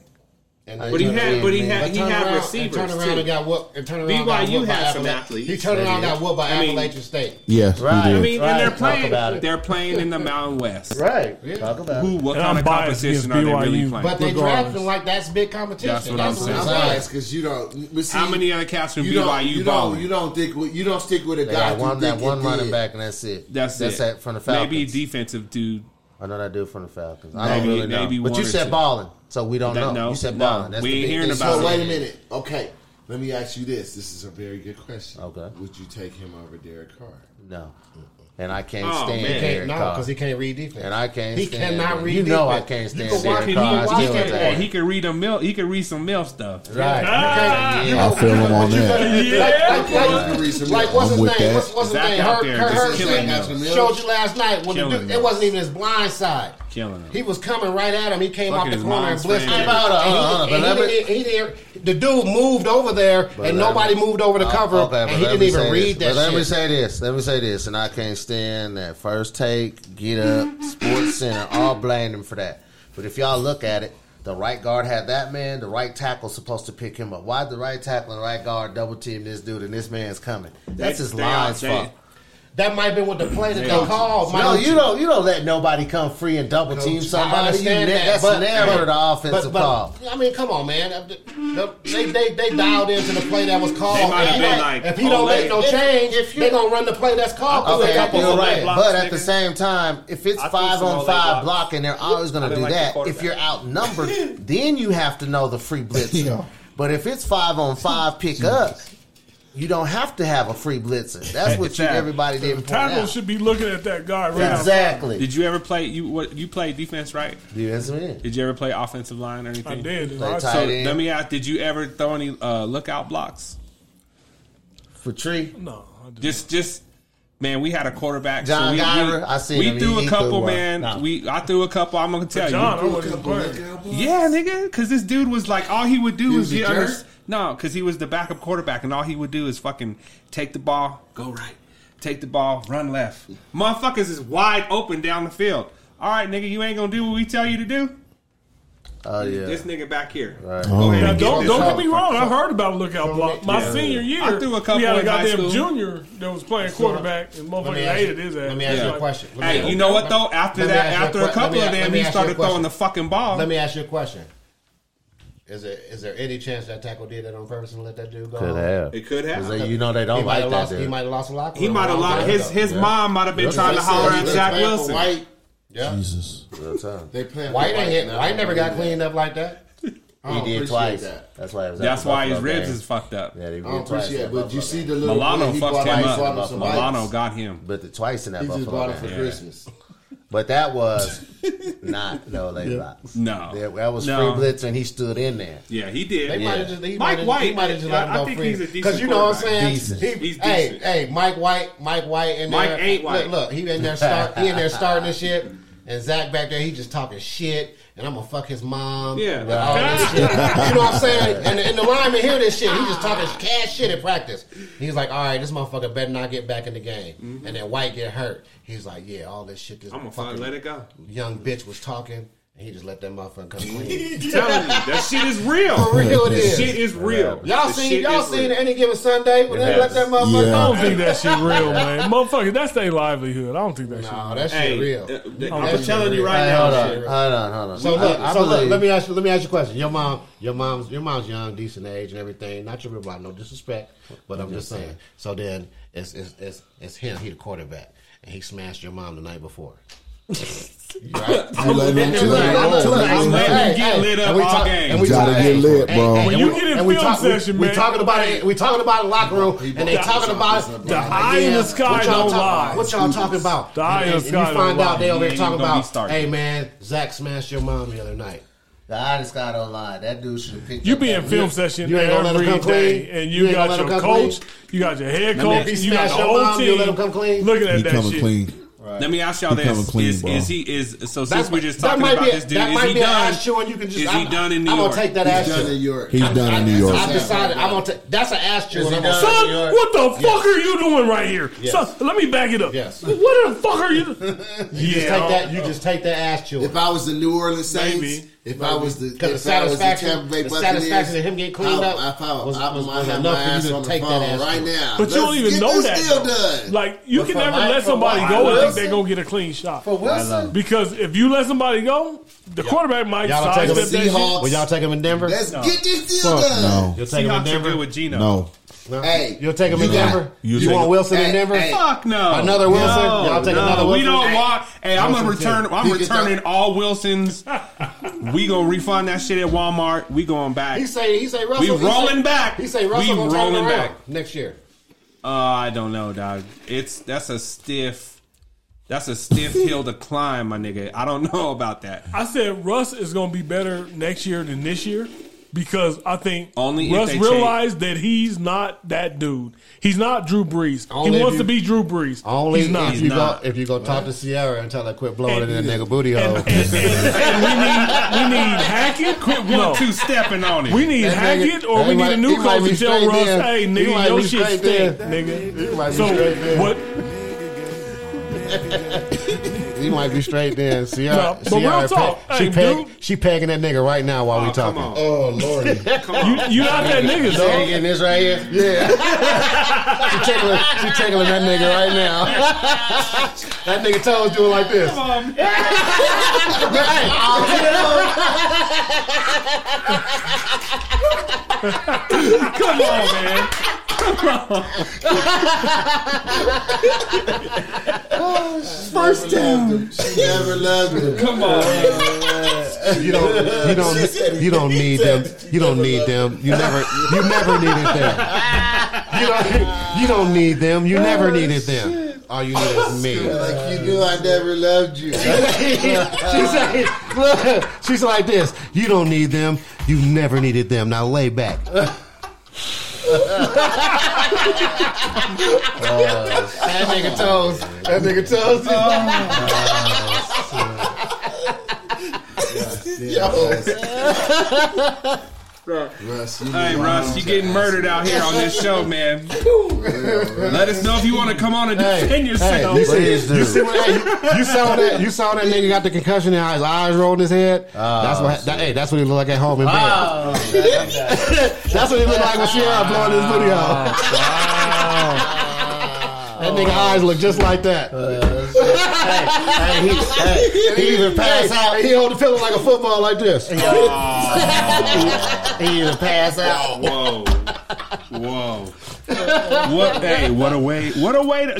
[SPEAKER 4] And
[SPEAKER 5] But he had- but he had- he
[SPEAKER 4] turned
[SPEAKER 5] had
[SPEAKER 4] around-
[SPEAKER 5] receivers,
[SPEAKER 4] And turned around
[SPEAKER 5] too.
[SPEAKER 4] and got whooped. And turned around. and got
[SPEAKER 5] BYU
[SPEAKER 4] whooped
[SPEAKER 5] had
[SPEAKER 4] by
[SPEAKER 5] some
[SPEAKER 4] Appala-
[SPEAKER 5] athletes.
[SPEAKER 4] He turned around and got whooped by
[SPEAKER 5] I mean-
[SPEAKER 4] Appalachian State.
[SPEAKER 3] Yes, he
[SPEAKER 5] I
[SPEAKER 3] did.
[SPEAKER 5] mean, and they're
[SPEAKER 4] Right.
[SPEAKER 5] playing.
[SPEAKER 4] Talk about it.
[SPEAKER 5] They're playing in the Mountain West.
[SPEAKER 4] Right. Yeah. Talk about
[SPEAKER 5] Who? What
[SPEAKER 6] And
[SPEAKER 5] kind
[SPEAKER 6] I'm
[SPEAKER 5] of
[SPEAKER 6] biased against
[SPEAKER 5] competition are they really
[SPEAKER 6] BYU,
[SPEAKER 5] playing?
[SPEAKER 4] But they
[SPEAKER 6] Regardless.
[SPEAKER 4] drafted him like that's big competition.
[SPEAKER 5] That's what I'm saying.
[SPEAKER 4] I'm
[SPEAKER 10] I'm biased because you don't. but see,
[SPEAKER 5] How many other cats from
[SPEAKER 10] you don't,
[SPEAKER 5] BYU
[SPEAKER 10] you
[SPEAKER 5] balling?
[SPEAKER 10] don't, you don't think you don't stick with a
[SPEAKER 8] They
[SPEAKER 10] guy
[SPEAKER 8] got
[SPEAKER 10] who
[SPEAKER 8] one, that
[SPEAKER 10] think
[SPEAKER 8] one
[SPEAKER 10] it
[SPEAKER 8] running
[SPEAKER 10] did.
[SPEAKER 8] back, and that's it.
[SPEAKER 5] That's,
[SPEAKER 8] that's
[SPEAKER 5] it.
[SPEAKER 8] that from the Falcons.
[SPEAKER 5] Maybe defensive dude.
[SPEAKER 8] I know that dude from the Falcons. I
[SPEAKER 5] Maybe-
[SPEAKER 8] don't really
[SPEAKER 5] maybe
[SPEAKER 8] know. But
[SPEAKER 5] one
[SPEAKER 8] you
[SPEAKER 5] or
[SPEAKER 8] said
[SPEAKER 5] two.
[SPEAKER 8] balling, so we don't
[SPEAKER 5] That-
[SPEAKER 8] know.
[SPEAKER 5] no,
[SPEAKER 8] you said
[SPEAKER 5] no.
[SPEAKER 8] balling. That's
[SPEAKER 5] We
[SPEAKER 8] the
[SPEAKER 5] ain't
[SPEAKER 8] big
[SPEAKER 5] hearing
[SPEAKER 8] thing.
[SPEAKER 5] about
[SPEAKER 10] So
[SPEAKER 5] it.
[SPEAKER 10] wait a minute. Okay, let me ask you this. This is a very good question.
[SPEAKER 8] Okay.
[SPEAKER 10] Would you take him over Derek Carr?
[SPEAKER 8] No, and I can't
[SPEAKER 5] Oh,
[SPEAKER 8] stand
[SPEAKER 5] man.
[SPEAKER 8] Derek
[SPEAKER 5] Can't-
[SPEAKER 4] No,
[SPEAKER 8] Carr.
[SPEAKER 4] because he can't read defense.
[SPEAKER 8] and I can't.
[SPEAKER 4] He
[SPEAKER 8] stand
[SPEAKER 4] cannot
[SPEAKER 8] Derek.
[SPEAKER 4] read
[SPEAKER 8] You know I
[SPEAKER 4] defense.
[SPEAKER 8] can't
[SPEAKER 4] You
[SPEAKER 8] stand
[SPEAKER 4] can walk-
[SPEAKER 8] Derek
[SPEAKER 5] Can
[SPEAKER 8] Carr. I
[SPEAKER 5] he, he,
[SPEAKER 8] still
[SPEAKER 5] can,
[SPEAKER 8] ain't
[SPEAKER 5] hey,
[SPEAKER 8] that.
[SPEAKER 5] he can read a mill. He can read some mill stuff.
[SPEAKER 4] Right.
[SPEAKER 3] I feel him on that.
[SPEAKER 4] Like, like, like, like what's
[SPEAKER 3] I'm
[SPEAKER 4] his
[SPEAKER 3] with
[SPEAKER 4] name?
[SPEAKER 3] that.
[SPEAKER 4] What's, what's his
[SPEAKER 5] Zach
[SPEAKER 4] name?
[SPEAKER 5] out
[SPEAKER 4] Her,
[SPEAKER 5] there
[SPEAKER 4] her,
[SPEAKER 5] just
[SPEAKER 4] her
[SPEAKER 5] killing
[SPEAKER 4] thing
[SPEAKER 10] them.
[SPEAKER 4] showed you last night when the
[SPEAKER 5] Killing
[SPEAKER 4] dude,
[SPEAKER 5] them.
[SPEAKER 4] it wasn't even his blind side.
[SPEAKER 5] Killing them.
[SPEAKER 4] He was coming right at him. He came
[SPEAKER 5] Fucking
[SPEAKER 4] off the
[SPEAKER 5] his
[SPEAKER 4] corner and
[SPEAKER 5] mind's
[SPEAKER 4] blitzed
[SPEAKER 5] framed.
[SPEAKER 4] him.
[SPEAKER 5] Hold
[SPEAKER 8] on, hold on,
[SPEAKER 4] And he-
[SPEAKER 8] hold on,
[SPEAKER 4] and he- he- he didn't- The dude moved over there, and nobody moved over to
[SPEAKER 8] Uh,
[SPEAKER 4] cover,
[SPEAKER 8] okay,
[SPEAKER 4] and
[SPEAKER 8] but
[SPEAKER 4] he
[SPEAKER 8] let
[SPEAKER 4] didn't
[SPEAKER 8] me
[SPEAKER 4] even
[SPEAKER 8] say
[SPEAKER 4] read
[SPEAKER 8] this.
[SPEAKER 4] that
[SPEAKER 8] But let me
[SPEAKER 4] shit.
[SPEAKER 8] say this. Let me say this, and I can't stand that first take, get up,
[SPEAKER 4] Mm-hmm.
[SPEAKER 8] Sports Center, all blame him for that. But if y'all look at it, the right guard had that man. The right tackle's supposed to pick him up. Why the right tackle and right guard double team this dude and this man's coming? That's his
[SPEAKER 5] they
[SPEAKER 8] line's
[SPEAKER 5] all-
[SPEAKER 8] fault.
[SPEAKER 4] That might have been what the play that they
[SPEAKER 5] Yeah.
[SPEAKER 4] called. might
[SPEAKER 8] No,
[SPEAKER 4] have-
[SPEAKER 8] you don't. You don't let nobody come free and double team
[SPEAKER 4] Coach, I
[SPEAKER 8] somebody. You
[SPEAKER 4] understand
[SPEAKER 8] ne-
[SPEAKER 4] that,
[SPEAKER 8] that's
[SPEAKER 4] but-
[SPEAKER 8] never
[SPEAKER 4] but-
[SPEAKER 8] the
[SPEAKER 4] but-
[SPEAKER 8] offensive
[SPEAKER 4] but,
[SPEAKER 8] call.
[SPEAKER 4] I mean, come on, man. They they, they dialed into the play that was called.
[SPEAKER 5] They might
[SPEAKER 4] If
[SPEAKER 5] have
[SPEAKER 4] he
[SPEAKER 5] been
[SPEAKER 4] don't-
[SPEAKER 5] like,
[SPEAKER 4] if he don't
[SPEAKER 5] oh,
[SPEAKER 4] make no
[SPEAKER 5] if-
[SPEAKER 4] change,
[SPEAKER 8] if you-
[SPEAKER 4] they gonna run the play that's called.
[SPEAKER 5] threw a
[SPEAKER 8] Okay,
[SPEAKER 5] couple
[SPEAKER 8] you're
[SPEAKER 5] of
[SPEAKER 8] right.
[SPEAKER 5] late blocks,
[SPEAKER 8] but at the
[SPEAKER 5] nigga.
[SPEAKER 8] same time, if it's
[SPEAKER 5] I threw
[SPEAKER 8] five
[SPEAKER 5] some
[SPEAKER 8] on
[SPEAKER 5] late
[SPEAKER 8] five
[SPEAKER 5] blocks.
[SPEAKER 8] block and they're always going
[SPEAKER 5] I
[SPEAKER 8] to
[SPEAKER 5] didn't
[SPEAKER 8] do
[SPEAKER 5] like the
[SPEAKER 8] that, if
[SPEAKER 5] quarterback.
[SPEAKER 8] you're outnumbered, then you have to know the free blitzer.
[SPEAKER 3] Yeah.
[SPEAKER 8] But if it's five on five pick up, you don't have to have a free blitzer. That's what you,
[SPEAKER 5] Exactly.
[SPEAKER 8] everybody didn't point
[SPEAKER 6] Tackle
[SPEAKER 8] out.
[SPEAKER 6] should be looking at that guy right now.
[SPEAKER 8] Exactly.
[SPEAKER 5] Did you ever play? You what? You played defense, right?
[SPEAKER 8] You answer me.
[SPEAKER 5] Did you ever play offensive line or
[SPEAKER 6] I
[SPEAKER 5] anything?
[SPEAKER 6] did.
[SPEAKER 8] They
[SPEAKER 6] I
[SPEAKER 8] tight
[SPEAKER 5] So
[SPEAKER 8] Tight end.
[SPEAKER 5] let me ask: Did you ever throw any uh, lookout blocks?
[SPEAKER 8] For tree.
[SPEAKER 6] No, I didn't.
[SPEAKER 5] Just, just man, we had a quarterback.
[SPEAKER 8] John
[SPEAKER 5] we,
[SPEAKER 8] Guyver,
[SPEAKER 5] we,
[SPEAKER 8] I seen
[SPEAKER 5] We
[SPEAKER 8] him. He-
[SPEAKER 5] threw
[SPEAKER 8] he
[SPEAKER 5] a
[SPEAKER 8] threw
[SPEAKER 5] couple,
[SPEAKER 8] one.
[SPEAKER 5] man.
[SPEAKER 8] No.
[SPEAKER 5] We I threw a couple. I'm gonna tell
[SPEAKER 6] John, I
[SPEAKER 5] you.
[SPEAKER 6] wasn't playing.
[SPEAKER 5] Yeah, nigga, because this dude was like, all he would do
[SPEAKER 10] He
[SPEAKER 5] is
[SPEAKER 10] was a
[SPEAKER 5] get
[SPEAKER 10] jerk?
[SPEAKER 5] under. No, because he was the backup quarterback, and all he would do is fucking take the ball, go right, take the ball, run left. Motherfuckers is wide open down the field. All right, nigga, you ain't gonna do what we tell you to do.
[SPEAKER 8] Oh, yeah.
[SPEAKER 5] This nigga back here.
[SPEAKER 3] Oh.
[SPEAKER 5] ahead
[SPEAKER 6] Now,
[SPEAKER 5] and get
[SPEAKER 6] don't
[SPEAKER 5] this
[SPEAKER 6] don't get
[SPEAKER 5] motherfucker.
[SPEAKER 6] me wrong. I heard about lookout block my senior year.
[SPEAKER 5] I threw a couple
[SPEAKER 6] we had a
[SPEAKER 5] in high
[SPEAKER 6] goddamn
[SPEAKER 5] school.
[SPEAKER 6] junior that was playing quarterback, and
[SPEAKER 4] Let me
[SPEAKER 6] motherfucker
[SPEAKER 4] ask you-
[SPEAKER 6] hated his ass.
[SPEAKER 4] Let me ask you
[SPEAKER 5] Yeah.
[SPEAKER 4] a question. Let me
[SPEAKER 5] Hey,
[SPEAKER 4] ask-
[SPEAKER 5] you know what though? After
[SPEAKER 4] Let me
[SPEAKER 5] that,
[SPEAKER 4] ask you
[SPEAKER 5] after
[SPEAKER 4] que-
[SPEAKER 5] a couple
[SPEAKER 4] let
[SPEAKER 5] of
[SPEAKER 4] me- let
[SPEAKER 5] them,
[SPEAKER 4] me
[SPEAKER 5] he
[SPEAKER 4] ask you a
[SPEAKER 5] started
[SPEAKER 4] question.
[SPEAKER 5] throwing the fucking ball.
[SPEAKER 4] Let me ask you a question. Is there is there any chance that tackle did that on purpose and let that dude go?
[SPEAKER 8] Could
[SPEAKER 4] home?
[SPEAKER 8] have.
[SPEAKER 5] It could have.
[SPEAKER 8] 'Cause they- You know they
[SPEAKER 4] He
[SPEAKER 8] don't
[SPEAKER 4] might
[SPEAKER 8] like
[SPEAKER 4] have
[SPEAKER 8] that
[SPEAKER 4] lost. He
[SPEAKER 8] dude.
[SPEAKER 4] might have lost a locker.
[SPEAKER 5] He
[SPEAKER 4] room
[SPEAKER 5] might
[SPEAKER 4] a
[SPEAKER 5] have
[SPEAKER 4] long
[SPEAKER 5] lost
[SPEAKER 4] time
[SPEAKER 5] his
[SPEAKER 4] ago.
[SPEAKER 5] his mom might have been
[SPEAKER 8] That's
[SPEAKER 5] trying to
[SPEAKER 8] what
[SPEAKER 5] holler
[SPEAKER 8] I
[SPEAKER 5] at
[SPEAKER 8] said.
[SPEAKER 5] Zach
[SPEAKER 10] They playing for
[SPEAKER 5] Wilson.
[SPEAKER 10] White.
[SPEAKER 4] Yeah.
[SPEAKER 3] Jesus.
[SPEAKER 8] Real time.
[SPEAKER 10] They playing. for
[SPEAKER 4] White ain't hit.
[SPEAKER 10] now.
[SPEAKER 4] White never got cleaned up like that.
[SPEAKER 8] He
[SPEAKER 10] don't
[SPEAKER 8] did
[SPEAKER 10] appreciate
[SPEAKER 8] twice.
[SPEAKER 10] that.
[SPEAKER 8] That's why. It was at
[SPEAKER 5] That's
[SPEAKER 8] the
[SPEAKER 5] why his
[SPEAKER 8] Buffalo
[SPEAKER 5] ribs
[SPEAKER 8] game.
[SPEAKER 5] is fucked up.
[SPEAKER 8] Yeah, they
[SPEAKER 10] I don't
[SPEAKER 8] did twice
[SPEAKER 10] appreciate
[SPEAKER 8] at
[SPEAKER 10] it, but you
[SPEAKER 8] Buffalo
[SPEAKER 10] see
[SPEAKER 8] game.
[SPEAKER 10] the little
[SPEAKER 5] Milano
[SPEAKER 10] boy, he
[SPEAKER 5] fucked
[SPEAKER 10] bought
[SPEAKER 5] him
[SPEAKER 10] he bought
[SPEAKER 5] up.
[SPEAKER 10] some
[SPEAKER 5] Milano
[SPEAKER 10] ice.
[SPEAKER 5] got him.
[SPEAKER 8] But the twice in that
[SPEAKER 10] He just
[SPEAKER 8] Buffalo
[SPEAKER 10] bought it
[SPEAKER 8] game.
[SPEAKER 10] for Christmas.
[SPEAKER 8] But that was not no late blocks.
[SPEAKER 5] No.
[SPEAKER 8] that, that was
[SPEAKER 5] No.
[SPEAKER 8] free blitzer, and he stood in there.
[SPEAKER 5] Yeah, he did.
[SPEAKER 4] They
[SPEAKER 5] Yeah.
[SPEAKER 4] might have just, he
[SPEAKER 5] Mike
[SPEAKER 4] might
[SPEAKER 5] White,
[SPEAKER 4] White, he might have just
[SPEAKER 5] I-
[SPEAKER 4] let him
[SPEAKER 5] I
[SPEAKER 4] go
[SPEAKER 5] think
[SPEAKER 4] free.
[SPEAKER 5] he's a decent
[SPEAKER 4] you know what I'm
[SPEAKER 5] quarterback.
[SPEAKER 4] saying.
[SPEAKER 8] Decent.
[SPEAKER 4] He,
[SPEAKER 5] He's
[SPEAKER 4] hey,
[SPEAKER 5] decent.
[SPEAKER 4] hey, Mike White, Mike White, in
[SPEAKER 5] Mike
[SPEAKER 4] there.
[SPEAKER 5] ain't white.
[SPEAKER 4] Look, look, he in there start, he in there starting this shit, and Zach back there, he just talking shit, and I'm gonna fuck his mom.
[SPEAKER 5] Yeah.
[SPEAKER 4] and all this shit. you know what I'm saying? And, and the lineman hear this shit, he just talking cash shit at practice. He's like, all right, this motherfucker better not get back in the game,
[SPEAKER 5] Mm-hmm.
[SPEAKER 4] and then White get hurt. He's like, yeah, all this shit, this
[SPEAKER 5] I'm gonna fucking
[SPEAKER 4] fucking
[SPEAKER 5] let it go.
[SPEAKER 4] young bitch was talking. And he just let that motherfucker come clean.
[SPEAKER 5] telling you, that shit is real.
[SPEAKER 4] For real it is.
[SPEAKER 5] Shit is real.
[SPEAKER 4] Y'all
[SPEAKER 5] The
[SPEAKER 4] seen
[SPEAKER 5] shit
[SPEAKER 4] y'all
[SPEAKER 5] is
[SPEAKER 4] seen
[SPEAKER 5] real.
[SPEAKER 4] any given Sunday when they let that motherfucker
[SPEAKER 6] I
[SPEAKER 3] Yeah.
[SPEAKER 6] don't think that shit real, man. Motherfucker, that's their livelihood. I don't think that shit.
[SPEAKER 4] No,
[SPEAKER 6] real.
[SPEAKER 4] that shit
[SPEAKER 5] Hey,
[SPEAKER 4] real.
[SPEAKER 5] uh,
[SPEAKER 4] That
[SPEAKER 5] I'm
[SPEAKER 4] shit
[SPEAKER 5] telling you
[SPEAKER 4] real.
[SPEAKER 5] right
[SPEAKER 8] Hey,
[SPEAKER 5] now.
[SPEAKER 8] hold on,
[SPEAKER 5] shit.
[SPEAKER 8] hold on, hold on.
[SPEAKER 4] So look,
[SPEAKER 8] I, I
[SPEAKER 4] so
[SPEAKER 8] believe
[SPEAKER 4] look, let me ask you. Let me ask you a question. Your mom, your mom's, your mom's young, decent age, and everything. Not your real mom, no disrespect, but I'm just saying. So then, it's it's it's, it's him. He the quarterback, and he smashed your mom the night before. right?
[SPEAKER 3] You letting them
[SPEAKER 5] Look, look,
[SPEAKER 8] oh,
[SPEAKER 3] chill?
[SPEAKER 5] look, look, I'm letting
[SPEAKER 4] Hey,
[SPEAKER 5] you get
[SPEAKER 4] hey,
[SPEAKER 5] lit up
[SPEAKER 4] and we
[SPEAKER 5] all
[SPEAKER 4] talk-
[SPEAKER 5] game.
[SPEAKER 4] and we
[SPEAKER 3] Gotta
[SPEAKER 4] talk-
[SPEAKER 3] get
[SPEAKER 4] hey,
[SPEAKER 3] lit,
[SPEAKER 4] hey,
[SPEAKER 3] bro.
[SPEAKER 4] hey,
[SPEAKER 6] When
[SPEAKER 4] and
[SPEAKER 6] you
[SPEAKER 4] we-
[SPEAKER 6] get in
[SPEAKER 4] and we
[SPEAKER 6] film
[SPEAKER 4] talk- we-
[SPEAKER 6] session,
[SPEAKER 4] we
[SPEAKER 6] man.
[SPEAKER 4] talking about it. We talking about it in locker room,
[SPEAKER 10] He
[SPEAKER 4] and they
[SPEAKER 10] bought
[SPEAKER 4] talking
[SPEAKER 10] some
[SPEAKER 4] about
[SPEAKER 10] business
[SPEAKER 4] it.
[SPEAKER 10] The
[SPEAKER 6] eye in the sky
[SPEAKER 4] What y'all
[SPEAKER 6] don't
[SPEAKER 4] talking-
[SPEAKER 6] lie.
[SPEAKER 4] What y'all talking about?
[SPEAKER 6] The eye in the
[SPEAKER 4] And- and
[SPEAKER 6] sky
[SPEAKER 4] You find
[SPEAKER 6] don't
[SPEAKER 4] out
[SPEAKER 6] lie.
[SPEAKER 4] they over
[SPEAKER 5] Yeah,
[SPEAKER 4] there talking
[SPEAKER 5] you don't be
[SPEAKER 4] about.
[SPEAKER 5] starting.
[SPEAKER 4] Hey man, Zach smashed your mom the other night.
[SPEAKER 8] the honest guy don't lie. That dude should have picked.
[SPEAKER 6] You
[SPEAKER 8] up
[SPEAKER 6] be
[SPEAKER 8] that
[SPEAKER 6] in film
[SPEAKER 8] rib.
[SPEAKER 6] session
[SPEAKER 4] you ain't gonna let 'em
[SPEAKER 6] every
[SPEAKER 4] come
[SPEAKER 6] day,
[SPEAKER 4] clean?
[SPEAKER 6] and
[SPEAKER 4] You
[SPEAKER 6] you,
[SPEAKER 4] ain't
[SPEAKER 6] got
[SPEAKER 4] gonna let
[SPEAKER 6] your
[SPEAKER 4] 'em come
[SPEAKER 6] coach, you got your head
[SPEAKER 5] me
[SPEAKER 6] coach,
[SPEAKER 5] ask
[SPEAKER 4] you
[SPEAKER 6] you got
[SPEAKER 4] smash
[SPEAKER 6] the
[SPEAKER 4] your
[SPEAKER 6] whole
[SPEAKER 4] mom, you
[SPEAKER 6] team.
[SPEAKER 4] let 'em come clean?
[SPEAKER 6] Looking at
[SPEAKER 3] He
[SPEAKER 6] that
[SPEAKER 3] coming
[SPEAKER 6] shit.
[SPEAKER 3] clean.
[SPEAKER 5] Let me ask y'all
[SPEAKER 3] He coming
[SPEAKER 5] this:
[SPEAKER 3] clean,
[SPEAKER 5] is,
[SPEAKER 3] bro.
[SPEAKER 5] is he is so?
[SPEAKER 4] That's
[SPEAKER 5] since
[SPEAKER 4] my-
[SPEAKER 5] we're just
[SPEAKER 4] that
[SPEAKER 5] talking
[SPEAKER 4] might
[SPEAKER 5] about
[SPEAKER 4] be a-
[SPEAKER 5] this dude,
[SPEAKER 4] that
[SPEAKER 5] is
[SPEAKER 4] might
[SPEAKER 5] he
[SPEAKER 4] be an
[SPEAKER 5] done?
[SPEAKER 4] ass chewing you can just-
[SPEAKER 5] is
[SPEAKER 4] I'm-
[SPEAKER 5] he done in New
[SPEAKER 4] I'm
[SPEAKER 5] York?
[SPEAKER 4] gonna take that ass
[SPEAKER 10] Done
[SPEAKER 4] chewing.
[SPEAKER 10] in York.
[SPEAKER 3] He's done in New York.
[SPEAKER 4] I decided I'm gonna. ta- That's an ass
[SPEAKER 8] Is
[SPEAKER 4] chewing.
[SPEAKER 8] he
[SPEAKER 4] I'm gonna-
[SPEAKER 8] done?
[SPEAKER 6] Son,
[SPEAKER 8] New York.
[SPEAKER 6] what the fuck are you doing right here?
[SPEAKER 4] Yes.
[SPEAKER 6] Son, let me back it up.
[SPEAKER 4] Yes.
[SPEAKER 6] What the fuck are you?
[SPEAKER 4] You
[SPEAKER 6] yeah, uh,
[SPEAKER 4] just take that. You just take that ass chewing.
[SPEAKER 10] If I was the New Orleans Saints,
[SPEAKER 6] Maybe.
[SPEAKER 4] If I was the,
[SPEAKER 8] because the
[SPEAKER 4] if I was the
[SPEAKER 8] satisfaction,
[SPEAKER 4] Tampa
[SPEAKER 8] the,
[SPEAKER 4] Bay Buccaneers,
[SPEAKER 8] satisfaction of him getting cleaned
[SPEAKER 4] I,
[SPEAKER 8] up
[SPEAKER 4] I, I,
[SPEAKER 8] was,
[SPEAKER 4] I,
[SPEAKER 8] was,
[SPEAKER 4] might
[SPEAKER 8] was
[SPEAKER 4] have
[SPEAKER 8] enough
[SPEAKER 4] my
[SPEAKER 8] for you
[SPEAKER 4] ass
[SPEAKER 8] to
[SPEAKER 4] on the
[SPEAKER 8] take that
[SPEAKER 4] phone
[SPEAKER 8] ass
[SPEAKER 4] right
[SPEAKER 8] through.
[SPEAKER 4] now.
[SPEAKER 6] But you don't even
[SPEAKER 4] get
[SPEAKER 6] know
[SPEAKER 4] this
[SPEAKER 6] that.
[SPEAKER 4] deal
[SPEAKER 6] though.
[SPEAKER 4] done.
[SPEAKER 6] Like you
[SPEAKER 8] But
[SPEAKER 6] can
[SPEAKER 8] for
[SPEAKER 6] never
[SPEAKER 8] Mike-
[SPEAKER 6] let
[SPEAKER 8] for
[SPEAKER 6] somebody
[SPEAKER 8] Mike
[SPEAKER 6] go and think
[SPEAKER 8] Wilson?
[SPEAKER 6] they're gonna get a clean shot.
[SPEAKER 8] For Wilson,
[SPEAKER 6] Because if you let somebody go, the quarterback might
[SPEAKER 8] y'all don't take him.
[SPEAKER 6] sidestep that shit.
[SPEAKER 4] Seahawks.
[SPEAKER 8] Will y'all take him in Denver?
[SPEAKER 4] Let's
[SPEAKER 5] No.
[SPEAKER 4] get this deal
[SPEAKER 3] Fuck
[SPEAKER 4] done.
[SPEAKER 3] no.
[SPEAKER 8] You'll take him in
[SPEAKER 5] Seahawks are good
[SPEAKER 8] Denver.
[SPEAKER 5] with Gino.
[SPEAKER 3] No.
[SPEAKER 4] Hey,
[SPEAKER 8] You'll take him in
[SPEAKER 4] You got-
[SPEAKER 8] Denver.
[SPEAKER 3] you
[SPEAKER 8] You,
[SPEAKER 3] take
[SPEAKER 8] want
[SPEAKER 3] him-
[SPEAKER 8] Wilson
[SPEAKER 4] Hey,
[SPEAKER 8] in Denver?
[SPEAKER 4] hey.
[SPEAKER 5] Fuck no.
[SPEAKER 8] Another Wilson? Y'all take another
[SPEAKER 5] Oh, no, We
[SPEAKER 8] Wilson?
[SPEAKER 5] don't
[SPEAKER 8] Hey.
[SPEAKER 5] want. Hey, I'm gonna
[SPEAKER 8] Wilson too.
[SPEAKER 5] return. I'm
[SPEAKER 4] He gets
[SPEAKER 5] returning
[SPEAKER 4] up.
[SPEAKER 5] all Wilsons. we gonna refund that shit at Walmart. We going back.
[SPEAKER 8] He say he say Russell.
[SPEAKER 5] We
[SPEAKER 8] he say-
[SPEAKER 5] rolling back.
[SPEAKER 8] He say
[SPEAKER 5] We
[SPEAKER 8] Russell gonna turn it
[SPEAKER 5] rolling
[SPEAKER 8] around
[SPEAKER 5] back.
[SPEAKER 8] next year.
[SPEAKER 5] Uh, I don't know, dog. It's that's a stiff. That's a stiff hill to climb, my nigga. I don't know about that.
[SPEAKER 6] I said Russ is going to be better next year than this year because I think
[SPEAKER 5] Only if
[SPEAKER 6] Russ
[SPEAKER 5] they
[SPEAKER 6] realized that he's not that dude. He's not Drew Brees.
[SPEAKER 8] Only
[SPEAKER 6] he
[SPEAKER 8] if
[SPEAKER 6] wants
[SPEAKER 8] you-
[SPEAKER 6] to be Drew Brees.
[SPEAKER 8] Only
[SPEAKER 6] he's not.
[SPEAKER 8] if you
[SPEAKER 5] not.
[SPEAKER 8] go if you go talk to Sierra and tell her quit blowing it in that nigga booty
[SPEAKER 6] and,
[SPEAKER 8] hole.
[SPEAKER 6] and- and- and we need we need Hackett. Quit no.
[SPEAKER 5] Two stepping on it.
[SPEAKER 6] We need
[SPEAKER 8] That nigga-
[SPEAKER 6] Hackett, or
[SPEAKER 8] he
[SPEAKER 6] we need
[SPEAKER 8] might-
[SPEAKER 6] a
[SPEAKER 8] he
[SPEAKER 6] new
[SPEAKER 8] might
[SPEAKER 6] coach
[SPEAKER 8] be
[SPEAKER 6] to tell
[SPEAKER 8] straight
[SPEAKER 6] Russ,
[SPEAKER 8] then.
[SPEAKER 6] "Hey,
[SPEAKER 8] He
[SPEAKER 6] nigga,
[SPEAKER 8] might
[SPEAKER 6] your
[SPEAKER 8] be
[SPEAKER 6] shit
[SPEAKER 8] straight
[SPEAKER 6] stink,
[SPEAKER 8] then. He might
[SPEAKER 6] nigga."
[SPEAKER 8] be
[SPEAKER 6] So
[SPEAKER 8] straight then.
[SPEAKER 6] what?
[SPEAKER 8] He might be straight then. Sierra,
[SPEAKER 6] No, but
[SPEAKER 8] Sierra
[SPEAKER 6] real talk,
[SPEAKER 8] peg- she,
[SPEAKER 6] hey,
[SPEAKER 8] peg-
[SPEAKER 6] dude.
[SPEAKER 8] she pegging that nigga right now while we
[SPEAKER 5] come
[SPEAKER 8] talking.
[SPEAKER 5] on.
[SPEAKER 15] Oh lordy,
[SPEAKER 6] You not that nigga,
[SPEAKER 8] See her
[SPEAKER 6] dog.
[SPEAKER 8] getting this right here? Yeah. she, tickling, she tickling that nigga right now. that nigga toes doing like this. Come on,
[SPEAKER 5] Come on, man.
[SPEAKER 4] first down. She never loved him.
[SPEAKER 5] Come on, man.
[SPEAKER 8] you don't, you don't, you don't need them. You don't need them. You never, you never needed them. You don't, you don't need them. You never needed them. All you need is me.
[SPEAKER 4] Like you knew I never loved you.
[SPEAKER 8] she's, like, look, she's like this. You don't need them. You never needed them. Now lay back. that nigga toes. That nigga toes.
[SPEAKER 4] Oh. Russ, you
[SPEAKER 5] Hey, Russ, you getting murdered out here on this show, man. Let us know if you want to come on and
[SPEAKER 8] Hey,
[SPEAKER 5] defend yourself.
[SPEAKER 8] Hey, you,
[SPEAKER 16] Please
[SPEAKER 8] see, you,
[SPEAKER 16] do.
[SPEAKER 8] see what, hey, you, you saw that? You saw that nigga got the concussion and his eyes rolled his head. that's what. That, hey, that's what he looked like at home in bed. that's what he looked like when Sierra blowing his booty out. Oh, That nigga eyes look just like that. he, even passed out. He hold the pillow like a football, like this.
[SPEAKER 16] He even pass out.
[SPEAKER 5] Whoa. Whoa. What hey, what a way what a way to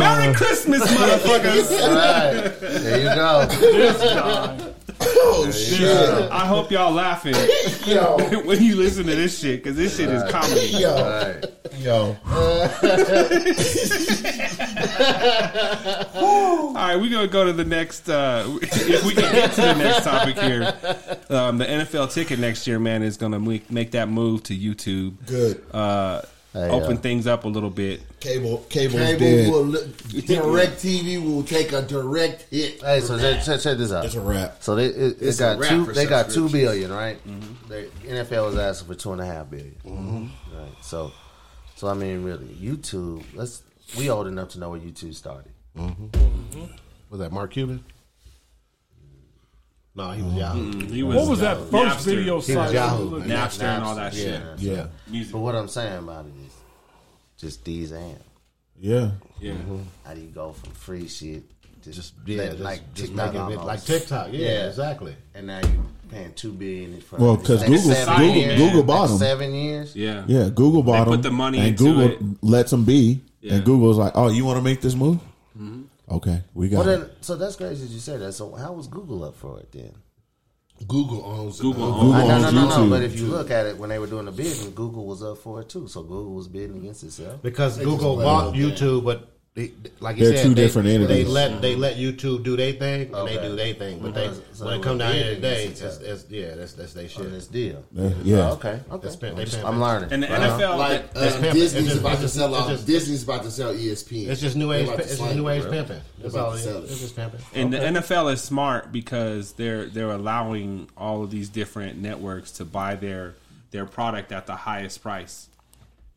[SPEAKER 5] Merry Christmas, motherfuckers.
[SPEAKER 16] Right. There you go.
[SPEAKER 5] I hope y'all laughing when you listen to this shit, cause this shit is comedy.
[SPEAKER 16] Right.
[SPEAKER 15] yo,
[SPEAKER 5] Alright, we're gonna go to the next uh if we can get to the next topic here. Um, the NFL ticket next year, man, is gonna make, make that move to YouTube.
[SPEAKER 15] good.
[SPEAKER 5] Uh
[SPEAKER 16] Hey,
[SPEAKER 5] open
[SPEAKER 16] uh,
[SPEAKER 5] things up a little bit.
[SPEAKER 15] Cable, cable's
[SPEAKER 4] Cable
[SPEAKER 15] dead.
[SPEAKER 4] will look, direct TV will take a direct hit.
[SPEAKER 16] Hey, so check, check, check this out.
[SPEAKER 15] It's a wrap.
[SPEAKER 16] So they it, it
[SPEAKER 4] It's a
[SPEAKER 16] got
[SPEAKER 4] wrap
[SPEAKER 16] two.
[SPEAKER 4] for
[SPEAKER 16] They got two
[SPEAKER 4] subscriptions.
[SPEAKER 16] billion, right? The NFL was asking for two and a half billion. Right. So, so I mean, really, YouTube. Let's we old enough to know where YouTube started.
[SPEAKER 8] Was that Mark Cuban? No, he was
[SPEAKER 16] Mm-hmm.
[SPEAKER 8] Yahoo.
[SPEAKER 5] He
[SPEAKER 6] What was that first
[SPEAKER 5] Napster.
[SPEAKER 6] video
[SPEAKER 8] He was
[SPEAKER 6] site?
[SPEAKER 8] Yahoo.
[SPEAKER 5] Napster and all that shit.
[SPEAKER 16] Yeah.
[SPEAKER 15] Yeah,
[SPEAKER 16] But what I'm saying about it is, just these amps.
[SPEAKER 3] Yeah.
[SPEAKER 5] Yeah.
[SPEAKER 16] How do you go from free shit to
[SPEAKER 8] Just
[SPEAKER 16] just
[SPEAKER 8] yeah,
[SPEAKER 16] let-
[SPEAKER 8] just,
[SPEAKER 16] like
[SPEAKER 8] just
[SPEAKER 16] TikTok
[SPEAKER 8] making it
[SPEAKER 16] almost?
[SPEAKER 8] like TikTok. Yeah,
[SPEAKER 16] Yeah.
[SPEAKER 8] exactly.
[SPEAKER 16] and now you paying two billion for
[SPEAKER 3] Well, 'cause
[SPEAKER 16] like
[SPEAKER 3] Google-
[SPEAKER 16] seven
[SPEAKER 5] Google-
[SPEAKER 16] years,
[SPEAKER 5] Google
[SPEAKER 16] like
[SPEAKER 3] bought 'em.
[SPEAKER 16] seven years.
[SPEAKER 5] Yeah.
[SPEAKER 3] Yeah. Google bought
[SPEAKER 5] put
[SPEAKER 3] them.
[SPEAKER 5] the money
[SPEAKER 3] and
[SPEAKER 5] into
[SPEAKER 3] Google
[SPEAKER 5] it.
[SPEAKER 3] lets them be.
[SPEAKER 5] Yeah.
[SPEAKER 3] And Google's like, oh, you want to make this move? Okay. We got
[SPEAKER 16] Well,
[SPEAKER 3] it.
[SPEAKER 16] then, so that's crazy that you said that. So how was Google up for it then?
[SPEAKER 15] Google owns
[SPEAKER 5] Google
[SPEAKER 15] Google.
[SPEAKER 5] owns-
[SPEAKER 16] I- no, no, no, no.
[SPEAKER 3] YouTube.
[SPEAKER 16] But if you look at it, when they were doing the bidding, Google was up for it too. So Google was bidding against itself.
[SPEAKER 8] because
[SPEAKER 15] just
[SPEAKER 8] Google
[SPEAKER 15] let
[SPEAKER 8] bought
[SPEAKER 15] it go.
[SPEAKER 8] YouTube, but they, like you
[SPEAKER 3] They're
[SPEAKER 8] said,
[SPEAKER 3] two
[SPEAKER 8] they,
[SPEAKER 3] different
[SPEAKER 8] They
[SPEAKER 3] entities.
[SPEAKER 8] let they let YouTube do their thing, and they
[SPEAKER 16] Okay.
[SPEAKER 8] do their thing. But they
[SPEAKER 16] Okay. So
[SPEAKER 8] when it
[SPEAKER 16] they
[SPEAKER 8] come
[SPEAKER 16] were
[SPEAKER 8] down here
[SPEAKER 16] bidding
[SPEAKER 8] today,
[SPEAKER 16] against
[SPEAKER 8] it's, it's, yeah, that's that's they
[SPEAKER 16] On
[SPEAKER 8] shit.
[SPEAKER 16] this deal.
[SPEAKER 3] Uh, yeah.
[SPEAKER 16] Oh, Okay. Okay.
[SPEAKER 8] They spend- they spend-
[SPEAKER 16] I'm learning.
[SPEAKER 5] And the
[SPEAKER 16] Right.
[SPEAKER 5] NFL
[SPEAKER 4] Like
[SPEAKER 5] that-
[SPEAKER 4] uh,
[SPEAKER 8] pimping. It's
[SPEAKER 4] Disney's
[SPEAKER 8] just-
[SPEAKER 4] about
[SPEAKER 8] it's
[SPEAKER 4] to
[SPEAKER 8] just-
[SPEAKER 4] sell
[SPEAKER 8] it's
[SPEAKER 4] off.
[SPEAKER 8] just-
[SPEAKER 4] Disney's about to sell ESPN.
[SPEAKER 8] It's just new
[SPEAKER 4] They
[SPEAKER 8] age.
[SPEAKER 4] about
[SPEAKER 8] It's
[SPEAKER 4] to
[SPEAKER 8] just
[SPEAKER 4] slang
[SPEAKER 8] new
[SPEAKER 4] it,
[SPEAKER 8] age
[SPEAKER 4] bro.
[SPEAKER 8] pimping.
[SPEAKER 4] They
[SPEAKER 8] That's
[SPEAKER 4] about
[SPEAKER 8] all.
[SPEAKER 4] to
[SPEAKER 8] It is.
[SPEAKER 4] sell it.
[SPEAKER 8] It's just pimping.
[SPEAKER 5] and
[SPEAKER 8] Okay.
[SPEAKER 5] the NFL is smart because they're they're allowing all of these different networks to buy their their product at the highest price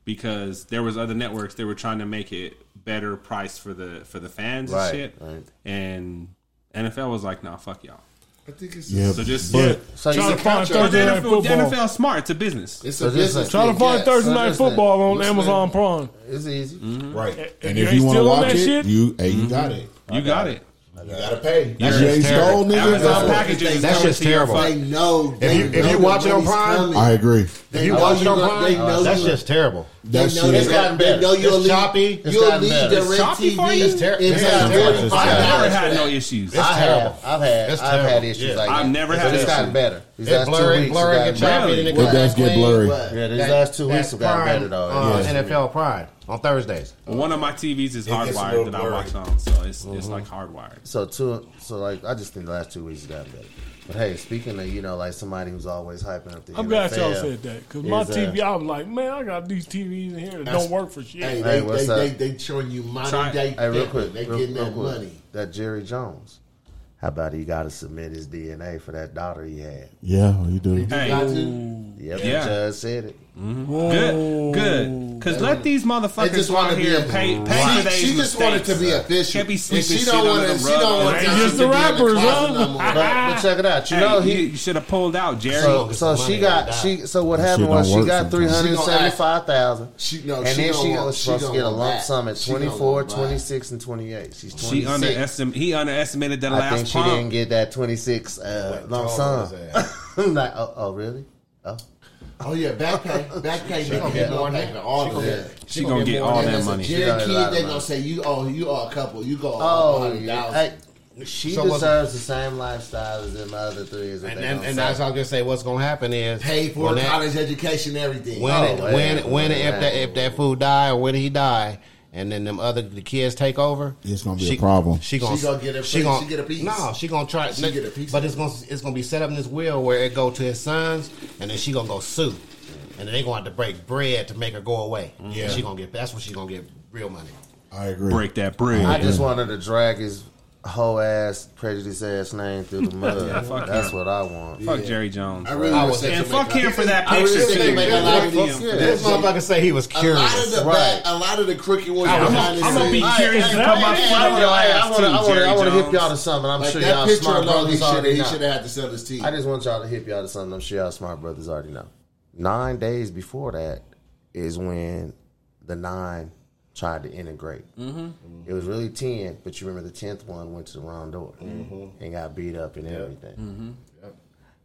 [SPEAKER 5] because there was other networks that were trying to make it better price for the for the fans
[SPEAKER 16] Right,
[SPEAKER 5] and shit
[SPEAKER 16] right.
[SPEAKER 5] and NFL was like nah fuck y'all
[SPEAKER 10] I think it's
[SPEAKER 3] Yeah,
[SPEAKER 5] So just
[SPEAKER 3] but-
[SPEAKER 5] yeah.
[SPEAKER 3] So
[SPEAKER 5] Try
[SPEAKER 3] it's
[SPEAKER 5] to
[SPEAKER 3] a
[SPEAKER 5] find
[SPEAKER 3] contract.
[SPEAKER 5] Thursday night
[SPEAKER 3] NFL
[SPEAKER 5] football.
[SPEAKER 3] football.
[SPEAKER 5] NFL smart. It's a business.
[SPEAKER 10] It's
[SPEAKER 3] a business
[SPEAKER 6] Try to find Thursday night football on Amazon Prime.
[SPEAKER 8] It's easy.
[SPEAKER 14] Right.
[SPEAKER 3] And if you want to watch it, you hey, you got
[SPEAKER 14] it.
[SPEAKER 5] You got it.
[SPEAKER 14] You gotta pay.
[SPEAKER 3] That's You ain't stole, nigga.
[SPEAKER 5] Amazon packages. is
[SPEAKER 4] That's
[SPEAKER 5] coming
[SPEAKER 4] just
[SPEAKER 5] to your
[SPEAKER 4] terrible.
[SPEAKER 5] phone.
[SPEAKER 10] They know.
[SPEAKER 4] If you-
[SPEAKER 10] they
[SPEAKER 4] if
[SPEAKER 10] know
[SPEAKER 4] you
[SPEAKER 10] the
[SPEAKER 4] watch it on
[SPEAKER 10] money's
[SPEAKER 4] Prime,
[SPEAKER 10] coming.
[SPEAKER 3] I agree.
[SPEAKER 10] They
[SPEAKER 4] If you
[SPEAKER 10] know
[SPEAKER 4] watch it on
[SPEAKER 10] gonna- they
[SPEAKER 4] Prime,
[SPEAKER 10] know
[SPEAKER 4] that's
[SPEAKER 10] you-
[SPEAKER 4] just terrible.
[SPEAKER 3] That
[SPEAKER 10] They know
[SPEAKER 3] shit.
[SPEAKER 10] you- They know you'll
[SPEAKER 4] It's
[SPEAKER 10] leave.
[SPEAKER 4] choppy. It's
[SPEAKER 10] You'll
[SPEAKER 4] gotten
[SPEAKER 10] leave
[SPEAKER 4] better. It's
[SPEAKER 5] choppy for
[SPEAKER 10] DirecTV
[SPEAKER 5] you? It's
[SPEAKER 10] in
[SPEAKER 4] ter- it's
[SPEAKER 10] like
[SPEAKER 4] terrible.
[SPEAKER 10] $35.
[SPEAKER 4] It's
[SPEAKER 5] I've
[SPEAKER 4] terrible.
[SPEAKER 5] never had no issues.
[SPEAKER 4] It's
[SPEAKER 8] I
[SPEAKER 4] terrible.
[SPEAKER 8] have. I've had.
[SPEAKER 4] It's
[SPEAKER 8] I've had
[SPEAKER 4] terrible.
[SPEAKER 8] issues
[SPEAKER 4] Yeah.
[SPEAKER 8] like that.
[SPEAKER 5] I've never
[SPEAKER 8] But
[SPEAKER 5] had
[SPEAKER 8] It's
[SPEAKER 5] that
[SPEAKER 8] gotten
[SPEAKER 5] issue.
[SPEAKER 8] better. These
[SPEAKER 4] It's
[SPEAKER 8] last two
[SPEAKER 4] blurry,
[SPEAKER 8] weeks,
[SPEAKER 4] blurry,
[SPEAKER 8] it
[SPEAKER 4] and
[SPEAKER 5] better.
[SPEAKER 4] choppy. and
[SPEAKER 5] It
[SPEAKER 4] got
[SPEAKER 3] does get
[SPEAKER 4] clean.
[SPEAKER 3] blurry.
[SPEAKER 8] Yeah, these
[SPEAKER 4] That-
[SPEAKER 8] last two
[SPEAKER 4] that
[SPEAKER 8] weeks have gotten
[SPEAKER 4] Prime,
[SPEAKER 8] better though.
[SPEAKER 4] Uh,
[SPEAKER 8] Yeah.
[SPEAKER 4] NFL Prime on Thursdays.
[SPEAKER 5] One of my TVs is
[SPEAKER 14] It gets a
[SPEAKER 5] hardwired
[SPEAKER 14] little
[SPEAKER 5] that I
[SPEAKER 14] blurry.
[SPEAKER 5] watch on, so it's it's like hardwired.
[SPEAKER 8] So two, so like I just think the last two weeks have gotten better. But hey, speaking of you know like somebody who's always hyping up the
[SPEAKER 6] I'm
[SPEAKER 8] NFL,
[SPEAKER 6] glad y'all said that because my
[SPEAKER 8] is, uh,
[SPEAKER 6] TV, I was like, man, I got these TVs in here that
[SPEAKER 10] That's-
[SPEAKER 6] don't work for shit.
[SPEAKER 10] Hey,
[SPEAKER 8] Hey,
[SPEAKER 10] they,
[SPEAKER 8] what's
[SPEAKER 10] they,
[SPEAKER 8] up?
[SPEAKER 10] they, they showing you money.
[SPEAKER 5] Try-
[SPEAKER 10] They,
[SPEAKER 8] Hey, real
[SPEAKER 10] they-
[SPEAKER 8] quick,
[SPEAKER 10] they
[SPEAKER 8] real,
[SPEAKER 10] getting
[SPEAKER 8] real
[SPEAKER 10] that
[SPEAKER 8] quick.
[SPEAKER 10] money.
[SPEAKER 8] That Jerry Jones. How about he got to submit his DNA for that daughter he had?
[SPEAKER 3] Yeah, you do.
[SPEAKER 5] Hey,
[SPEAKER 10] Got to.
[SPEAKER 8] Yep,
[SPEAKER 5] Yeah.
[SPEAKER 8] the judge said it.
[SPEAKER 5] good, good. Because let these
[SPEAKER 10] They
[SPEAKER 5] motherfuckers
[SPEAKER 10] just
[SPEAKER 5] come
[SPEAKER 10] want to be
[SPEAKER 5] here
[SPEAKER 10] a
[SPEAKER 5] and pay, pay
[SPEAKER 10] She-
[SPEAKER 5] for their
[SPEAKER 10] She just wanted to be official.
[SPEAKER 5] Can't be
[SPEAKER 10] And
[SPEAKER 5] sleeping
[SPEAKER 10] She
[SPEAKER 5] shit
[SPEAKER 10] don't
[SPEAKER 5] under
[SPEAKER 10] want
[SPEAKER 5] the
[SPEAKER 10] to. She
[SPEAKER 5] rug.
[SPEAKER 10] don't want
[SPEAKER 5] It
[SPEAKER 10] to.
[SPEAKER 5] ain't
[SPEAKER 6] just the rappers, huh?
[SPEAKER 8] But, but check it out. You know he.
[SPEAKER 5] you, should have pulled out, Jerry.
[SPEAKER 8] So,
[SPEAKER 4] Focus
[SPEAKER 8] so
[SPEAKER 4] on
[SPEAKER 8] she
[SPEAKER 4] money,
[SPEAKER 8] got
[SPEAKER 4] not
[SPEAKER 8] she. So what
[SPEAKER 3] That
[SPEAKER 8] happened
[SPEAKER 3] shit
[SPEAKER 8] was
[SPEAKER 3] don't
[SPEAKER 8] she
[SPEAKER 3] work
[SPEAKER 8] got three
[SPEAKER 3] sometimes.
[SPEAKER 8] hundred
[SPEAKER 10] She gonna
[SPEAKER 8] seventy five thousand.
[SPEAKER 10] She- no,
[SPEAKER 8] and
[SPEAKER 10] she
[SPEAKER 8] then
[SPEAKER 10] don't
[SPEAKER 8] she
[SPEAKER 10] want-
[SPEAKER 8] was
[SPEAKER 10] she
[SPEAKER 8] supposed to
[SPEAKER 10] don't
[SPEAKER 8] get a
[SPEAKER 10] want
[SPEAKER 8] lump
[SPEAKER 10] that.
[SPEAKER 8] sum at
[SPEAKER 10] She don't
[SPEAKER 8] 24,
[SPEAKER 10] want that.
[SPEAKER 8] 26, and twenty eight. She's twenty
[SPEAKER 5] she
[SPEAKER 8] six.
[SPEAKER 5] underestimated. He underestimated that
[SPEAKER 8] I
[SPEAKER 5] last
[SPEAKER 8] think she
[SPEAKER 5] pump.
[SPEAKER 8] didn't get that twenty six uh, lump
[SPEAKER 14] tall
[SPEAKER 8] sum.
[SPEAKER 14] is
[SPEAKER 8] I'm like, oh, oh, really? Oh,
[SPEAKER 10] Oh yeah, back pay, back pay. She gonna get more than all of that.
[SPEAKER 5] she gonna get all
[SPEAKER 10] And
[SPEAKER 5] that
[SPEAKER 10] as a
[SPEAKER 5] money.
[SPEAKER 10] Jerry
[SPEAKER 8] got a lot
[SPEAKER 10] kid,
[SPEAKER 8] of
[SPEAKER 10] they
[SPEAKER 8] money.
[SPEAKER 10] gonna say you owe you owe a couple. You go
[SPEAKER 8] oh,
[SPEAKER 10] owe a hundred
[SPEAKER 8] yeah.
[SPEAKER 10] thousand.
[SPEAKER 8] Hey, she
[SPEAKER 4] So was-
[SPEAKER 8] deserves the same lifestyle as them other three. Is what
[SPEAKER 4] And,
[SPEAKER 8] they
[SPEAKER 4] and,
[SPEAKER 8] gonna
[SPEAKER 4] and
[SPEAKER 8] say.
[SPEAKER 4] that's how I was gonna say what's gonna happen is
[SPEAKER 10] Pay for
[SPEAKER 4] when that-
[SPEAKER 10] college education, everything.
[SPEAKER 4] when it,
[SPEAKER 8] Oh,
[SPEAKER 4] when
[SPEAKER 8] yeah.
[SPEAKER 4] when if that if that fool die or when he die, and then them other the kids take over,
[SPEAKER 3] It's gonna be a problem.
[SPEAKER 4] She gonna,
[SPEAKER 10] She gonna get her piece. She get a piece.
[SPEAKER 4] No, she gonna try.
[SPEAKER 10] She get a piece.
[SPEAKER 4] But it's gonna it's gonna be set up in this will where it go to his sons, and then she gonna go sue, and then they gonna have to break bread to make her go away.
[SPEAKER 14] Yeah.
[SPEAKER 4] she gonna get. That's when she gonna get real money.
[SPEAKER 3] I agree.
[SPEAKER 5] Break that bridge.
[SPEAKER 8] I
[SPEAKER 3] Mm-hmm.
[SPEAKER 8] just wanted to drag his whole ass prejudice ass name through the mud.
[SPEAKER 5] Yeah, fuck
[SPEAKER 8] That's
[SPEAKER 5] him.
[SPEAKER 8] what I want.
[SPEAKER 5] Fuck Jerry Jones.
[SPEAKER 10] I really
[SPEAKER 4] I
[SPEAKER 10] wish
[SPEAKER 4] was-
[SPEAKER 10] they
[SPEAKER 5] and
[SPEAKER 10] could
[SPEAKER 5] fuck
[SPEAKER 10] make
[SPEAKER 5] him for that
[SPEAKER 10] I really
[SPEAKER 5] picture
[SPEAKER 10] wish they
[SPEAKER 5] too.
[SPEAKER 10] could make a lot of
[SPEAKER 8] Fuck
[SPEAKER 10] them.
[SPEAKER 8] yeah.
[SPEAKER 4] This motherfucker say he was
[SPEAKER 10] A lot of
[SPEAKER 4] curious.
[SPEAKER 10] the
[SPEAKER 8] Right.
[SPEAKER 10] bad, a lot of the crooked ones.
[SPEAKER 5] I'm
[SPEAKER 10] behind
[SPEAKER 5] gonna
[SPEAKER 10] the
[SPEAKER 5] I'm gonna be
[SPEAKER 10] scenes.
[SPEAKER 5] curious
[SPEAKER 8] Hey,
[SPEAKER 5] and put my
[SPEAKER 8] hey,
[SPEAKER 5] foot
[SPEAKER 8] I
[SPEAKER 5] on
[SPEAKER 8] wanna-
[SPEAKER 5] your
[SPEAKER 8] hey, I
[SPEAKER 5] ass
[SPEAKER 8] wanna- I
[SPEAKER 5] too,
[SPEAKER 8] wanna- I
[SPEAKER 5] Jerry
[SPEAKER 8] wanna hip y'all to
[SPEAKER 5] Jones.
[SPEAKER 8] something. I'm
[SPEAKER 10] Like
[SPEAKER 8] sure
[SPEAKER 10] that
[SPEAKER 8] y'all
[SPEAKER 10] picture
[SPEAKER 8] smart
[SPEAKER 10] alone, he
[SPEAKER 8] brothers
[SPEAKER 10] should
[SPEAKER 8] already
[SPEAKER 10] he
[SPEAKER 8] know.
[SPEAKER 10] should have had to sell his team.
[SPEAKER 8] I just want y'all to hip y'all to something. I'm sure y'all smart brothers already know. Nine days before that is when the nine tried to integrate.
[SPEAKER 10] Mm-hmm.
[SPEAKER 8] It was really ten, but you remember the tenth one went to the wrong door
[SPEAKER 10] Mm-hmm.
[SPEAKER 8] and got beat up and everything.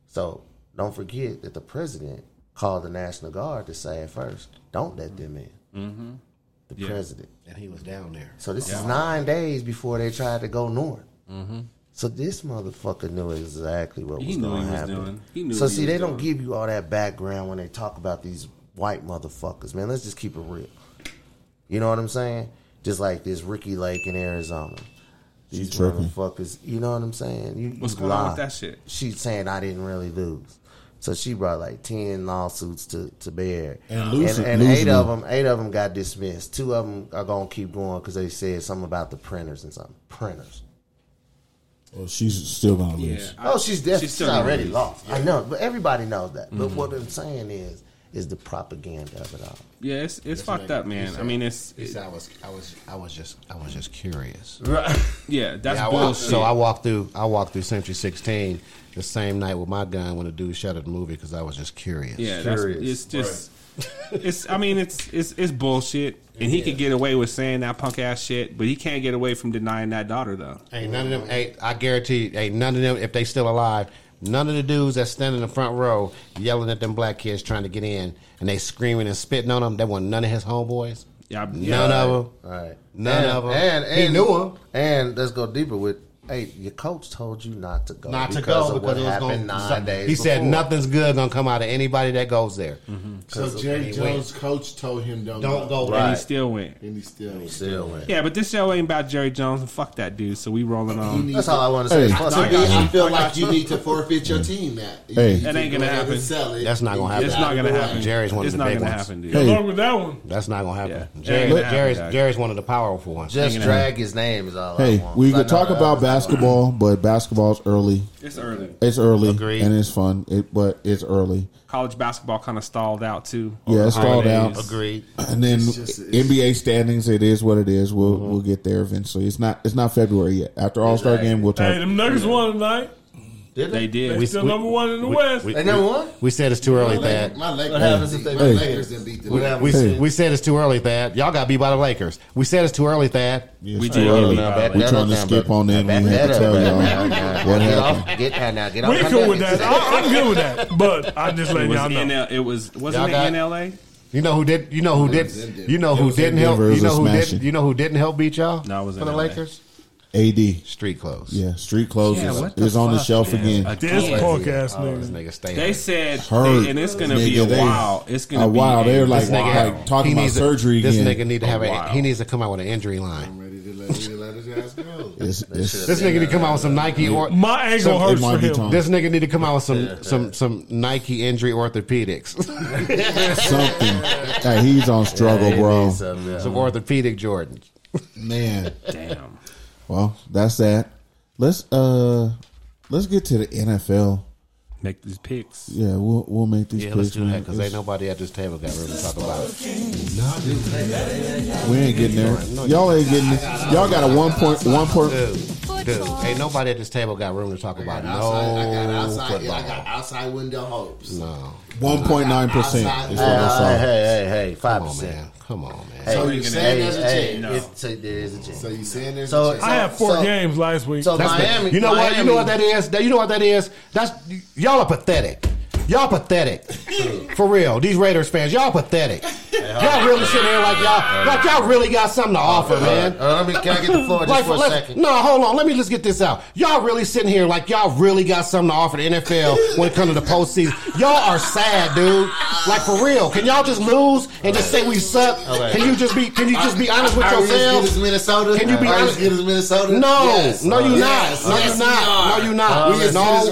[SPEAKER 8] So don't forget that the president called the National Guard to say at first, "Don't let them in."
[SPEAKER 10] Mm-hmm.
[SPEAKER 8] The president.
[SPEAKER 4] And he was down there.
[SPEAKER 8] So this is nine days before they tried to go north. So this motherfucker knew exactly what
[SPEAKER 5] Mm-hmm. He
[SPEAKER 8] was
[SPEAKER 5] knew he
[SPEAKER 8] going to
[SPEAKER 5] was
[SPEAKER 8] happen.
[SPEAKER 5] doing. He knew
[SPEAKER 8] so
[SPEAKER 5] what
[SPEAKER 8] see,
[SPEAKER 5] he was
[SPEAKER 8] they don't
[SPEAKER 5] doing.
[SPEAKER 8] give you all that background when they talk about these white motherfuckers, man. Let's just keep it real. You know what I'm saying? Just like this Ricky Lake in Arizona. These
[SPEAKER 3] tripping.
[SPEAKER 8] motherfuckers, you know what I'm saying? You,
[SPEAKER 5] What's
[SPEAKER 8] you
[SPEAKER 5] going on with
[SPEAKER 8] lie.
[SPEAKER 5] that shit?
[SPEAKER 8] She's saying I didn't really lose. So she brought like ten lawsuits to to bear,
[SPEAKER 3] And losing-
[SPEAKER 8] and,
[SPEAKER 3] losing
[SPEAKER 8] eight of them, eight of them got dismissed. Two of them are gonna keep going because they said something about the printers and something. Printers.
[SPEAKER 3] Well, Oh, she's still gonna
[SPEAKER 5] Yeah,
[SPEAKER 3] lose.
[SPEAKER 5] I-
[SPEAKER 8] oh, she's definitely
[SPEAKER 5] still
[SPEAKER 8] she's
[SPEAKER 5] gonna
[SPEAKER 8] already
[SPEAKER 5] lose.
[SPEAKER 8] lost. I know, but everybody knows that.
[SPEAKER 4] Mm-hmm.
[SPEAKER 8] But what I'm saying is, is the propaganda of it all.
[SPEAKER 5] Yeah, it's, it's fucked up, man. I mean, it's
[SPEAKER 4] He said I was I was I was just I was just curious.
[SPEAKER 5] yeah, that's
[SPEAKER 4] Yeah, I walked,
[SPEAKER 5] bullshit.
[SPEAKER 4] so I walked through. I walked through Century 16 the same night with my gun when the dude shot at the movie because I was just curious.
[SPEAKER 5] Yeah, that's,
[SPEAKER 8] Curious.
[SPEAKER 5] it's just it's. I mean, it's it's it's bullshit, and he could get away with saying that punk ass shit, but he can't get away from denying that daughter though.
[SPEAKER 4] Ain't none of them. Ain't, I guarantee. you, Ain't none of them. If they still alive, none of the dudes that stand in the front row yelling at them black kids trying to get in and they screaming and spitting on them. That wasn't none of his homeboys.
[SPEAKER 5] Yeah, I-
[SPEAKER 4] None
[SPEAKER 5] yeah.
[SPEAKER 4] of them.
[SPEAKER 8] All right,
[SPEAKER 4] None
[SPEAKER 8] and,
[SPEAKER 4] of 'em.
[SPEAKER 8] And,
[SPEAKER 4] He
[SPEAKER 8] and
[SPEAKER 4] knew 'em.
[SPEAKER 8] And let's go deeper with. Hey, your coach told you not to go.
[SPEAKER 4] Not to
[SPEAKER 8] because
[SPEAKER 4] go
[SPEAKER 8] of
[SPEAKER 4] because
[SPEAKER 8] what
[SPEAKER 4] it was going
[SPEAKER 8] happened nine days.
[SPEAKER 4] He said
[SPEAKER 8] before.
[SPEAKER 4] nothing's good gonna come out of anybody that goes there.
[SPEAKER 10] So Jerry Jones' coach told him don't
[SPEAKER 4] Don't go
[SPEAKER 5] and
[SPEAKER 4] right.
[SPEAKER 5] he still went.
[SPEAKER 10] and he still
[SPEAKER 8] Still went.
[SPEAKER 5] Yeah, but this show ain't about Jerry Jones and fuck that dude. So we rolling on.
[SPEAKER 8] That's all I want to say.
[SPEAKER 3] Hey.
[SPEAKER 8] Fuck
[SPEAKER 10] To
[SPEAKER 8] it.
[SPEAKER 10] me, I feel like you need to forfeit your team. That
[SPEAKER 3] Hey.
[SPEAKER 5] That ain't gonna happen.
[SPEAKER 4] That's not gonna happen.
[SPEAKER 5] It's not gonna happen.
[SPEAKER 4] Jerry's one of
[SPEAKER 5] It's
[SPEAKER 4] the
[SPEAKER 5] not
[SPEAKER 4] big
[SPEAKER 5] gonna
[SPEAKER 4] ones.
[SPEAKER 5] happen, dude.
[SPEAKER 3] Hey.
[SPEAKER 6] Along with that one.
[SPEAKER 4] That's not gonna happen.
[SPEAKER 5] Yeah.
[SPEAKER 4] Jerry,
[SPEAKER 5] Ain't gonna happen,
[SPEAKER 4] Jerry's,
[SPEAKER 5] guys.
[SPEAKER 4] Jerry's one of the powerful ones.
[SPEAKER 8] Just drag his name is all. I
[SPEAKER 3] Hey,
[SPEAKER 8] want,
[SPEAKER 3] we
[SPEAKER 8] 'cause I
[SPEAKER 3] could
[SPEAKER 8] know
[SPEAKER 3] talk
[SPEAKER 8] the
[SPEAKER 3] about
[SPEAKER 8] others are-
[SPEAKER 3] basketball, but basketball's early.
[SPEAKER 5] It's early.
[SPEAKER 3] It's early
[SPEAKER 4] Agreed.
[SPEAKER 3] and it's fun, it, but it's early.
[SPEAKER 5] College basketball kind of stalled out too.
[SPEAKER 3] Yeah, it stalled
[SPEAKER 5] Holidays.
[SPEAKER 3] out.
[SPEAKER 4] Agreed.
[SPEAKER 3] And then
[SPEAKER 10] just- it's-
[SPEAKER 3] NBA standings, it is what it is. We'll we'll get there eventually. It's not it's not February yet. After All Star game, we'll talk.
[SPEAKER 6] Hey, them Nuggets won tonight. Did they? They did.
[SPEAKER 8] They
[SPEAKER 6] We-
[SPEAKER 8] still
[SPEAKER 6] we-
[SPEAKER 8] number one in the
[SPEAKER 6] we-
[SPEAKER 8] West.
[SPEAKER 6] we-
[SPEAKER 8] They number one? We said it's too early,
[SPEAKER 4] My Lakers-
[SPEAKER 8] Thad.
[SPEAKER 4] my Lakers-
[SPEAKER 8] What
[SPEAKER 4] happens if they- my
[SPEAKER 8] Hey.
[SPEAKER 4] Lakers didn't beat the
[SPEAKER 8] We-
[SPEAKER 4] Lakers?
[SPEAKER 8] we,
[SPEAKER 4] Hey.
[SPEAKER 8] we said it's too early, Thad. Y'all got beat by the Lakers. We said it's too early, Thad.
[SPEAKER 3] We too early. Now back We that trying up to now, skip brother. on in. Now We back had to that up, tell brother. y'all Now, what now, get happened. off-
[SPEAKER 8] uh,
[SPEAKER 17] get, now,
[SPEAKER 3] get
[SPEAKER 6] We cool with that. I, I'm good with that. But I just
[SPEAKER 5] It
[SPEAKER 6] let
[SPEAKER 5] was
[SPEAKER 6] y'all know.
[SPEAKER 5] NL it was wasn't
[SPEAKER 6] Y'all
[SPEAKER 5] it
[SPEAKER 6] got-
[SPEAKER 5] NLA?
[SPEAKER 8] You know who did? You know who
[SPEAKER 5] It
[SPEAKER 8] did?
[SPEAKER 5] was in Denver.
[SPEAKER 8] You know
[SPEAKER 5] It
[SPEAKER 8] who
[SPEAKER 5] was in
[SPEAKER 8] didn't help?
[SPEAKER 5] Denver. It
[SPEAKER 8] You
[SPEAKER 5] was
[SPEAKER 8] know
[SPEAKER 5] a
[SPEAKER 8] who
[SPEAKER 5] smashing.
[SPEAKER 8] didn't? You know who didn't help beat y'all?
[SPEAKER 5] No, I was
[SPEAKER 8] for
[SPEAKER 5] in
[SPEAKER 8] the
[SPEAKER 5] LA.
[SPEAKER 8] Lakers.
[SPEAKER 3] AD
[SPEAKER 8] street clothes.
[SPEAKER 3] Yeah, street clothes
[SPEAKER 5] Yeah,
[SPEAKER 3] is,
[SPEAKER 5] what the
[SPEAKER 3] is on the
[SPEAKER 5] fuck,
[SPEAKER 3] shelf
[SPEAKER 5] man?
[SPEAKER 3] again.
[SPEAKER 5] Again. This punk
[SPEAKER 8] ass nigga. oh, This nigga stay
[SPEAKER 5] They said,
[SPEAKER 3] Hurt,
[SPEAKER 5] they- and it's gonna be a
[SPEAKER 3] nigga, they-
[SPEAKER 5] while. It's gonna
[SPEAKER 3] a
[SPEAKER 5] be
[SPEAKER 3] while. They're like-
[SPEAKER 5] wow.
[SPEAKER 3] like talking
[SPEAKER 8] He
[SPEAKER 3] about
[SPEAKER 8] needs to-
[SPEAKER 3] surgery
[SPEAKER 8] This
[SPEAKER 3] again.
[SPEAKER 8] nigga need to have
[SPEAKER 3] A
[SPEAKER 8] a.
[SPEAKER 3] while.
[SPEAKER 8] He needs to come out with an injury line.
[SPEAKER 3] It's- it's-
[SPEAKER 8] This nigga need to come out with some Nike or
[SPEAKER 6] My ankle
[SPEAKER 8] some-
[SPEAKER 6] hurts It might for be him. time.
[SPEAKER 8] This nigga need to come out with some some some Nike injury orthopedics.
[SPEAKER 3] something. Hey, he's on struggle,
[SPEAKER 8] Yeah, he
[SPEAKER 3] bro.
[SPEAKER 8] needs some, yeah. Some orthopedic Jordans.
[SPEAKER 3] Man.
[SPEAKER 5] Damn.
[SPEAKER 3] Well, that's that. Let's uh let's get to the NFL.
[SPEAKER 5] Make these picks.
[SPEAKER 3] Yeah, we'll we'll make these
[SPEAKER 8] Yeah,
[SPEAKER 3] picks.
[SPEAKER 8] let's do that
[SPEAKER 3] man.
[SPEAKER 8] because ain't nobody at this table got room to talk about it.
[SPEAKER 3] we ain't getting there. Y'all ain't getting y'all got a one point one point
[SPEAKER 8] Dude, dude, ain't nobody at this table got room to talk about
[SPEAKER 4] Outside, I got
[SPEAKER 8] no
[SPEAKER 4] outside. I
[SPEAKER 8] football.
[SPEAKER 4] got outside window hopes.
[SPEAKER 8] No.
[SPEAKER 3] 1.9%
[SPEAKER 4] Outside-
[SPEAKER 3] is what I saw.
[SPEAKER 17] Hey, hey, hey, hey,
[SPEAKER 8] Come
[SPEAKER 17] five
[SPEAKER 8] on,
[SPEAKER 17] percent.
[SPEAKER 8] man. Come on, man.
[SPEAKER 4] So
[SPEAKER 17] Hey,
[SPEAKER 4] you're saying
[SPEAKER 17] hey,
[SPEAKER 4] there's a
[SPEAKER 17] hey,
[SPEAKER 4] chance?
[SPEAKER 17] it's- so there is a chance.
[SPEAKER 4] So you saying there's
[SPEAKER 17] So-
[SPEAKER 4] a chance?
[SPEAKER 6] I had four
[SPEAKER 17] So-
[SPEAKER 6] games last week.
[SPEAKER 17] so
[SPEAKER 8] That's
[SPEAKER 17] Miami,
[SPEAKER 8] the- you know what? You know what that
[SPEAKER 17] Miami-
[SPEAKER 8] is? That- You know what that is? That's y'all are pathetic. Y'all pathetic. For real, these Raiders fans, y'all pathetic. Y'all really sitting here like y'all, like y'all really got something to offer, man.
[SPEAKER 17] Uh, let me, can I get the floor just
[SPEAKER 8] Like,
[SPEAKER 17] for a
[SPEAKER 8] let's-
[SPEAKER 17] second?
[SPEAKER 8] No, hold on. Let me just get this out. Y'all really sitting here like y'all really got something to offer the NFL when it comes to the postseason. Y'all are sad, dude. Like for real. Can y'all just lose and just say we suck?
[SPEAKER 4] Okay.
[SPEAKER 8] Can you just be? Can you just be honest with
[SPEAKER 4] Are we as good
[SPEAKER 8] yourselves?
[SPEAKER 4] as Minnesota?
[SPEAKER 8] Can you be
[SPEAKER 4] Are we as
[SPEAKER 8] honest-
[SPEAKER 4] good as Minnesota?
[SPEAKER 8] No,
[SPEAKER 4] Yes.
[SPEAKER 8] no, you
[SPEAKER 4] Yes.
[SPEAKER 8] not. No,
[SPEAKER 4] Yes,
[SPEAKER 8] you not.
[SPEAKER 4] we
[SPEAKER 8] No,
[SPEAKER 4] are.
[SPEAKER 8] you
[SPEAKER 17] Uh,
[SPEAKER 8] not.
[SPEAKER 4] We as good as
[SPEAKER 8] no,
[SPEAKER 4] Minnesota.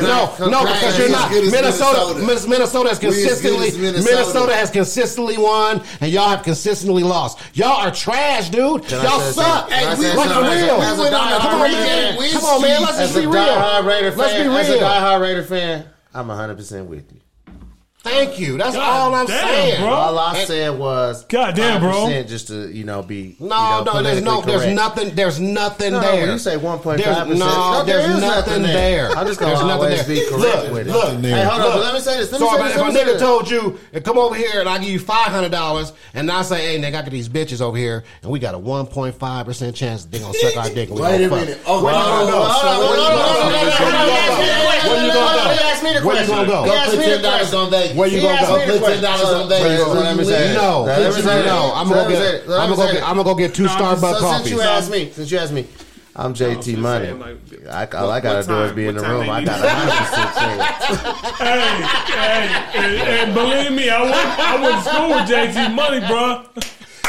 [SPEAKER 8] No, no,
[SPEAKER 4] Right,
[SPEAKER 8] because
[SPEAKER 4] we
[SPEAKER 8] you're
[SPEAKER 4] as
[SPEAKER 8] not.
[SPEAKER 4] good as
[SPEAKER 8] Minnesota.
[SPEAKER 4] Minnesota.
[SPEAKER 8] Min- Minnesota has
[SPEAKER 4] We as good as
[SPEAKER 8] consistently.
[SPEAKER 4] Minnesota.
[SPEAKER 8] Minnesota has consistently won, and y'all have consistently lost. Y'all are trash, dude.
[SPEAKER 17] Can I
[SPEAKER 8] y'all
[SPEAKER 17] say
[SPEAKER 8] suck.
[SPEAKER 17] something? Can I
[SPEAKER 8] Like
[SPEAKER 17] say
[SPEAKER 8] for
[SPEAKER 17] something?
[SPEAKER 8] real.
[SPEAKER 17] As a diehard
[SPEAKER 8] Come on, man.
[SPEAKER 17] Raider
[SPEAKER 4] fan,
[SPEAKER 8] Come on, man. Let's
[SPEAKER 17] As
[SPEAKER 8] just
[SPEAKER 17] a
[SPEAKER 8] be real.
[SPEAKER 17] diehard Raider
[SPEAKER 8] Let's be
[SPEAKER 17] fan, as a
[SPEAKER 8] real.
[SPEAKER 17] diehard Raider fan, I'm 100 percent with you.
[SPEAKER 8] Thank you. That's
[SPEAKER 6] God
[SPEAKER 8] all I'm
[SPEAKER 6] damn,
[SPEAKER 8] saying.
[SPEAKER 6] bro.
[SPEAKER 17] All I said was,
[SPEAKER 6] God damn, bro.
[SPEAKER 17] 5% Just to you know, be you know,
[SPEAKER 8] No, no, there's no,
[SPEAKER 17] politically
[SPEAKER 8] there's
[SPEAKER 17] correct.
[SPEAKER 8] nothing, there's nothing
[SPEAKER 17] No,
[SPEAKER 8] there.
[SPEAKER 17] when you say 1.5%,
[SPEAKER 8] There's-
[SPEAKER 17] no,
[SPEAKER 8] no,
[SPEAKER 17] there
[SPEAKER 8] there's
[SPEAKER 17] is
[SPEAKER 8] nothing
[SPEAKER 17] nothing
[SPEAKER 8] there.
[SPEAKER 17] there. I'm just gonna
[SPEAKER 8] There's nothing
[SPEAKER 17] always
[SPEAKER 8] there.
[SPEAKER 17] be correct
[SPEAKER 8] Look,
[SPEAKER 17] with it.
[SPEAKER 8] look,
[SPEAKER 3] Nothing there.
[SPEAKER 17] Hey, hold on,
[SPEAKER 8] look.
[SPEAKER 17] but let me say this, let me
[SPEAKER 8] so
[SPEAKER 17] say
[SPEAKER 8] if,
[SPEAKER 17] this,
[SPEAKER 8] if
[SPEAKER 17] let me
[SPEAKER 8] a
[SPEAKER 17] say
[SPEAKER 8] nigga
[SPEAKER 17] this.
[SPEAKER 8] told you, "Hey, "Come over here," and I give you five hundred dollars, and I say, "Hey, nigga, I got these bitches over here, and we got a 1.5 percent chance they gonna suck our dick." And we
[SPEAKER 4] Wait
[SPEAKER 8] gonna
[SPEAKER 4] a
[SPEAKER 8] fuck."
[SPEAKER 4] minute. Oh,
[SPEAKER 8] Where you
[SPEAKER 4] hold
[SPEAKER 8] gonna
[SPEAKER 4] on,
[SPEAKER 8] go?
[SPEAKER 4] hold on,
[SPEAKER 8] Where you
[SPEAKER 4] hold on,
[SPEAKER 8] gonna
[SPEAKER 4] hold on, hold
[SPEAKER 8] go? Where you gonna
[SPEAKER 4] on,
[SPEAKER 8] go?
[SPEAKER 4] hold on, hold on,
[SPEAKER 8] Where you
[SPEAKER 4] hold
[SPEAKER 8] gonna
[SPEAKER 4] on,
[SPEAKER 8] go?
[SPEAKER 4] he asked me the
[SPEAKER 8] Where you
[SPEAKER 4] question.
[SPEAKER 8] gonna go?
[SPEAKER 4] He asked me the question.
[SPEAKER 8] Where you
[SPEAKER 4] He
[SPEAKER 8] gonna
[SPEAKER 4] asked
[SPEAKER 8] go?
[SPEAKER 4] me the question.
[SPEAKER 17] Wait,
[SPEAKER 4] Where
[SPEAKER 17] so let me
[SPEAKER 4] you
[SPEAKER 17] say
[SPEAKER 4] live?
[SPEAKER 17] it.
[SPEAKER 8] No,
[SPEAKER 17] Let me say it.
[SPEAKER 8] no. I'm
[SPEAKER 17] Let
[SPEAKER 8] gonna
[SPEAKER 17] me
[SPEAKER 8] go
[SPEAKER 17] say
[SPEAKER 8] get.
[SPEAKER 17] it. Let
[SPEAKER 8] I'm
[SPEAKER 17] me
[SPEAKER 8] gonna go
[SPEAKER 17] say
[SPEAKER 8] get.
[SPEAKER 17] it.
[SPEAKER 8] I'm gonna go get two
[SPEAKER 5] No, I'm just-
[SPEAKER 17] So
[SPEAKER 8] Starbucks
[SPEAKER 17] since
[SPEAKER 8] coffees.
[SPEAKER 17] you asked me, since you asked me, I'm JT
[SPEAKER 5] just
[SPEAKER 17] Money.
[SPEAKER 5] saying, like,
[SPEAKER 17] I, all I
[SPEAKER 5] what-
[SPEAKER 17] gotta
[SPEAKER 5] what
[SPEAKER 17] do is
[SPEAKER 5] time-
[SPEAKER 17] be in
[SPEAKER 5] what
[SPEAKER 17] the
[SPEAKER 5] time
[SPEAKER 17] room.
[SPEAKER 5] they
[SPEAKER 17] I
[SPEAKER 5] need
[SPEAKER 17] got
[SPEAKER 5] to-
[SPEAKER 17] a hundred percent chance.
[SPEAKER 6] Hey, hey, and, and believe me, I went, I went to school with JT Money, bro.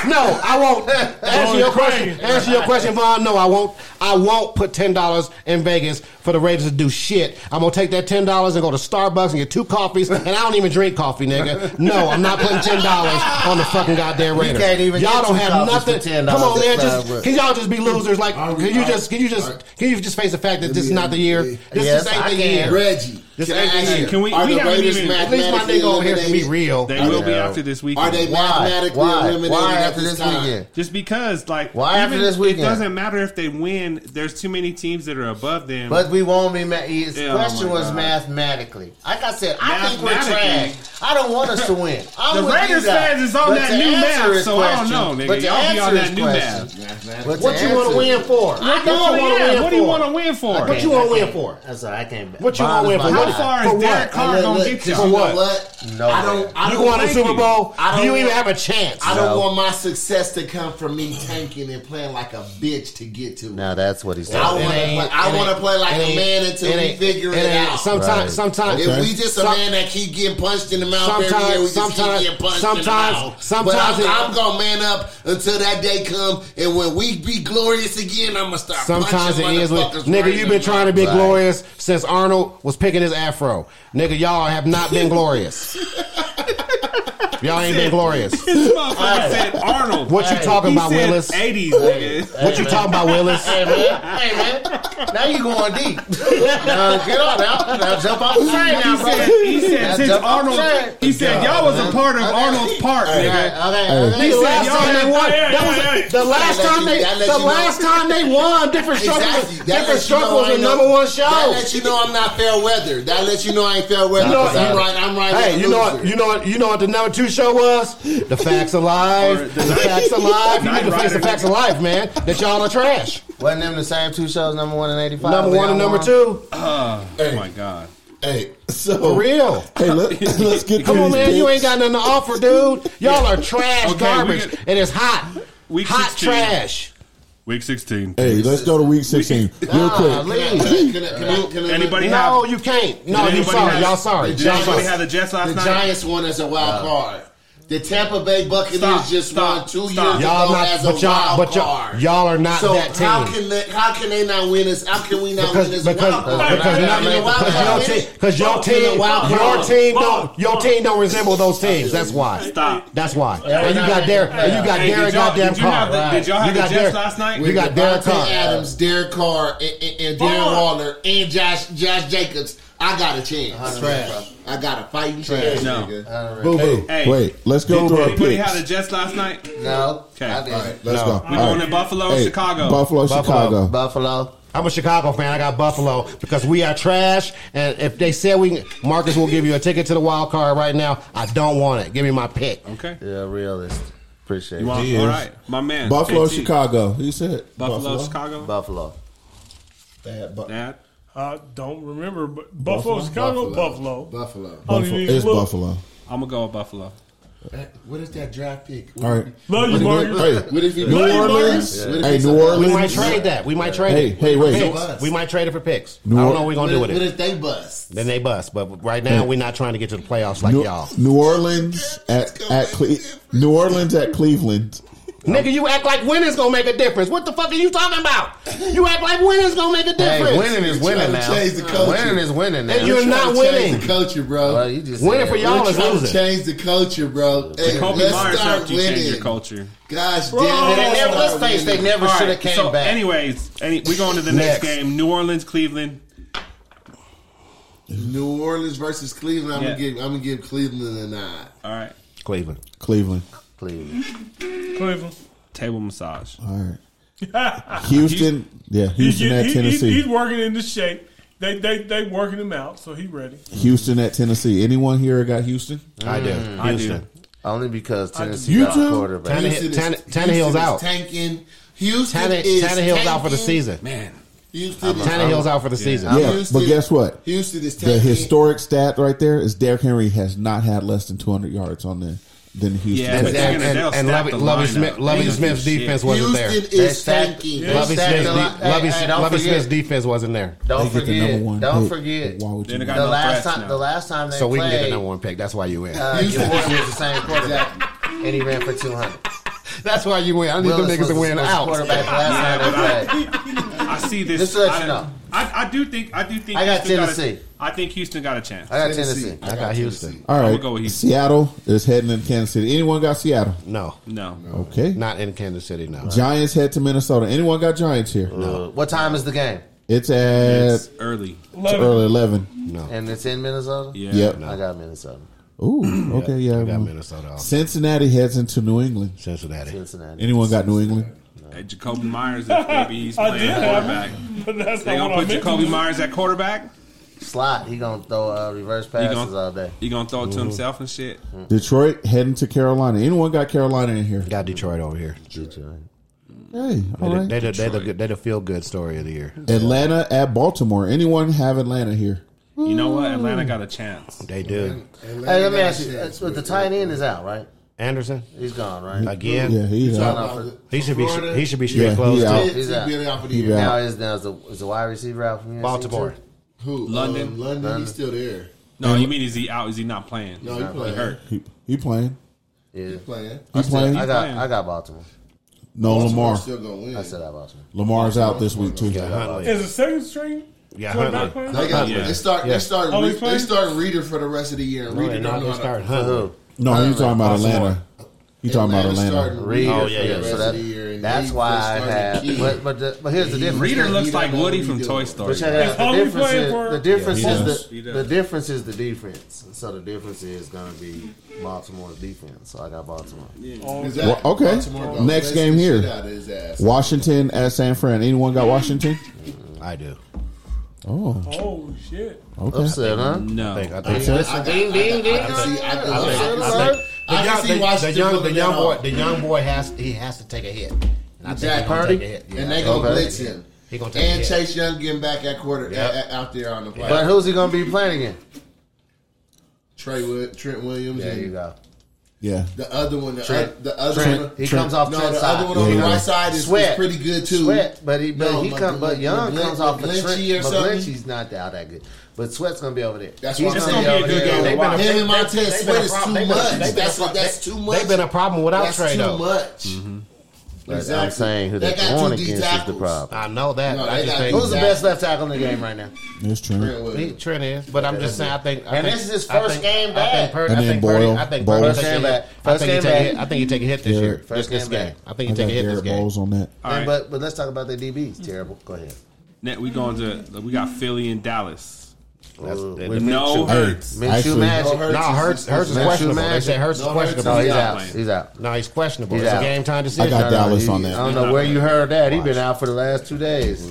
[SPEAKER 8] No, I won't. Answer your question. Answer your question, Vaughn. No, I won't. I won't put ten dollars in Vegas for the Raiders to do shit. I'm gonna take that ten dollars and go to Starbucks and get two coffees, and I don't even drink coffee, nigga. No, I'm not putting ten dollars on the fucking goddamn Raiders.
[SPEAKER 17] can't even
[SPEAKER 8] y'all
[SPEAKER 17] get
[SPEAKER 8] don't
[SPEAKER 17] two
[SPEAKER 8] have
[SPEAKER 17] coffees
[SPEAKER 8] nothing.
[SPEAKER 17] for $10
[SPEAKER 8] Come on, man.
[SPEAKER 17] at
[SPEAKER 8] Just,
[SPEAKER 17] Starbucks.
[SPEAKER 8] can y'all just be losers? Like, can you just can you just can you just face the fact that this is not the year? This
[SPEAKER 17] Yes,
[SPEAKER 8] just ain't
[SPEAKER 17] I
[SPEAKER 8] the
[SPEAKER 17] can.
[SPEAKER 8] year.
[SPEAKER 4] Reggie,
[SPEAKER 8] This
[SPEAKER 4] can I
[SPEAKER 8] ain't the
[SPEAKER 4] ask
[SPEAKER 8] year.
[SPEAKER 4] you,
[SPEAKER 5] Can we-
[SPEAKER 4] Are
[SPEAKER 5] we
[SPEAKER 4] the
[SPEAKER 5] haven't
[SPEAKER 4] Raiders
[SPEAKER 5] even-
[SPEAKER 8] At least my
[SPEAKER 4] mathematically
[SPEAKER 8] nigga over here can be
[SPEAKER 4] eliminated?
[SPEAKER 8] real.
[SPEAKER 5] They
[SPEAKER 17] I
[SPEAKER 5] will be
[SPEAKER 17] know.
[SPEAKER 5] after this weekend.
[SPEAKER 4] Are they
[SPEAKER 17] Why?
[SPEAKER 4] mathematically
[SPEAKER 17] Why?
[SPEAKER 4] eliminated?
[SPEAKER 17] Why
[SPEAKER 4] at
[SPEAKER 17] after this
[SPEAKER 4] time?
[SPEAKER 17] weekend?
[SPEAKER 5] Just because, like,
[SPEAKER 17] Why after this weekend?
[SPEAKER 5] It doesn't matter if they win. There's too many teams that are above them.
[SPEAKER 17] But we won't be. Ma- his
[SPEAKER 5] Yeah,
[SPEAKER 17] question
[SPEAKER 5] oh my
[SPEAKER 17] was
[SPEAKER 5] God.
[SPEAKER 17] mathematically. Like I said, I think we're trash.
[SPEAKER 5] Mathematically.
[SPEAKER 17] I don't want us to win. I'm
[SPEAKER 5] The
[SPEAKER 17] with you
[SPEAKER 5] Raiders
[SPEAKER 17] guys.
[SPEAKER 5] fans is on that
[SPEAKER 17] to
[SPEAKER 5] new
[SPEAKER 17] answer
[SPEAKER 5] math,
[SPEAKER 17] his
[SPEAKER 5] so I don't know, nigga.
[SPEAKER 17] But to
[SPEAKER 5] Y'all be
[SPEAKER 17] answer
[SPEAKER 5] on that
[SPEAKER 17] his
[SPEAKER 5] new
[SPEAKER 17] question- But to
[SPEAKER 8] What you want
[SPEAKER 17] answer-
[SPEAKER 8] to win for? What you
[SPEAKER 5] What,
[SPEAKER 8] wanna
[SPEAKER 5] yeah,
[SPEAKER 8] win
[SPEAKER 5] what do you
[SPEAKER 8] for?
[SPEAKER 5] want to win for?
[SPEAKER 8] What you want to win for?
[SPEAKER 17] That's all I can't.
[SPEAKER 8] What you want to win for?
[SPEAKER 5] How
[SPEAKER 8] What-
[SPEAKER 5] far
[SPEAKER 8] for
[SPEAKER 5] is Derek
[SPEAKER 8] what?
[SPEAKER 5] Carr
[SPEAKER 4] Look,
[SPEAKER 5] going
[SPEAKER 4] look,
[SPEAKER 5] to get
[SPEAKER 4] you
[SPEAKER 5] you?
[SPEAKER 4] know
[SPEAKER 8] what?
[SPEAKER 17] No,
[SPEAKER 4] I don't. I
[SPEAKER 8] You
[SPEAKER 4] don't
[SPEAKER 8] going to
[SPEAKER 4] want-
[SPEAKER 8] the Super Bowl?
[SPEAKER 4] I don't
[SPEAKER 8] Do you even
[SPEAKER 4] want-
[SPEAKER 8] have a chance?
[SPEAKER 4] I don't
[SPEAKER 17] No.
[SPEAKER 4] want my success to come from me tanking and playing like a bitch to get to. it.
[SPEAKER 17] Now that's what he said.
[SPEAKER 4] I want to
[SPEAKER 8] It
[SPEAKER 4] play.
[SPEAKER 8] ain't-
[SPEAKER 4] I
[SPEAKER 8] it
[SPEAKER 4] want to
[SPEAKER 8] ain't-
[SPEAKER 4] play like
[SPEAKER 8] it
[SPEAKER 4] a
[SPEAKER 8] ain't-
[SPEAKER 4] man until we
[SPEAKER 8] ain't-
[SPEAKER 4] figure it,
[SPEAKER 8] ain't-
[SPEAKER 4] out.
[SPEAKER 8] Sometimes,
[SPEAKER 17] Right.
[SPEAKER 8] sometimes,
[SPEAKER 4] If we just a
[SPEAKER 8] some-
[SPEAKER 4] man that keep getting punched in the mouth every year, we just
[SPEAKER 8] Sometimes, sometimes-
[SPEAKER 4] keep getting punched
[SPEAKER 8] sometimes-
[SPEAKER 4] in the mouth. but
[SPEAKER 8] sometimes
[SPEAKER 4] I'm,
[SPEAKER 8] it-
[SPEAKER 4] I'm gonna man up until that day come, and when we be glorious again, I'm gonna start.
[SPEAKER 8] Sometimes it
[SPEAKER 4] punching
[SPEAKER 8] is, like,
[SPEAKER 4] motherfuckers right
[SPEAKER 8] nigga. You've
[SPEAKER 4] in
[SPEAKER 8] been
[SPEAKER 4] the
[SPEAKER 8] trying to
[SPEAKER 4] mouth.
[SPEAKER 8] be
[SPEAKER 17] Right.
[SPEAKER 8] glorious since Arnold was picking his afro, nigga. Y'all have not been glorious. Y'all ain't been glorious.
[SPEAKER 5] This motherfucker said Arnold.
[SPEAKER 8] What you
[SPEAKER 5] Hey.
[SPEAKER 8] talking
[SPEAKER 5] He
[SPEAKER 8] about,
[SPEAKER 5] said
[SPEAKER 8] Willis?
[SPEAKER 5] 80s, nigga.
[SPEAKER 8] What you talking about, Willis?
[SPEAKER 18] Hey man, hey man. Now you going deep. Now get on now. Now jump off the train now, bro.
[SPEAKER 5] He said since Arnold, he said y'all was a part of Arnold's part, nigga.
[SPEAKER 8] He said
[SPEAKER 18] Last
[SPEAKER 8] y'all
[SPEAKER 18] time
[SPEAKER 8] ain't
[SPEAKER 18] they
[SPEAKER 8] won.
[SPEAKER 18] won-
[SPEAKER 8] That was the last
[SPEAKER 18] That let
[SPEAKER 8] time
[SPEAKER 18] you-
[SPEAKER 8] they
[SPEAKER 18] that let
[SPEAKER 8] the
[SPEAKER 18] you know.
[SPEAKER 8] last time they won. Different strokes.
[SPEAKER 4] Exactly. That
[SPEAKER 8] Different
[SPEAKER 4] lets you
[SPEAKER 8] strokes
[SPEAKER 4] know I
[SPEAKER 8] was the
[SPEAKER 4] ain't no-
[SPEAKER 8] number one show.
[SPEAKER 4] That lets you know I'm not fair weather. That lets you know I ain't fair weather.
[SPEAKER 8] You know
[SPEAKER 4] 'cause
[SPEAKER 8] what-
[SPEAKER 4] I'm right. I'm right.
[SPEAKER 8] Hey,
[SPEAKER 4] I'm a
[SPEAKER 8] you know
[SPEAKER 4] loser.
[SPEAKER 8] what? You know what? You know what? The number two show was the facts alive. the facts alive. You
[SPEAKER 5] Knight
[SPEAKER 8] need to face the
[SPEAKER 5] Rider.
[SPEAKER 8] facts alive, man. That y'all are trash.
[SPEAKER 18] Wasn't them the same two shows, number one and eighty five?
[SPEAKER 8] Number one and number two.
[SPEAKER 5] Oh my god.
[SPEAKER 19] Hey, so
[SPEAKER 8] For real.
[SPEAKER 3] Hey, let, let's get
[SPEAKER 8] Come
[SPEAKER 3] to
[SPEAKER 8] on,
[SPEAKER 3] these
[SPEAKER 8] man. You
[SPEAKER 3] bits.
[SPEAKER 8] ain't got nothing to offer, dude. Y'all are trash
[SPEAKER 5] Okay,
[SPEAKER 8] garbage,
[SPEAKER 5] we get-
[SPEAKER 8] and it's hot.
[SPEAKER 5] Week
[SPEAKER 8] hot
[SPEAKER 5] 16.
[SPEAKER 8] trash.
[SPEAKER 5] Week 16.
[SPEAKER 3] Hey, let's go to week sixteen real quick.
[SPEAKER 4] Can
[SPEAKER 8] Golly.
[SPEAKER 4] I- can I- can I- can I-
[SPEAKER 5] Anybody
[SPEAKER 8] No,
[SPEAKER 5] have?
[SPEAKER 8] you can't. No,
[SPEAKER 5] Did
[SPEAKER 8] you
[SPEAKER 5] anybody
[SPEAKER 8] sorry.
[SPEAKER 5] have-
[SPEAKER 8] y'all sorry.
[SPEAKER 5] Did
[SPEAKER 8] Y'all
[SPEAKER 5] anybody
[SPEAKER 8] sorry.
[SPEAKER 5] have the Jets last
[SPEAKER 4] The
[SPEAKER 5] night?
[SPEAKER 4] Giants won as a wild card. The Tampa Bay Buccaneers
[SPEAKER 5] Stop,
[SPEAKER 4] just
[SPEAKER 5] stop,
[SPEAKER 4] won two
[SPEAKER 5] stop.
[SPEAKER 4] years
[SPEAKER 8] Y'all
[SPEAKER 4] ago
[SPEAKER 8] not-
[SPEAKER 4] as
[SPEAKER 8] but
[SPEAKER 4] a
[SPEAKER 8] y'all-
[SPEAKER 4] wild
[SPEAKER 8] but y'all-
[SPEAKER 4] card.
[SPEAKER 8] y'all are not
[SPEAKER 4] so
[SPEAKER 8] that
[SPEAKER 4] How
[SPEAKER 8] team.
[SPEAKER 4] can they, how can they not win as how can we not
[SPEAKER 8] Because
[SPEAKER 4] win as
[SPEAKER 8] because
[SPEAKER 4] a wild card?
[SPEAKER 8] because
[SPEAKER 4] We're not
[SPEAKER 8] not-
[SPEAKER 4] in the wild
[SPEAKER 8] because
[SPEAKER 4] card.
[SPEAKER 8] your team because your team your team don't your team don't resemble those teams. That's why.
[SPEAKER 5] Stop.
[SPEAKER 8] That's why. And you got Derek. And you got
[SPEAKER 5] Hey,
[SPEAKER 8] Derek.
[SPEAKER 5] did y'all,
[SPEAKER 8] Goddamn
[SPEAKER 5] did you have
[SPEAKER 8] Carr.
[SPEAKER 5] the, did y'all
[SPEAKER 8] You
[SPEAKER 5] have the
[SPEAKER 8] got
[SPEAKER 5] Jets
[SPEAKER 8] Derek.
[SPEAKER 5] last night?
[SPEAKER 8] You got Derek
[SPEAKER 4] Devontae
[SPEAKER 8] Carr.
[SPEAKER 4] Adams, Derek Carr, and, and, and Darren Waller, and Josh Josh Jacobs. I got a chance. Trash. I got a fighting chance.
[SPEAKER 5] No.
[SPEAKER 4] nigga.
[SPEAKER 3] Boo boo.
[SPEAKER 5] Hey.
[SPEAKER 3] Wait, let's go
[SPEAKER 5] Did
[SPEAKER 3] through our
[SPEAKER 5] anybody have the
[SPEAKER 3] picks.
[SPEAKER 5] Jets last night?
[SPEAKER 18] No.
[SPEAKER 5] Okay.
[SPEAKER 18] I didn't.
[SPEAKER 19] all right, let's
[SPEAKER 5] We
[SPEAKER 19] go.
[SPEAKER 5] going to Buffalo,
[SPEAKER 3] Hey,
[SPEAKER 5] Chicago.
[SPEAKER 3] Buffalo, Chicago.
[SPEAKER 18] Buffalo.
[SPEAKER 8] I'm a Chicago fan. I got Buffalo because we are trash. And if they said we, Marcus will give you a ticket to the wild card right now. I don't want it. Give me my pick.
[SPEAKER 5] Okay.
[SPEAKER 18] Yeah, realist. Appreciate
[SPEAKER 5] You
[SPEAKER 18] it.
[SPEAKER 5] want,
[SPEAKER 3] Yes.
[SPEAKER 5] all right, my man.
[SPEAKER 3] Buffalo,
[SPEAKER 5] JT.
[SPEAKER 3] Chicago. He said
[SPEAKER 5] Buffalo, Chicago.
[SPEAKER 18] Buffalo.
[SPEAKER 19] That, but,
[SPEAKER 5] That.
[SPEAKER 6] I don't remember, but Buffalo, Chicago, Buffalo.
[SPEAKER 4] Buffalo.
[SPEAKER 6] I don't
[SPEAKER 3] Buffalo.
[SPEAKER 6] even need to
[SPEAKER 3] It's
[SPEAKER 6] look.
[SPEAKER 3] Buffalo.
[SPEAKER 5] I'm gonna go with Buffalo.
[SPEAKER 4] What is that draft pick?
[SPEAKER 3] All right.
[SPEAKER 6] Love you,
[SPEAKER 3] What if-
[SPEAKER 6] Marcus.
[SPEAKER 3] Hey,
[SPEAKER 4] What if he
[SPEAKER 6] Love
[SPEAKER 3] New
[SPEAKER 6] you,
[SPEAKER 3] Orleans.
[SPEAKER 4] What if
[SPEAKER 3] Hey,
[SPEAKER 4] it's
[SPEAKER 3] New
[SPEAKER 4] a-
[SPEAKER 8] We
[SPEAKER 3] Orleans.
[SPEAKER 8] might trade that. We might trade
[SPEAKER 3] Hey,
[SPEAKER 8] it.
[SPEAKER 3] hey, wait.
[SPEAKER 8] Picks. We might trade it for picks. I
[SPEAKER 3] Nor-
[SPEAKER 8] don't know what we're going to do
[SPEAKER 4] What
[SPEAKER 8] with it.
[SPEAKER 4] if they bust?
[SPEAKER 8] Then they bust. But right now, we're not trying to get to the playoffs like
[SPEAKER 3] New,
[SPEAKER 8] y'all.
[SPEAKER 3] New Orleans at at Cle- New Orleans at Cleveland.
[SPEAKER 8] Nigga, you act like winning's gonna make a difference. What the fuck are you talking about? You act like winning's gonna make a
[SPEAKER 18] Hey,
[SPEAKER 8] difference.
[SPEAKER 18] winning is winning now.
[SPEAKER 4] change the culture.
[SPEAKER 18] Winning is winning now.
[SPEAKER 8] And you're
[SPEAKER 4] Trying
[SPEAKER 8] not
[SPEAKER 4] to change
[SPEAKER 8] winning.
[SPEAKER 4] The culture, bro.
[SPEAKER 18] Well, you just
[SPEAKER 8] Winning
[SPEAKER 18] said-
[SPEAKER 8] for y'all
[SPEAKER 4] We're
[SPEAKER 8] is
[SPEAKER 4] trying to
[SPEAKER 8] losing.
[SPEAKER 4] change the culture, bro. Hey,
[SPEAKER 5] Kobe
[SPEAKER 4] let's start
[SPEAKER 5] Myers helped you change
[SPEAKER 4] winning.
[SPEAKER 5] your culture.
[SPEAKER 4] Gosh
[SPEAKER 8] Oh,
[SPEAKER 6] Bro.
[SPEAKER 4] damn it!
[SPEAKER 6] They never-
[SPEAKER 4] Let's
[SPEAKER 18] Let's
[SPEAKER 4] start
[SPEAKER 18] face, they
[SPEAKER 4] winning.
[SPEAKER 18] never
[SPEAKER 5] All
[SPEAKER 18] should
[SPEAKER 5] right,
[SPEAKER 18] have came
[SPEAKER 5] so
[SPEAKER 18] back.
[SPEAKER 5] anyways, any, we going to the next,
[SPEAKER 8] Next.
[SPEAKER 5] game. New Orleans, Cleveland.
[SPEAKER 4] New Orleans versus Cleveland. I'm
[SPEAKER 5] Yeah.
[SPEAKER 4] gonna give. I'm gonna give Cleveland a nine.
[SPEAKER 5] All right,
[SPEAKER 8] Cleveland. Mm-hmm.
[SPEAKER 3] Cleveland.
[SPEAKER 18] Cleveland.
[SPEAKER 6] Cleveland.
[SPEAKER 5] table massage.
[SPEAKER 3] All right. Houston. Yeah, Houston at
[SPEAKER 6] he- he-
[SPEAKER 3] Tennessee.
[SPEAKER 6] he's working into shape. They they they working him out, so he ready.
[SPEAKER 3] Houston at Tennessee. Anyone here got Houston?
[SPEAKER 8] I do.
[SPEAKER 5] I do.
[SPEAKER 8] Houston.
[SPEAKER 18] Only because Tennessee
[SPEAKER 3] You
[SPEAKER 18] got
[SPEAKER 3] too?
[SPEAKER 18] a quarterback.
[SPEAKER 8] Tannehill-
[SPEAKER 4] Houston is-
[SPEAKER 8] Tanne-
[SPEAKER 4] Houston
[SPEAKER 8] Tannehill's
[SPEAKER 4] is
[SPEAKER 8] out.
[SPEAKER 4] Tanking. Houston
[SPEAKER 8] Tanne,
[SPEAKER 4] is
[SPEAKER 8] Tannehill's out for the
[SPEAKER 4] tanking.
[SPEAKER 8] season.
[SPEAKER 5] Man,
[SPEAKER 4] Houston is
[SPEAKER 8] Tannehill's out for the season.
[SPEAKER 3] yeah,
[SPEAKER 4] Houston-
[SPEAKER 3] but guess what?
[SPEAKER 4] Houston is tanking.
[SPEAKER 3] The historic stat right there is Derrick Henry has not had less than 200 yards on the than Houston.
[SPEAKER 5] Yeah,
[SPEAKER 8] And,
[SPEAKER 3] Texans.
[SPEAKER 5] but they're
[SPEAKER 8] and,
[SPEAKER 5] gonna-
[SPEAKER 8] and,
[SPEAKER 5] they'll
[SPEAKER 8] and
[SPEAKER 5] stack
[SPEAKER 8] Lovey,
[SPEAKER 5] the
[SPEAKER 8] Lovey,
[SPEAKER 5] lineup.
[SPEAKER 8] Smith,
[SPEAKER 5] They
[SPEAKER 8] Lovey
[SPEAKER 5] gonna
[SPEAKER 8] Smith's
[SPEAKER 5] do shit.
[SPEAKER 8] defense wasn't there.
[SPEAKER 4] Houston
[SPEAKER 18] They
[SPEAKER 4] is
[SPEAKER 18] stacked-
[SPEAKER 4] tanking.
[SPEAKER 18] they
[SPEAKER 8] Lovey
[SPEAKER 18] stacked
[SPEAKER 8] Smith's,
[SPEAKER 18] the
[SPEAKER 8] de-
[SPEAKER 18] line. Hey,
[SPEAKER 8] Lovey,
[SPEAKER 18] hey, don't
[SPEAKER 8] Lovey
[SPEAKER 18] forget.
[SPEAKER 8] Smith's defense wasn't there.
[SPEAKER 18] Don't
[SPEAKER 3] They get the number
[SPEAKER 18] forget.
[SPEAKER 3] one.
[SPEAKER 18] Don't
[SPEAKER 3] pick.
[SPEAKER 18] forget.
[SPEAKER 3] Why would you
[SPEAKER 5] Then they
[SPEAKER 3] do
[SPEAKER 5] got
[SPEAKER 18] The
[SPEAKER 5] no
[SPEAKER 18] last
[SPEAKER 5] threats
[SPEAKER 18] time,
[SPEAKER 5] now.
[SPEAKER 18] the last time they
[SPEAKER 8] So we can get the
[SPEAKER 18] played,
[SPEAKER 8] number one pick. That's why you win.
[SPEAKER 18] uh,
[SPEAKER 4] You-
[SPEAKER 18] your boy was the same quarterback, and he ran for two hundred.
[SPEAKER 8] That's why you win. I need them
[SPEAKER 18] Willis
[SPEAKER 8] niggas
[SPEAKER 18] was
[SPEAKER 8] to
[SPEAKER 18] the-
[SPEAKER 8] win
[SPEAKER 18] was the
[SPEAKER 8] out.
[SPEAKER 18] Quarterback last
[SPEAKER 5] Yeah,
[SPEAKER 18] time they
[SPEAKER 5] but
[SPEAKER 18] played.
[SPEAKER 5] I see this.
[SPEAKER 18] Just to let
[SPEAKER 5] I,
[SPEAKER 18] you know.
[SPEAKER 5] I, I do think I do think
[SPEAKER 18] I got
[SPEAKER 5] Houston
[SPEAKER 18] Tennessee.
[SPEAKER 5] Got a, I think Houston got a chance.
[SPEAKER 18] I got Tennessee.
[SPEAKER 8] I got Houston.
[SPEAKER 3] All
[SPEAKER 5] gonna
[SPEAKER 3] right.
[SPEAKER 5] go with Houston.
[SPEAKER 3] Seattle is heading in Kansas City. Anyone got Seattle?
[SPEAKER 8] No,
[SPEAKER 5] no.
[SPEAKER 3] Okay.
[SPEAKER 8] not in Kansas City. No.
[SPEAKER 3] Giants head to Minnesota. Anyone got Giants here?
[SPEAKER 18] Uh, What time is the game?
[SPEAKER 3] It's at
[SPEAKER 5] It's early.
[SPEAKER 3] it's early 11.
[SPEAKER 18] And it's in Minnesota.
[SPEAKER 5] Yeah.
[SPEAKER 3] Yep.
[SPEAKER 18] I got Minnesota,
[SPEAKER 3] Ooh, okay, yeah.
[SPEAKER 8] I got Minnesota. Also.
[SPEAKER 3] Cincinnati heads into New England.
[SPEAKER 8] Cincinnati.
[SPEAKER 18] Cincinnati.
[SPEAKER 3] Anyone got New England?
[SPEAKER 5] Hey, Jacoby Myers is maybe he's
[SPEAKER 6] I
[SPEAKER 5] playing
[SPEAKER 6] did have
[SPEAKER 5] quarterback.
[SPEAKER 6] But that's
[SPEAKER 5] They
[SPEAKER 6] not what
[SPEAKER 5] gonna
[SPEAKER 6] I
[SPEAKER 5] put
[SPEAKER 6] meant.
[SPEAKER 5] Jacoby Myers at quarterback.
[SPEAKER 18] Slot. He gonna throw uh, reverse
[SPEAKER 5] He
[SPEAKER 18] passes all
[SPEAKER 5] gonna,
[SPEAKER 18] day.
[SPEAKER 5] he gonna throw it to himself and shit.
[SPEAKER 3] Detroit heading to Carolina. Anyone got Carolina in here?
[SPEAKER 8] Got Detroit over here.
[SPEAKER 3] Hey, all
[SPEAKER 8] They,
[SPEAKER 3] right.
[SPEAKER 8] they, they, they, the- they the feel good story of the year.
[SPEAKER 3] Atlanta at Baltimore. Anyone have Atlanta here?
[SPEAKER 5] You know what? Atlanta got a chance.
[SPEAKER 8] They do.
[SPEAKER 18] Hey, let me ask you. that's what The tight end is out, right?
[SPEAKER 8] Anderson
[SPEAKER 18] He's gone, right?
[SPEAKER 8] again.
[SPEAKER 3] Yeah, he's out.
[SPEAKER 8] He should be.
[SPEAKER 4] Florida.
[SPEAKER 8] He should be straight
[SPEAKER 3] Yeah,
[SPEAKER 8] closed.
[SPEAKER 3] he
[SPEAKER 8] too.
[SPEAKER 3] out.
[SPEAKER 4] He's
[SPEAKER 18] Oh, He's out.
[SPEAKER 4] been out for the
[SPEAKER 3] He
[SPEAKER 4] year.
[SPEAKER 3] out.
[SPEAKER 18] Now is now is the, is the wide receiver out from UNC
[SPEAKER 8] Baltimore.
[SPEAKER 18] too?
[SPEAKER 4] Who?
[SPEAKER 5] London.
[SPEAKER 4] Uh, London. He's still there.
[SPEAKER 5] No, you mean is he out? Is he not playing?
[SPEAKER 4] No, he playing.
[SPEAKER 5] hurt.
[SPEAKER 3] He, he playing.
[SPEAKER 18] Yeah.
[SPEAKER 4] Playing.
[SPEAKER 3] He playing.
[SPEAKER 18] I got
[SPEAKER 5] playing.
[SPEAKER 18] I got Baltimore.
[SPEAKER 3] No, Lamar.
[SPEAKER 4] Baltimore's Still gonna win.
[SPEAKER 18] I said I Baltimore.
[SPEAKER 3] Lamar's out this week too.
[SPEAKER 8] Huntley.
[SPEAKER 6] Is the second string?
[SPEAKER 8] Yeah,
[SPEAKER 6] quarterback
[SPEAKER 8] Huntley.
[SPEAKER 4] They, got,
[SPEAKER 5] Yeah.
[SPEAKER 4] they start.
[SPEAKER 8] Yeah.
[SPEAKER 4] They start.
[SPEAKER 6] Oh,
[SPEAKER 4] Re-
[SPEAKER 6] he's playing?
[SPEAKER 4] they start reader for the rest of the year. And
[SPEAKER 8] No,
[SPEAKER 4] reader
[SPEAKER 8] they're
[SPEAKER 4] don't
[SPEAKER 8] not
[SPEAKER 4] know
[SPEAKER 8] gonna
[SPEAKER 4] how to.
[SPEAKER 8] start Huntley.
[SPEAKER 18] Who?
[SPEAKER 3] No, you talking about
[SPEAKER 8] Baltimore.
[SPEAKER 3] Atlanta. You talking about
[SPEAKER 8] Atlanta's
[SPEAKER 3] Atlanta?
[SPEAKER 8] starting to Reader. Oh, yeah, yeah. So that- that's why I have- but- but the- but here's the difference.
[SPEAKER 5] Reader looks like Woody from Toy Story.
[SPEAKER 8] But check it out. The difference is, the difference
[SPEAKER 5] Yeah, he
[SPEAKER 8] is
[SPEAKER 5] does.
[SPEAKER 8] the,
[SPEAKER 5] He
[SPEAKER 8] the
[SPEAKER 5] does.
[SPEAKER 8] difference is the defense. And So the difference is going to be Baltimore's defense. So I got Baltimore.
[SPEAKER 6] Oh,
[SPEAKER 3] Well, okay. Next game here. Washington at San Fran. Anyone got Washington?
[SPEAKER 8] I do.
[SPEAKER 3] Oh.
[SPEAKER 6] Oh shit!
[SPEAKER 3] Okay.
[SPEAKER 8] Upset, huh?
[SPEAKER 5] No.
[SPEAKER 8] I think, I
[SPEAKER 3] think- Upset? I
[SPEAKER 8] ding, ding, ding. I
[SPEAKER 4] think- I think-
[SPEAKER 8] I think-
[SPEAKER 4] I can see
[SPEAKER 8] the-
[SPEAKER 4] Washington
[SPEAKER 8] the young, the
[SPEAKER 4] looking
[SPEAKER 8] young
[SPEAKER 4] that
[SPEAKER 8] boy,
[SPEAKER 4] up.
[SPEAKER 8] the young boy has he has to take a hit. And I think
[SPEAKER 4] Jack
[SPEAKER 8] he gonna
[SPEAKER 4] Purdy,
[SPEAKER 8] take a hit. Yeah,
[SPEAKER 4] and
[SPEAKER 8] I
[SPEAKER 4] they
[SPEAKER 8] think
[SPEAKER 4] gonna
[SPEAKER 8] he
[SPEAKER 4] blitz
[SPEAKER 8] take a
[SPEAKER 4] him,
[SPEAKER 8] hit. He gonna take
[SPEAKER 4] and
[SPEAKER 8] a hit.
[SPEAKER 4] Chase Young getting back at quarter
[SPEAKER 8] Yep.
[SPEAKER 4] a- a- out there on the play.
[SPEAKER 8] But who's he gonna be playing again?
[SPEAKER 4] Trey Wood, Trent Williams.
[SPEAKER 8] There
[SPEAKER 4] and
[SPEAKER 8] you go.
[SPEAKER 3] Yeah.
[SPEAKER 4] The other one, the,
[SPEAKER 8] Trent.
[SPEAKER 4] oth- the other
[SPEAKER 8] Trent.
[SPEAKER 4] one,
[SPEAKER 8] He comes off
[SPEAKER 4] No,
[SPEAKER 8] Trent's
[SPEAKER 4] the
[SPEAKER 8] side.
[SPEAKER 4] other one on the
[SPEAKER 8] Yeah.
[SPEAKER 4] right side is, is
[SPEAKER 8] Sweat.
[SPEAKER 4] pretty good too.
[SPEAKER 8] Sweat, but he but
[SPEAKER 4] No,
[SPEAKER 8] he
[SPEAKER 4] Mc-
[SPEAKER 8] comes but Young
[SPEAKER 4] McGlin-
[SPEAKER 8] comes off the
[SPEAKER 4] McGlinchey
[SPEAKER 8] Trent.
[SPEAKER 4] or something.
[SPEAKER 8] McGlinchey's not out that good, but Sweat's gonna be over there.
[SPEAKER 4] That's
[SPEAKER 8] He's
[SPEAKER 4] what I'm saying.
[SPEAKER 8] gonna
[SPEAKER 4] It's gonna be a good
[SPEAKER 8] over there.
[SPEAKER 4] game.
[SPEAKER 8] They've been a-
[SPEAKER 4] Him and
[SPEAKER 8] they've-
[SPEAKER 4] Montez
[SPEAKER 8] they've
[SPEAKER 4] Sweat
[SPEAKER 8] been a
[SPEAKER 4] is
[SPEAKER 8] problem.
[SPEAKER 4] too
[SPEAKER 8] They've been a-
[SPEAKER 4] much.
[SPEAKER 8] they've been a
[SPEAKER 4] That's-
[SPEAKER 8] problem.
[SPEAKER 4] that's
[SPEAKER 8] They-
[SPEAKER 4] too much.
[SPEAKER 8] They've been a problem without
[SPEAKER 4] That's
[SPEAKER 8] Trey
[SPEAKER 4] too
[SPEAKER 8] though.
[SPEAKER 4] much.
[SPEAKER 8] But I'm
[SPEAKER 4] Exactly.
[SPEAKER 8] saying who
[SPEAKER 4] They
[SPEAKER 8] they're
[SPEAKER 4] got
[SPEAKER 8] going
[SPEAKER 4] two D
[SPEAKER 8] against is
[SPEAKER 4] tackles.
[SPEAKER 8] the problem.
[SPEAKER 20] I know that.
[SPEAKER 4] No,
[SPEAKER 20] but I
[SPEAKER 4] they
[SPEAKER 20] just
[SPEAKER 4] got
[SPEAKER 20] think
[SPEAKER 8] Who's the best left tackle in the game right now?
[SPEAKER 3] That's true.
[SPEAKER 20] He, Trent is, but I'm just saying. I think, I
[SPEAKER 8] And
[SPEAKER 20] think-
[SPEAKER 8] this is his
[SPEAKER 20] I
[SPEAKER 8] first
[SPEAKER 20] think-
[SPEAKER 8] game
[SPEAKER 20] I
[SPEAKER 8] back.
[SPEAKER 20] think Purdy.
[SPEAKER 3] And
[SPEAKER 20] I
[SPEAKER 3] then
[SPEAKER 20] think Purdy.
[SPEAKER 3] Boyle.
[SPEAKER 20] I think
[SPEAKER 3] Boyle.
[SPEAKER 20] Purdy.
[SPEAKER 8] First
[SPEAKER 20] take a
[SPEAKER 8] game
[SPEAKER 20] hit.
[SPEAKER 8] back.
[SPEAKER 20] I
[SPEAKER 8] First
[SPEAKER 20] think he
[SPEAKER 8] game
[SPEAKER 20] take a hit.
[SPEAKER 8] back.
[SPEAKER 20] I think he take a hit this
[SPEAKER 3] Yeah.
[SPEAKER 20] year.
[SPEAKER 8] First
[SPEAKER 20] Just this
[SPEAKER 8] game
[SPEAKER 20] game.
[SPEAKER 8] back.
[SPEAKER 20] I think
[SPEAKER 3] I
[SPEAKER 20] he
[SPEAKER 3] got
[SPEAKER 20] take a hit this
[SPEAKER 3] Garrett
[SPEAKER 20] game.
[SPEAKER 3] Bowles on that.
[SPEAKER 5] All right.
[SPEAKER 8] But but let's talk about their DBs. Terrible. Go ahead.
[SPEAKER 5] Next, we going to we got Philly and Dallas.
[SPEAKER 20] That's-
[SPEAKER 8] Ooh,
[SPEAKER 20] that-
[SPEAKER 8] with
[SPEAKER 5] No
[SPEAKER 8] Minshew.
[SPEAKER 5] hurts.
[SPEAKER 8] Minshew
[SPEAKER 3] Actually-
[SPEAKER 8] Magic.
[SPEAKER 4] No, Hurts
[SPEAKER 20] No,
[SPEAKER 4] is-
[SPEAKER 20] Hurts. Hurts is
[SPEAKER 8] Minshew
[SPEAKER 20] questionable. They
[SPEAKER 8] Magic.
[SPEAKER 20] said Hurts is
[SPEAKER 4] No, Hurts
[SPEAKER 20] questionable.
[SPEAKER 8] No, he's
[SPEAKER 5] not
[SPEAKER 8] out.
[SPEAKER 5] playing.
[SPEAKER 8] He's out.
[SPEAKER 20] No, he's questionable.
[SPEAKER 8] He's
[SPEAKER 20] it's
[SPEAKER 8] out.
[SPEAKER 20] a game time
[SPEAKER 3] I
[SPEAKER 20] decision.
[SPEAKER 3] got Dallas
[SPEAKER 8] he-
[SPEAKER 3] on
[SPEAKER 8] I don't
[SPEAKER 3] that.
[SPEAKER 8] know where you heard that. He's been out for the last two days.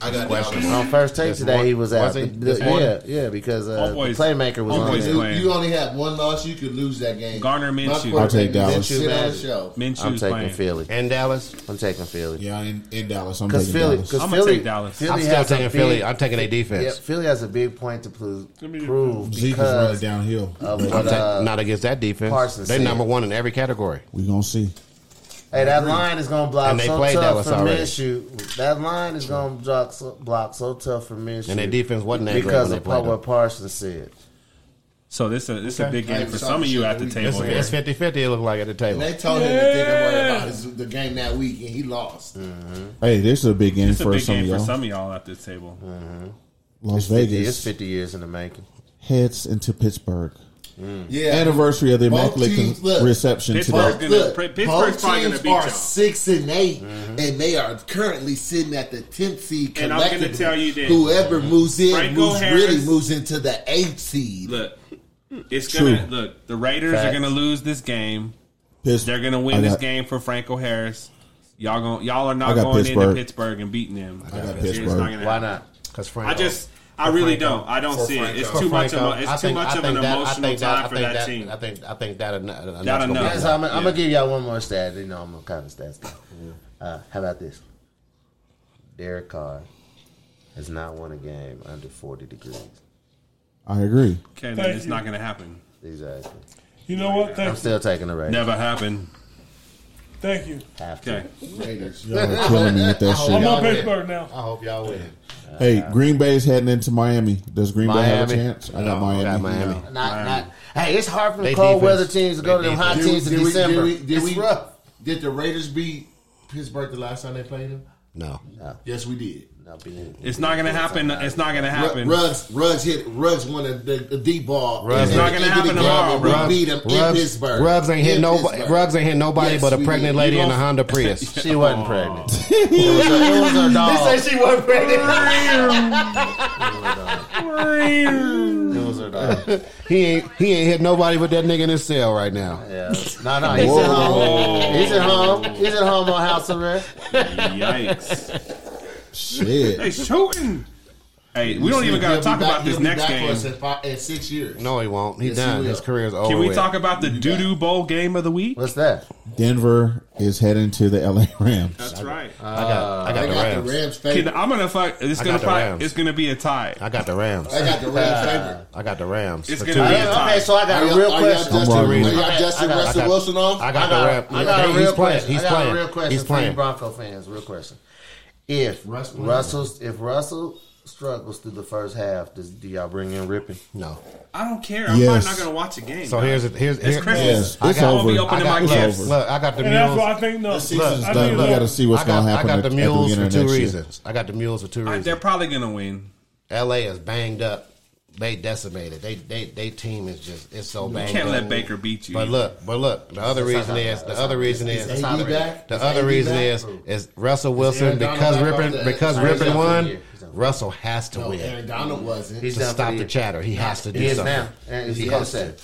[SPEAKER 4] I got
[SPEAKER 8] On first take
[SPEAKER 20] This
[SPEAKER 8] today,
[SPEAKER 20] mor-
[SPEAKER 8] he was out.
[SPEAKER 20] was he?
[SPEAKER 8] The- the-
[SPEAKER 20] This morning?
[SPEAKER 8] yeah, yeah, because uh,
[SPEAKER 5] Oh, boys.
[SPEAKER 8] the playmaker was
[SPEAKER 5] Oh,
[SPEAKER 8] on
[SPEAKER 5] boys.
[SPEAKER 8] there.
[SPEAKER 4] You,
[SPEAKER 5] playing.
[SPEAKER 4] you only have one loss. You could lose that game.
[SPEAKER 5] Garner
[SPEAKER 4] My
[SPEAKER 5] Minshew.
[SPEAKER 4] quarterback
[SPEAKER 3] I'll take
[SPEAKER 4] needs
[SPEAKER 3] Dallas.
[SPEAKER 4] to sit on
[SPEAKER 8] Minshew.
[SPEAKER 4] shelf.
[SPEAKER 8] I'm
[SPEAKER 5] Minshew's
[SPEAKER 8] taking
[SPEAKER 5] playing.
[SPEAKER 8] Philly.
[SPEAKER 20] And Dallas.
[SPEAKER 8] I'm taking Philly.
[SPEAKER 3] Yeah, in, in Dallas. I'm
[SPEAKER 8] Because
[SPEAKER 3] taking
[SPEAKER 8] Philly,
[SPEAKER 3] Dallas.
[SPEAKER 8] because
[SPEAKER 5] I'm gonna
[SPEAKER 8] Philly,
[SPEAKER 5] take Dallas.
[SPEAKER 8] Philly
[SPEAKER 20] I'm still
[SPEAKER 8] has a
[SPEAKER 20] taking Philly.
[SPEAKER 8] big-
[SPEAKER 20] I'm taking a
[SPEAKER 8] Yeah,
[SPEAKER 20] defense.
[SPEAKER 8] Philly has a big point to prove,
[SPEAKER 6] me your
[SPEAKER 8] prove
[SPEAKER 3] Zeke is running
[SPEAKER 8] because
[SPEAKER 3] downhill.
[SPEAKER 8] of
[SPEAKER 20] I'm
[SPEAKER 8] what,
[SPEAKER 20] ta-
[SPEAKER 8] uh,
[SPEAKER 20] not against that defense.
[SPEAKER 8] Parsons
[SPEAKER 20] They're
[SPEAKER 8] said.
[SPEAKER 20] number one in every category.
[SPEAKER 3] We gonna see.
[SPEAKER 8] Hey, that line is gonna block
[SPEAKER 20] And they
[SPEAKER 8] so
[SPEAKER 20] played
[SPEAKER 8] tough
[SPEAKER 20] Dallas
[SPEAKER 8] for
[SPEAKER 20] already.
[SPEAKER 8] Minshew. That line is gonna block so, block so tough for Minshew.
[SPEAKER 20] And their defense wasn't that great
[SPEAKER 8] because
[SPEAKER 20] when
[SPEAKER 8] of
[SPEAKER 20] they played
[SPEAKER 8] what
[SPEAKER 20] them.
[SPEAKER 8] Parsons said.
[SPEAKER 5] So this a this a big
[SPEAKER 4] Hey,
[SPEAKER 5] game for
[SPEAKER 4] so-
[SPEAKER 5] some of you at the table
[SPEAKER 20] It's,
[SPEAKER 5] here.
[SPEAKER 20] it's 50-50 it looked like at the
[SPEAKER 4] And
[SPEAKER 20] table.
[SPEAKER 4] they told him to think worry about his, the game that week, and he lost.
[SPEAKER 3] Hey, this is a big game
[SPEAKER 5] It's a
[SPEAKER 3] for
[SPEAKER 5] big
[SPEAKER 3] some of
[SPEAKER 5] game for
[SPEAKER 3] y'all.
[SPEAKER 5] some of y'all at this table.
[SPEAKER 3] Las
[SPEAKER 8] It's
[SPEAKER 3] Vegas
[SPEAKER 8] fifty years in the making.
[SPEAKER 3] heads into Pittsburgh.
[SPEAKER 4] Yeah,
[SPEAKER 3] Anniversary of the
[SPEAKER 4] Both
[SPEAKER 3] immaculate
[SPEAKER 4] teams-
[SPEAKER 3] Con-
[SPEAKER 4] look,
[SPEAKER 3] reception
[SPEAKER 5] Pittsburgh-
[SPEAKER 3] today.
[SPEAKER 5] gonna- Pittsburgh's probably
[SPEAKER 4] both
[SPEAKER 5] gonna
[SPEAKER 4] teams
[SPEAKER 5] beat
[SPEAKER 4] are
[SPEAKER 5] y'all.
[SPEAKER 4] six and 8
[SPEAKER 8] Mm-hmm.
[SPEAKER 4] and they are currently sitting at the tenth seed.
[SPEAKER 5] And I'm gonna
[SPEAKER 4] collectively.
[SPEAKER 5] tell you this.
[SPEAKER 4] whoever moves in,
[SPEAKER 5] Franco
[SPEAKER 4] moves really
[SPEAKER 5] Harris-
[SPEAKER 4] moves into the eighth seed.
[SPEAKER 5] Look, it's
[SPEAKER 3] True.
[SPEAKER 5] gonna look. The Raiders are
[SPEAKER 8] Facts.
[SPEAKER 5] gonna lose this game.
[SPEAKER 3] Pittsburgh.
[SPEAKER 5] They're gonna
[SPEAKER 3] I
[SPEAKER 5] win this
[SPEAKER 3] got-
[SPEAKER 5] game for Franco Harris. Y'all going y'all are
[SPEAKER 3] I
[SPEAKER 5] not
[SPEAKER 3] got
[SPEAKER 5] going
[SPEAKER 3] Pittsburgh.
[SPEAKER 5] into Pittsburgh and beating them. I
[SPEAKER 3] got Pittsburgh.
[SPEAKER 8] Why not?
[SPEAKER 20] Because Franco.
[SPEAKER 5] I just I really
[SPEAKER 20] Franco.
[SPEAKER 5] don't. I don't
[SPEAKER 21] For
[SPEAKER 5] see it. It's
[SPEAKER 21] Franco.
[SPEAKER 5] too
[SPEAKER 20] For
[SPEAKER 5] much of
[SPEAKER 20] Franco,
[SPEAKER 5] a,
[SPEAKER 20] I
[SPEAKER 5] it's too
[SPEAKER 20] think- I
[SPEAKER 5] much of
[SPEAKER 20] think
[SPEAKER 5] an
[SPEAKER 20] that- I
[SPEAKER 5] emotional
[SPEAKER 20] think that-
[SPEAKER 5] time
[SPEAKER 20] I
[SPEAKER 5] for
[SPEAKER 20] think
[SPEAKER 5] that team.
[SPEAKER 20] I think I think that uh, enough.
[SPEAKER 5] That enough.
[SPEAKER 8] Yes, I'm, I'm gonna give y'all one more stat. You know, I'm gonna kind of stats. guy. Uh, how about this? Derek Carr has not won a game under forty degrees.
[SPEAKER 3] I agree.
[SPEAKER 5] Okay, then
[SPEAKER 6] Thank
[SPEAKER 5] it's
[SPEAKER 6] you.
[SPEAKER 5] not gonna happen.
[SPEAKER 8] Exactly.
[SPEAKER 6] You know what?
[SPEAKER 8] I'm
[SPEAKER 6] Thank,
[SPEAKER 8] still taking the Raiders.
[SPEAKER 5] Never happened.
[SPEAKER 6] thank you.
[SPEAKER 8] Have to.
[SPEAKER 5] Okay.
[SPEAKER 4] Raiders.
[SPEAKER 3] Y'all are killing me with that
[SPEAKER 6] I'm
[SPEAKER 3] shit.
[SPEAKER 6] on Pittsburgh now.
[SPEAKER 20] I hope y'all win.
[SPEAKER 3] Hey, Green Bay is heading into Miami. Does Green Bay have a
[SPEAKER 8] Uh, Miami.
[SPEAKER 3] chance? I got Miami.
[SPEAKER 20] got Miami.
[SPEAKER 8] Not, not. Hey, it's hard for the
[SPEAKER 20] They
[SPEAKER 8] cold
[SPEAKER 20] defense.
[SPEAKER 8] weather teams to go to
[SPEAKER 20] They
[SPEAKER 8] them hot
[SPEAKER 4] Did we-
[SPEAKER 8] teams in
[SPEAKER 4] did we- did
[SPEAKER 8] December.
[SPEAKER 4] we- did
[SPEAKER 8] it's
[SPEAKER 4] we-
[SPEAKER 8] rough.
[SPEAKER 4] Did the Raiders beat Pittsburgh the last time they played them?
[SPEAKER 20] No.
[SPEAKER 4] Yes, we did.
[SPEAKER 8] No, be-
[SPEAKER 5] It's not gonna happen. It's not gonna happen.
[SPEAKER 4] Rugs, Rugs hit. Rugs won the the, the deep ball.
[SPEAKER 20] Ruggs-
[SPEAKER 4] And
[SPEAKER 20] It's not
[SPEAKER 5] gonna
[SPEAKER 4] they
[SPEAKER 5] happen
[SPEAKER 4] did it
[SPEAKER 5] tomorrow,
[SPEAKER 4] again, and we
[SPEAKER 5] Ruggs-
[SPEAKER 4] beat them in
[SPEAKER 20] Rugs,
[SPEAKER 4] Pittsburgh.
[SPEAKER 20] Rugs ain't hit
[SPEAKER 4] In
[SPEAKER 20] nobody.
[SPEAKER 4] Pittsburgh.
[SPEAKER 20] Rugs ain't hit nobody
[SPEAKER 4] Yes,
[SPEAKER 20] but a
[SPEAKER 4] we
[SPEAKER 20] pregnant
[SPEAKER 4] did.
[SPEAKER 20] lady
[SPEAKER 5] You
[SPEAKER 20] and a
[SPEAKER 5] lost-
[SPEAKER 20] Honda Prius.
[SPEAKER 8] She wasn't pregnant. it, was her, it was her dog. He said she wasn't pregnant. it was her dog.
[SPEAKER 20] He ain't he ain't hit nobody but that nigga in his cell right now.
[SPEAKER 8] Yeah. No, no, he's at
[SPEAKER 5] Oh,
[SPEAKER 8] home. He's at home. He's at home on house arrest.
[SPEAKER 5] Yikes! They
[SPEAKER 3] Shit.
[SPEAKER 5] shooting. Hey, we don't even
[SPEAKER 4] He'll
[SPEAKER 5] got to
[SPEAKER 4] be
[SPEAKER 5] talk
[SPEAKER 4] back-
[SPEAKER 5] about this
[SPEAKER 4] he'll be
[SPEAKER 5] next
[SPEAKER 4] back for us
[SPEAKER 5] game.
[SPEAKER 4] in five- in six years.
[SPEAKER 20] No, he won't. He
[SPEAKER 4] Yes, he
[SPEAKER 20] done.
[SPEAKER 4] will.
[SPEAKER 20] His career is over.
[SPEAKER 5] Can we
[SPEAKER 20] with.
[SPEAKER 5] talk about the doo doo bowl game of the week?
[SPEAKER 8] What's that?
[SPEAKER 3] Denver is heading to the LA Rams.
[SPEAKER 5] That's right.
[SPEAKER 20] I got, I got
[SPEAKER 4] They
[SPEAKER 20] the
[SPEAKER 4] got the
[SPEAKER 20] Rams.
[SPEAKER 4] Rams
[SPEAKER 5] Can,
[SPEAKER 4] favorite.
[SPEAKER 5] I'm gonna fuck. It's
[SPEAKER 20] I
[SPEAKER 5] gonna
[SPEAKER 20] got the Rams.
[SPEAKER 5] probably, It's gonna be a tie.
[SPEAKER 20] I got the Rams.
[SPEAKER 4] They got the Rams favorite.
[SPEAKER 20] I got the Rams.
[SPEAKER 5] It's
[SPEAKER 20] for
[SPEAKER 5] gonna
[SPEAKER 20] two
[SPEAKER 5] be
[SPEAKER 20] reasons.
[SPEAKER 5] a tie.
[SPEAKER 8] Okay, so I got
[SPEAKER 4] Are
[SPEAKER 8] a
[SPEAKER 4] y'all-
[SPEAKER 8] real
[SPEAKER 4] are y'all
[SPEAKER 8] question.
[SPEAKER 4] Justin,
[SPEAKER 3] I'm
[SPEAKER 4] are
[SPEAKER 3] wrong.
[SPEAKER 4] y'all Justin
[SPEAKER 8] I got- I
[SPEAKER 4] Russell
[SPEAKER 20] got-
[SPEAKER 4] Wilson off?
[SPEAKER 20] I
[SPEAKER 8] I
[SPEAKER 20] got,
[SPEAKER 8] got,
[SPEAKER 20] the
[SPEAKER 8] I
[SPEAKER 20] Rams.
[SPEAKER 8] got
[SPEAKER 20] They-
[SPEAKER 8] a real
[SPEAKER 20] he's playing.
[SPEAKER 8] question.
[SPEAKER 20] He's
[SPEAKER 8] I got
[SPEAKER 20] playing.
[SPEAKER 8] a real question
[SPEAKER 20] He's
[SPEAKER 8] for you
[SPEAKER 20] playing.
[SPEAKER 8] Bronco fans. Real question. If Russell's if Russell struggles through the first half, does, do y'all bring in Rippin?
[SPEAKER 20] No.
[SPEAKER 5] I don't care. I'm
[SPEAKER 3] Yes.
[SPEAKER 5] probably not gonna watch a game.
[SPEAKER 20] So
[SPEAKER 5] dog.
[SPEAKER 20] here's the- here's
[SPEAKER 5] It's
[SPEAKER 20] here-
[SPEAKER 5] Christmas.
[SPEAKER 3] Yes,
[SPEAKER 5] I
[SPEAKER 3] it's
[SPEAKER 5] got-
[SPEAKER 3] over.
[SPEAKER 5] I'll be
[SPEAKER 20] I
[SPEAKER 5] opening
[SPEAKER 20] got,
[SPEAKER 5] my
[SPEAKER 3] it's
[SPEAKER 5] gifts.
[SPEAKER 3] over.
[SPEAKER 20] look, I got the
[SPEAKER 6] And that's
[SPEAKER 20] mules.
[SPEAKER 6] why I think no.
[SPEAKER 4] The season's
[SPEAKER 6] I
[SPEAKER 4] done.
[SPEAKER 3] We
[SPEAKER 6] think
[SPEAKER 3] got to
[SPEAKER 6] no.
[SPEAKER 3] see what's
[SPEAKER 20] I got,
[SPEAKER 3] going to
[SPEAKER 20] I
[SPEAKER 3] happen
[SPEAKER 20] got
[SPEAKER 3] at,
[SPEAKER 20] the
[SPEAKER 3] at the
[SPEAKER 20] mules
[SPEAKER 3] beginning
[SPEAKER 20] for
[SPEAKER 3] of
[SPEAKER 20] two
[SPEAKER 3] next year.
[SPEAKER 20] reasons. I got the mules for two
[SPEAKER 5] I-
[SPEAKER 20] reasons.
[SPEAKER 5] they're probably gonna win.
[SPEAKER 20] L.A. is banged up.
[SPEAKER 8] they decimated. They they they team is just it's so
[SPEAKER 5] You
[SPEAKER 8] bad.
[SPEAKER 5] can't let Baker beat you
[SPEAKER 8] But
[SPEAKER 5] either.
[SPEAKER 8] look, but look, the other
[SPEAKER 5] That's
[SPEAKER 8] reason
[SPEAKER 5] how-
[SPEAKER 8] is the
[SPEAKER 5] that's
[SPEAKER 8] other
[SPEAKER 5] how-
[SPEAKER 8] reason
[SPEAKER 5] is-
[SPEAKER 8] is
[SPEAKER 5] is AD back?
[SPEAKER 8] the
[SPEAKER 5] Is
[SPEAKER 8] other
[SPEAKER 5] AD
[SPEAKER 8] reason
[SPEAKER 5] back?
[SPEAKER 8] is is Russell
[SPEAKER 5] Is
[SPEAKER 8] Wilson
[SPEAKER 5] Aaron
[SPEAKER 8] because
[SPEAKER 5] Donald
[SPEAKER 8] Rippin
[SPEAKER 5] back off the-
[SPEAKER 8] because
[SPEAKER 5] Aaron
[SPEAKER 8] Rippin
[SPEAKER 5] Donald
[SPEAKER 8] won.
[SPEAKER 5] here. He's out.
[SPEAKER 8] Russell has to
[SPEAKER 4] No,
[SPEAKER 8] win.
[SPEAKER 4] Aaron Donald wasn't. He's
[SPEAKER 8] to
[SPEAKER 4] down for
[SPEAKER 8] stop
[SPEAKER 4] the
[SPEAKER 8] the
[SPEAKER 4] year.
[SPEAKER 8] chatter. He has to do
[SPEAKER 4] He is
[SPEAKER 8] something.
[SPEAKER 4] now. Aaron is
[SPEAKER 8] He
[SPEAKER 4] coach
[SPEAKER 8] has to.
[SPEAKER 4] said.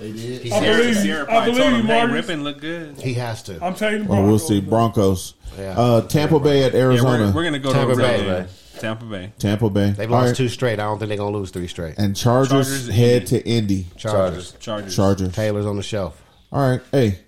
[SPEAKER 4] They did.
[SPEAKER 8] He
[SPEAKER 4] I
[SPEAKER 8] has
[SPEAKER 4] believe
[SPEAKER 8] to.
[SPEAKER 4] you. I believe you, Marcus.
[SPEAKER 5] Rippin look good.
[SPEAKER 8] He has to.
[SPEAKER 6] I'm taking the
[SPEAKER 3] Oh, Well,
[SPEAKER 6] Broncos.
[SPEAKER 3] we'll see. Broncos. Uh, Tampa Bay at
[SPEAKER 5] Yeah,
[SPEAKER 3] Arizona.
[SPEAKER 5] we're, we're gonna go
[SPEAKER 8] Tampa
[SPEAKER 5] to
[SPEAKER 8] Bay.
[SPEAKER 5] Arizona. Tampa Bay.
[SPEAKER 3] Tampa Bay.
[SPEAKER 8] They've
[SPEAKER 3] All
[SPEAKER 8] lost
[SPEAKER 3] right.
[SPEAKER 8] two straight. I don't think they're gonna lose three straight.
[SPEAKER 3] And Chargers,
[SPEAKER 5] Chargers,
[SPEAKER 3] head to Indy.
[SPEAKER 8] Chargers.
[SPEAKER 5] Chargers.
[SPEAKER 3] Chargers.
[SPEAKER 8] Taylor's on the shelf.
[SPEAKER 3] All right. Hey,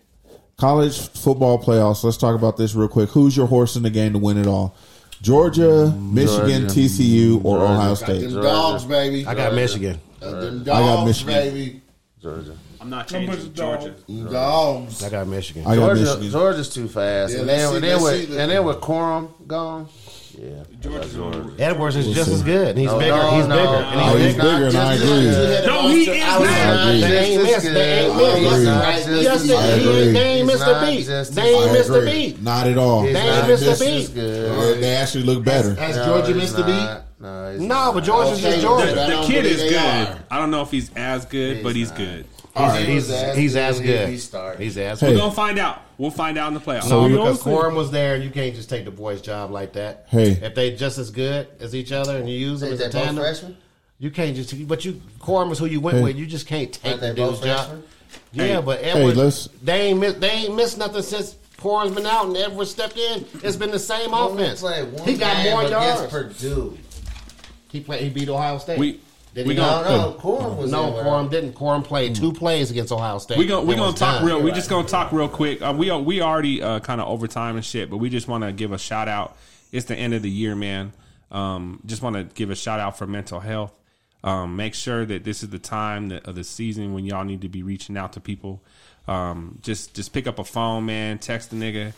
[SPEAKER 3] college football playoffs. Let's talk about this real quick. Who's your horse in the game to win it all? Georgia, Michigan,
[SPEAKER 22] Georgia.
[SPEAKER 3] TCU, or
[SPEAKER 22] Georgia.
[SPEAKER 3] Ohio
[SPEAKER 22] Got
[SPEAKER 3] State?
[SPEAKER 4] them dogs, baby.
[SPEAKER 8] I got Michigan.
[SPEAKER 4] Uh, them
[SPEAKER 3] I got
[SPEAKER 4] dogs,
[SPEAKER 3] Michigan.
[SPEAKER 4] baby.
[SPEAKER 22] Georgia.
[SPEAKER 5] I'm not
[SPEAKER 6] Don't put the
[SPEAKER 5] changing Georgia.
[SPEAKER 4] Them dogs.
[SPEAKER 8] I got Michigan.
[SPEAKER 3] I got
[SPEAKER 22] Georgia,
[SPEAKER 3] Michigan.
[SPEAKER 22] Georgia's too fast.
[SPEAKER 4] Yeah,
[SPEAKER 22] and
[SPEAKER 4] let's
[SPEAKER 22] then,
[SPEAKER 4] see-
[SPEAKER 22] and then
[SPEAKER 4] let's
[SPEAKER 22] with,
[SPEAKER 4] see the-
[SPEAKER 22] and then with Quorum gone, yeah.
[SPEAKER 5] Georgia's on.
[SPEAKER 8] Edwards is
[SPEAKER 3] We'll
[SPEAKER 8] just
[SPEAKER 3] see.
[SPEAKER 8] as good. and He's
[SPEAKER 22] No,
[SPEAKER 8] bigger.
[SPEAKER 22] no,
[SPEAKER 8] he's
[SPEAKER 22] no,
[SPEAKER 8] bigger.
[SPEAKER 22] no.
[SPEAKER 8] and
[SPEAKER 3] Oh,
[SPEAKER 8] he's
[SPEAKER 3] he's
[SPEAKER 8] bigger.
[SPEAKER 3] bigger, and I
[SPEAKER 4] Just-
[SPEAKER 3] agree.
[SPEAKER 4] just had a
[SPEAKER 5] No,
[SPEAKER 4] bunch
[SPEAKER 5] he
[SPEAKER 4] of
[SPEAKER 5] is
[SPEAKER 4] outside-
[SPEAKER 5] not.
[SPEAKER 3] I agree.
[SPEAKER 8] They ain't
[SPEAKER 22] Just
[SPEAKER 8] missed.
[SPEAKER 22] as
[SPEAKER 8] They ain't
[SPEAKER 22] good.
[SPEAKER 8] missed.
[SPEAKER 22] He's
[SPEAKER 3] I
[SPEAKER 22] not just
[SPEAKER 4] agree.
[SPEAKER 8] Yes,
[SPEAKER 22] as
[SPEAKER 8] they,
[SPEAKER 3] I
[SPEAKER 8] he,
[SPEAKER 3] agree.
[SPEAKER 8] ain't- they ain't
[SPEAKER 22] He's
[SPEAKER 8] missed a
[SPEAKER 22] not
[SPEAKER 8] beat.
[SPEAKER 22] just as-
[SPEAKER 8] They ain't
[SPEAKER 3] I
[SPEAKER 8] missed a
[SPEAKER 3] agree.
[SPEAKER 8] beat.
[SPEAKER 3] Not at all.
[SPEAKER 22] He's
[SPEAKER 8] They
[SPEAKER 22] not
[SPEAKER 8] ain't missed
[SPEAKER 22] just
[SPEAKER 8] a
[SPEAKER 22] as
[SPEAKER 8] beat.
[SPEAKER 22] good.
[SPEAKER 3] They they actually look better.
[SPEAKER 4] Has
[SPEAKER 22] No,
[SPEAKER 4] Georgia
[SPEAKER 22] he's
[SPEAKER 4] missed the beat?
[SPEAKER 22] not. No, he's
[SPEAKER 8] No,
[SPEAKER 22] not.
[SPEAKER 8] but Georgia's
[SPEAKER 4] Okay,
[SPEAKER 8] just
[SPEAKER 4] but I
[SPEAKER 5] The,
[SPEAKER 8] Georgia.
[SPEAKER 5] the
[SPEAKER 4] don't
[SPEAKER 5] kid
[SPEAKER 4] believe
[SPEAKER 5] is
[SPEAKER 4] they
[SPEAKER 5] good.
[SPEAKER 4] are.
[SPEAKER 5] I don't know if he's as good,
[SPEAKER 22] He's
[SPEAKER 5] but he's
[SPEAKER 22] not.
[SPEAKER 5] good.
[SPEAKER 4] All right.
[SPEAKER 8] He's,
[SPEAKER 4] He's-
[SPEAKER 8] he's as
[SPEAKER 22] he-
[SPEAKER 8] good.
[SPEAKER 22] he started.
[SPEAKER 8] He's as
[SPEAKER 3] Hey.
[SPEAKER 5] We're
[SPEAKER 8] good.
[SPEAKER 5] gonna find out. We'll find out in the playoffs.
[SPEAKER 8] So
[SPEAKER 5] No,
[SPEAKER 8] because
[SPEAKER 5] no,
[SPEAKER 8] Quorum was there, you can't just take the boys' job like that.
[SPEAKER 3] Hey.
[SPEAKER 8] if they just as good as each other and you use them
[SPEAKER 22] Is
[SPEAKER 8] as a
[SPEAKER 22] that both
[SPEAKER 8] tandem,
[SPEAKER 22] freshmen?
[SPEAKER 8] you can't just. But you Quorum is who you went
[SPEAKER 3] Hey.
[SPEAKER 8] with. You just can't take
[SPEAKER 22] Aren't they
[SPEAKER 8] the dude's
[SPEAKER 22] both
[SPEAKER 8] job.
[SPEAKER 22] freshmen?
[SPEAKER 8] Yeah,
[SPEAKER 5] Hey.
[SPEAKER 8] but Edward,
[SPEAKER 3] let's-
[SPEAKER 8] they ain't miss, they ain't missed nothing since Quorum's been out and Edward stepped in. It's been the same offense. He got more yards.
[SPEAKER 22] Purdue.
[SPEAKER 8] he played. He beat Ohio State.
[SPEAKER 5] We-
[SPEAKER 8] Did
[SPEAKER 5] we
[SPEAKER 8] he
[SPEAKER 5] gonna- Hmm.
[SPEAKER 8] not?
[SPEAKER 22] No, no, Quorum was
[SPEAKER 8] No,
[SPEAKER 22] there.
[SPEAKER 8] Quorum didn't. Quorum played two plays against Ohio State.
[SPEAKER 5] we gonna we
[SPEAKER 8] It
[SPEAKER 5] gonna
[SPEAKER 8] was
[SPEAKER 5] talk
[SPEAKER 8] done.
[SPEAKER 5] real. We just gonna talk real quick. Uh, we are- we already uh, kind of over time and shit, but we just want to give a shout out. It's the end of the year, man. Um, just want to give a shout out for mental health. Um, make sure that this is the time that, of the season when y'all need to be reaching out to people. Um, just just pick up a phone, man. Text the nigga.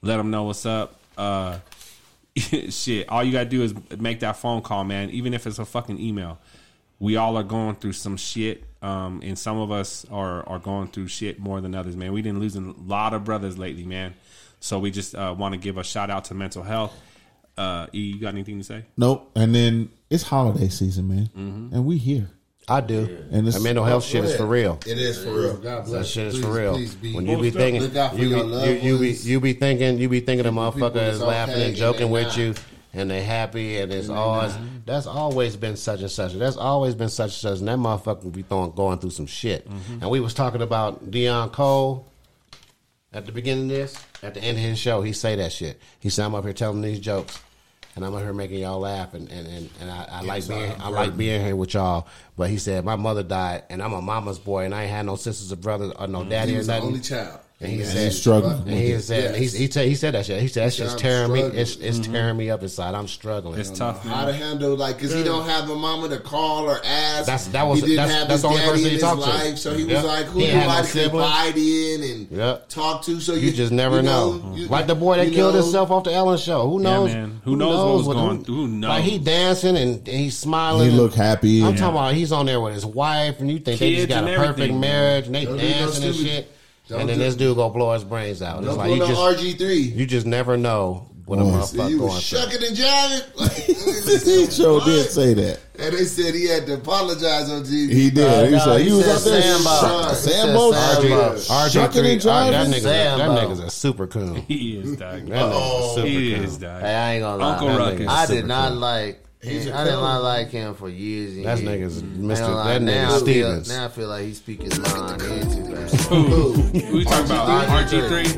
[SPEAKER 5] Let them know what's up. Uh, shit, all you gotta do is make that phone call, man. Even if it's a fucking email, we all are going through some shit, um, and some of us are are going through shit more than others, man. We've been losing a lot of brothers lately, man. So we just uh, want to give a shout out to mental health. Uh, e, you got anything to say?
[SPEAKER 3] Nope. And then it's holiday season, man,
[SPEAKER 8] Mm-hmm.
[SPEAKER 3] and we here.
[SPEAKER 8] I do.
[SPEAKER 3] And
[SPEAKER 8] And
[SPEAKER 3] this-
[SPEAKER 8] this mental health shit is
[SPEAKER 23] Yeah.
[SPEAKER 8] for real.
[SPEAKER 23] It is for real.
[SPEAKER 4] God bless
[SPEAKER 8] That shit is
[SPEAKER 4] you.
[SPEAKER 8] for
[SPEAKER 4] Please,
[SPEAKER 8] real.
[SPEAKER 4] please be-
[SPEAKER 8] when you be thinking, you
[SPEAKER 4] Look out for
[SPEAKER 8] be,
[SPEAKER 4] your loved
[SPEAKER 8] you, you be
[SPEAKER 4] ones.
[SPEAKER 8] you be thinking, you be thinking a
[SPEAKER 4] people
[SPEAKER 8] motherfucker
[SPEAKER 4] is
[SPEAKER 8] is laughing
[SPEAKER 4] okay
[SPEAKER 8] and
[SPEAKER 4] and
[SPEAKER 8] joking
[SPEAKER 4] they
[SPEAKER 8] with
[SPEAKER 4] not.
[SPEAKER 8] you, and they happy, and it's always that's always been such and such. That's always been such and such, and that motherfucker be throwing, going through some shit.
[SPEAKER 4] Mm-hmm.
[SPEAKER 8] And we was talking about Dion Cole at the beginning of this, at the end of his show, he say that shit. He said, "I'm up here telling these jokes, and I'm up here making y'all laugh, and and and, and I, I like being I like being here with y'all." But he said, "My mother died, and I'm a mama's boy, and I ain't had no sisters or brothers or no
[SPEAKER 4] Mm-hmm.
[SPEAKER 8] daddy
[SPEAKER 4] He
[SPEAKER 8] or
[SPEAKER 4] was the
[SPEAKER 8] nothing."
[SPEAKER 4] only child.
[SPEAKER 8] And he
[SPEAKER 4] Yeah.
[SPEAKER 8] said-
[SPEAKER 3] He's struggling.
[SPEAKER 8] And he said,
[SPEAKER 4] Yes.
[SPEAKER 8] he, he, said- he said that shit. He said, that shit's
[SPEAKER 4] I'm
[SPEAKER 8] tearing me,
[SPEAKER 4] struggling. Mm-hmm.
[SPEAKER 8] it's, it's tearing me up inside. I'm struggling.
[SPEAKER 5] It's tough, man.
[SPEAKER 4] how to handle like because he don't have a mama to call or ask.
[SPEAKER 8] That's- that was-
[SPEAKER 4] he didn't
[SPEAKER 8] that's-
[SPEAKER 4] have
[SPEAKER 8] that's
[SPEAKER 4] his
[SPEAKER 8] the only
[SPEAKER 4] daddy
[SPEAKER 8] person
[SPEAKER 4] in
[SPEAKER 8] he
[SPEAKER 4] his
[SPEAKER 8] talked to.
[SPEAKER 4] life, so he
[SPEAKER 8] Yeah.
[SPEAKER 4] was like, who
[SPEAKER 8] He had no
[SPEAKER 4] nobody can
[SPEAKER 8] siblings.
[SPEAKER 4] confide in and
[SPEAKER 8] Yeah.
[SPEAKER 4] talk to. So
[SPEAKER 8] you, just never
[SPEAKER 4] you
[SPEAKER 8] know.
[SPEAKER 4] you-
[SPEAKER 8] Like the boy that
[SPEAKER 4] you
[SPEAKER 8] killed
[SPEAKER 4] know,
[SPEAKER 8] himself off the Ellen show. Who
[SPEAKER 5] Yeah,
[SPEAKER 8] knows?
[SPEAKER 5] man. Who knows what was going through? Who knows?
[SPEAKER 8] Like he dancing and, and he's smiling.
[SPEAKER 3] He
[SPEAKER 8] and-
[SPEAKER 3] look happy.
[SPEAKER 8] I'm
[SPEAKER 3] Yeah.
[SPEAKER 8] talking about he's on there with his wife, and you think they
[SPEAKER 5] Kids
[SPEAKER 8] just got
[SPEAKER 5] and
[SPEAKER 8] a perfect
[SPEAKER 5] everything.
[SPEAKER 8] marriage, and they
[SPEAKER 4] Don't do no
[SPEAKER 8] dancing and
[SPEAKER 4] stupid-
[SPEAKER 8] shit.
[SPEAKER 4] don't
[SPEAKER 8] and then
[SPEAKER 4] do-
[SPEAKER 8] this dude gonna blow his brains out. It's
[SPEAKER 4] Don't
[SPEAKER 8] like
[SPEAKER 4] pull
[SPEAKER 8] you
[SPEAKER 4] no
[SPEAKER 8] just
[SPEAKER 4] RG three.
[SPEAKER 8] you just never know what a
[SPEAKER 3] Oh.
[SPEAKER 8] motherfucker
[SPEAKER 4] You
[SPEAKER 8] going
[SPEAKER 4] was
[SPEAKER 8] through.
[SPEAKER 4] shucking and jiving.
[SPEAKER 3] He sure did say that.
[SPEAKER 4] And they said he had to apologize on TV.
[SPEAKER 3] He did.
[SPEAKER 22] Uh,
[SPEAKER 3] he
[SPEAKER 22] no,
[SPEAKER 3] said
[SPEAKER 22] he
[SPEAKER 3] he was
[SPEAKER 22] said
[SPEAKER 3] out there
[SPEAKER 22] Sambo.
[SPEAKER 3] shuck-
[SPEAKER 22] He said
[SPEAKER 3] Sambo,
[SPEAKER 22] Sambo.
[SPEAKER 3] shuck- shucking
[SPEAKER 8] RG
[SPEAKER 3] and
[SPEAKER 8] three, uh, that
[SPEAKER 3] driving.
[SPEAKER 8] nigga's a, that
[SPEAKER 22] Sambo.
[SPEAKER 8] nigga's a super coon.
[SPEAKER 5] He is dog.
[SPEAKER 8] That nigga's a
[SPEAKER 5] He
[SPEAKER 8] super
[SPEAKER 5] is
[SPEAKER 8] coon.
[SPEAKER 5] dog.
[SPEAKER 22] Hey, I ain't gonna lie.
[SPEAKER 5] Uncle
[SPEAKER 22] That
[SPEAKER 5] Ruckus.
[SPEAKER 22] nigga- Oh. I
[SPEAKER 8] Super
[SPEAKER 22] did not
[SPEAKER 8] cool.
[SPEAKER 22] like.
[SPEAKER 4] He's a
[SPEAKER 22] I did not
[SPEAKER 4] coon.
[SPEAKER 22] like him for years. And
[SPEAKER 8] That
[SPEAKER 22] years.
[SPEAKER 8] nigga's
[SPEAKER 22] I ain't
[SPEAKER 8] Mr.
[SPEAKER 22] gonna lie,
[SPEAKER 8] That
[SPEAKER 22] now
[SPEAKER 8] nigga
[SPEAKER 22] I
[SPEAKER 8] Stevens.
[SPEAKER 22] Feel, now I feel like he speak his mind. He ain't too bad.
[SPEAKER 5] Who? Who you talking about?
[SPEAKER 22] RG3?
[SPEAKER 5] RG3?
[SPEAKER 22] Yes.